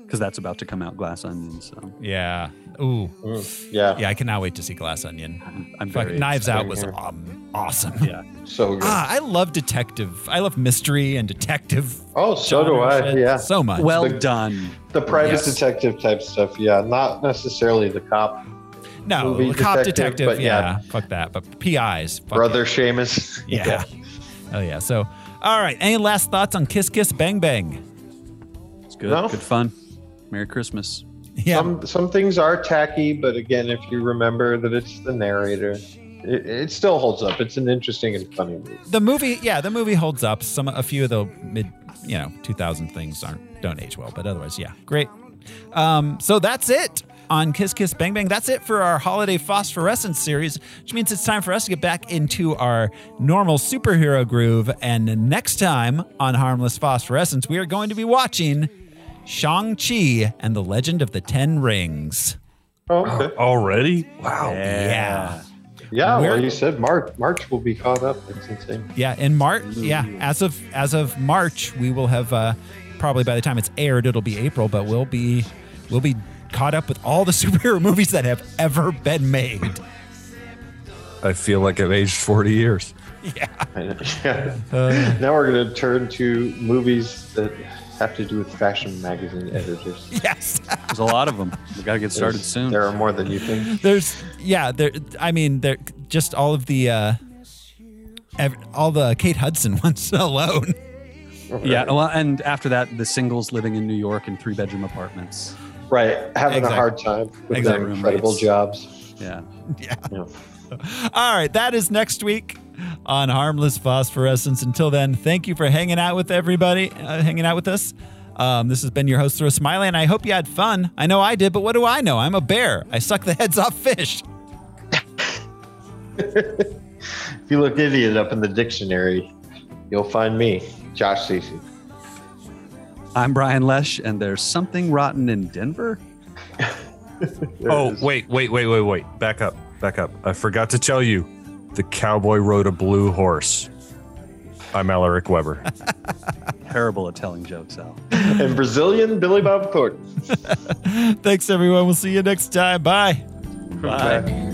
because that's about to come out Glass Onion. So
Yeah. Ooh.
Mm, yeah,
Yeah, I cannot wait to see Glass Onion.
I'm, I'm
Fuck,
very
Knives Out
excited
was
here.
um, awesome.
Yeah.
so good.
Ah, I love detective. I love mystery and detective.
oh, so do
genre
I.
shit
Yeah.
so much.
well
But-
done.
The private
Yes.
detective type stuff. Yeah, not necessarily the cop.
no,
movie
cop
detective,
detective.
but
yeah,
yeah.
fuck that. But PIs, fuck
Brother Seamus.
it. Yeah. Oh yeah. So, all right. Any last thoughts on Kiss Kiss Bang Bang?
It's good.
No.
Good fun. Merry Christmas.
Yeah.
Some some things are tacky, but again, if you remember that it's the narrator, it, it still holds up. It's an interesting and funny movie.
the movie, yeah, the movie holds up. Some a few of the mid, you know, 2000 things aren't don't age well, but otherwise, yeah, great. Um, so that's it on Kiss Kiss Bang Bang. That's it for our holiday phosphorescence series, which means it's time for us to get back into our normal superhero groove. And next time on Harmless Phosphorescence, we are going to be watching Shang-Chi and the Legend of the Ten Rings.
Oh, okay.
Already? Wow.
Yeah.
Yeah,
Where-
well, you said March. March will be caught up. That's insane.
Yeah, in March. Yeah, as of as of March, we will have uh, probably by the time it's aired, it'll be April, but we'll be we'll be caught up with all the superhero movies that have ever been made.
I feel like I've aged 40 years.
I know. Yeah. now we're going to turn to movies that have to do with fashion magazine editors.
Yes,
There's a lot of them. We got to get started soon.
There are more than you think.
there's yeah there. I mean, there just all of the uh, ev- all the Kate Hudson ones alone.
Yeah. Well, and after that, the singles living in New York in three bedroom apartments.
Right. Having
Exactly.
a hard time with
Exactly.
their incredible
Roommates.
jobs.
Yeah.
Yeah.
All right, that is next week on Harmless Phosphorescence. Until then, thank you for hanging out with everybody, uh, hanging out with us. Um, this has been your host, Throw Smiley, and I hope you had fun. I know I did, but what do I know? I'm a bear. I suck the heads off fish.
If you look idiot up in the dictionary, You'll find me, Josh Cece.
I'm Brian Lesh, and there's something rotten in Denver.
There it
Oh,
is.
wait, wait, wait, wait, wait. Back up, back up. I forgot to tell you the cowboy rode a blue horse. I'm Alaric Weber.
Terrible at telling jokes, Al.
And Brazilian Billy Bob Thornton.
Thanks, everyone. We'll see you next time. Bye.
Bye.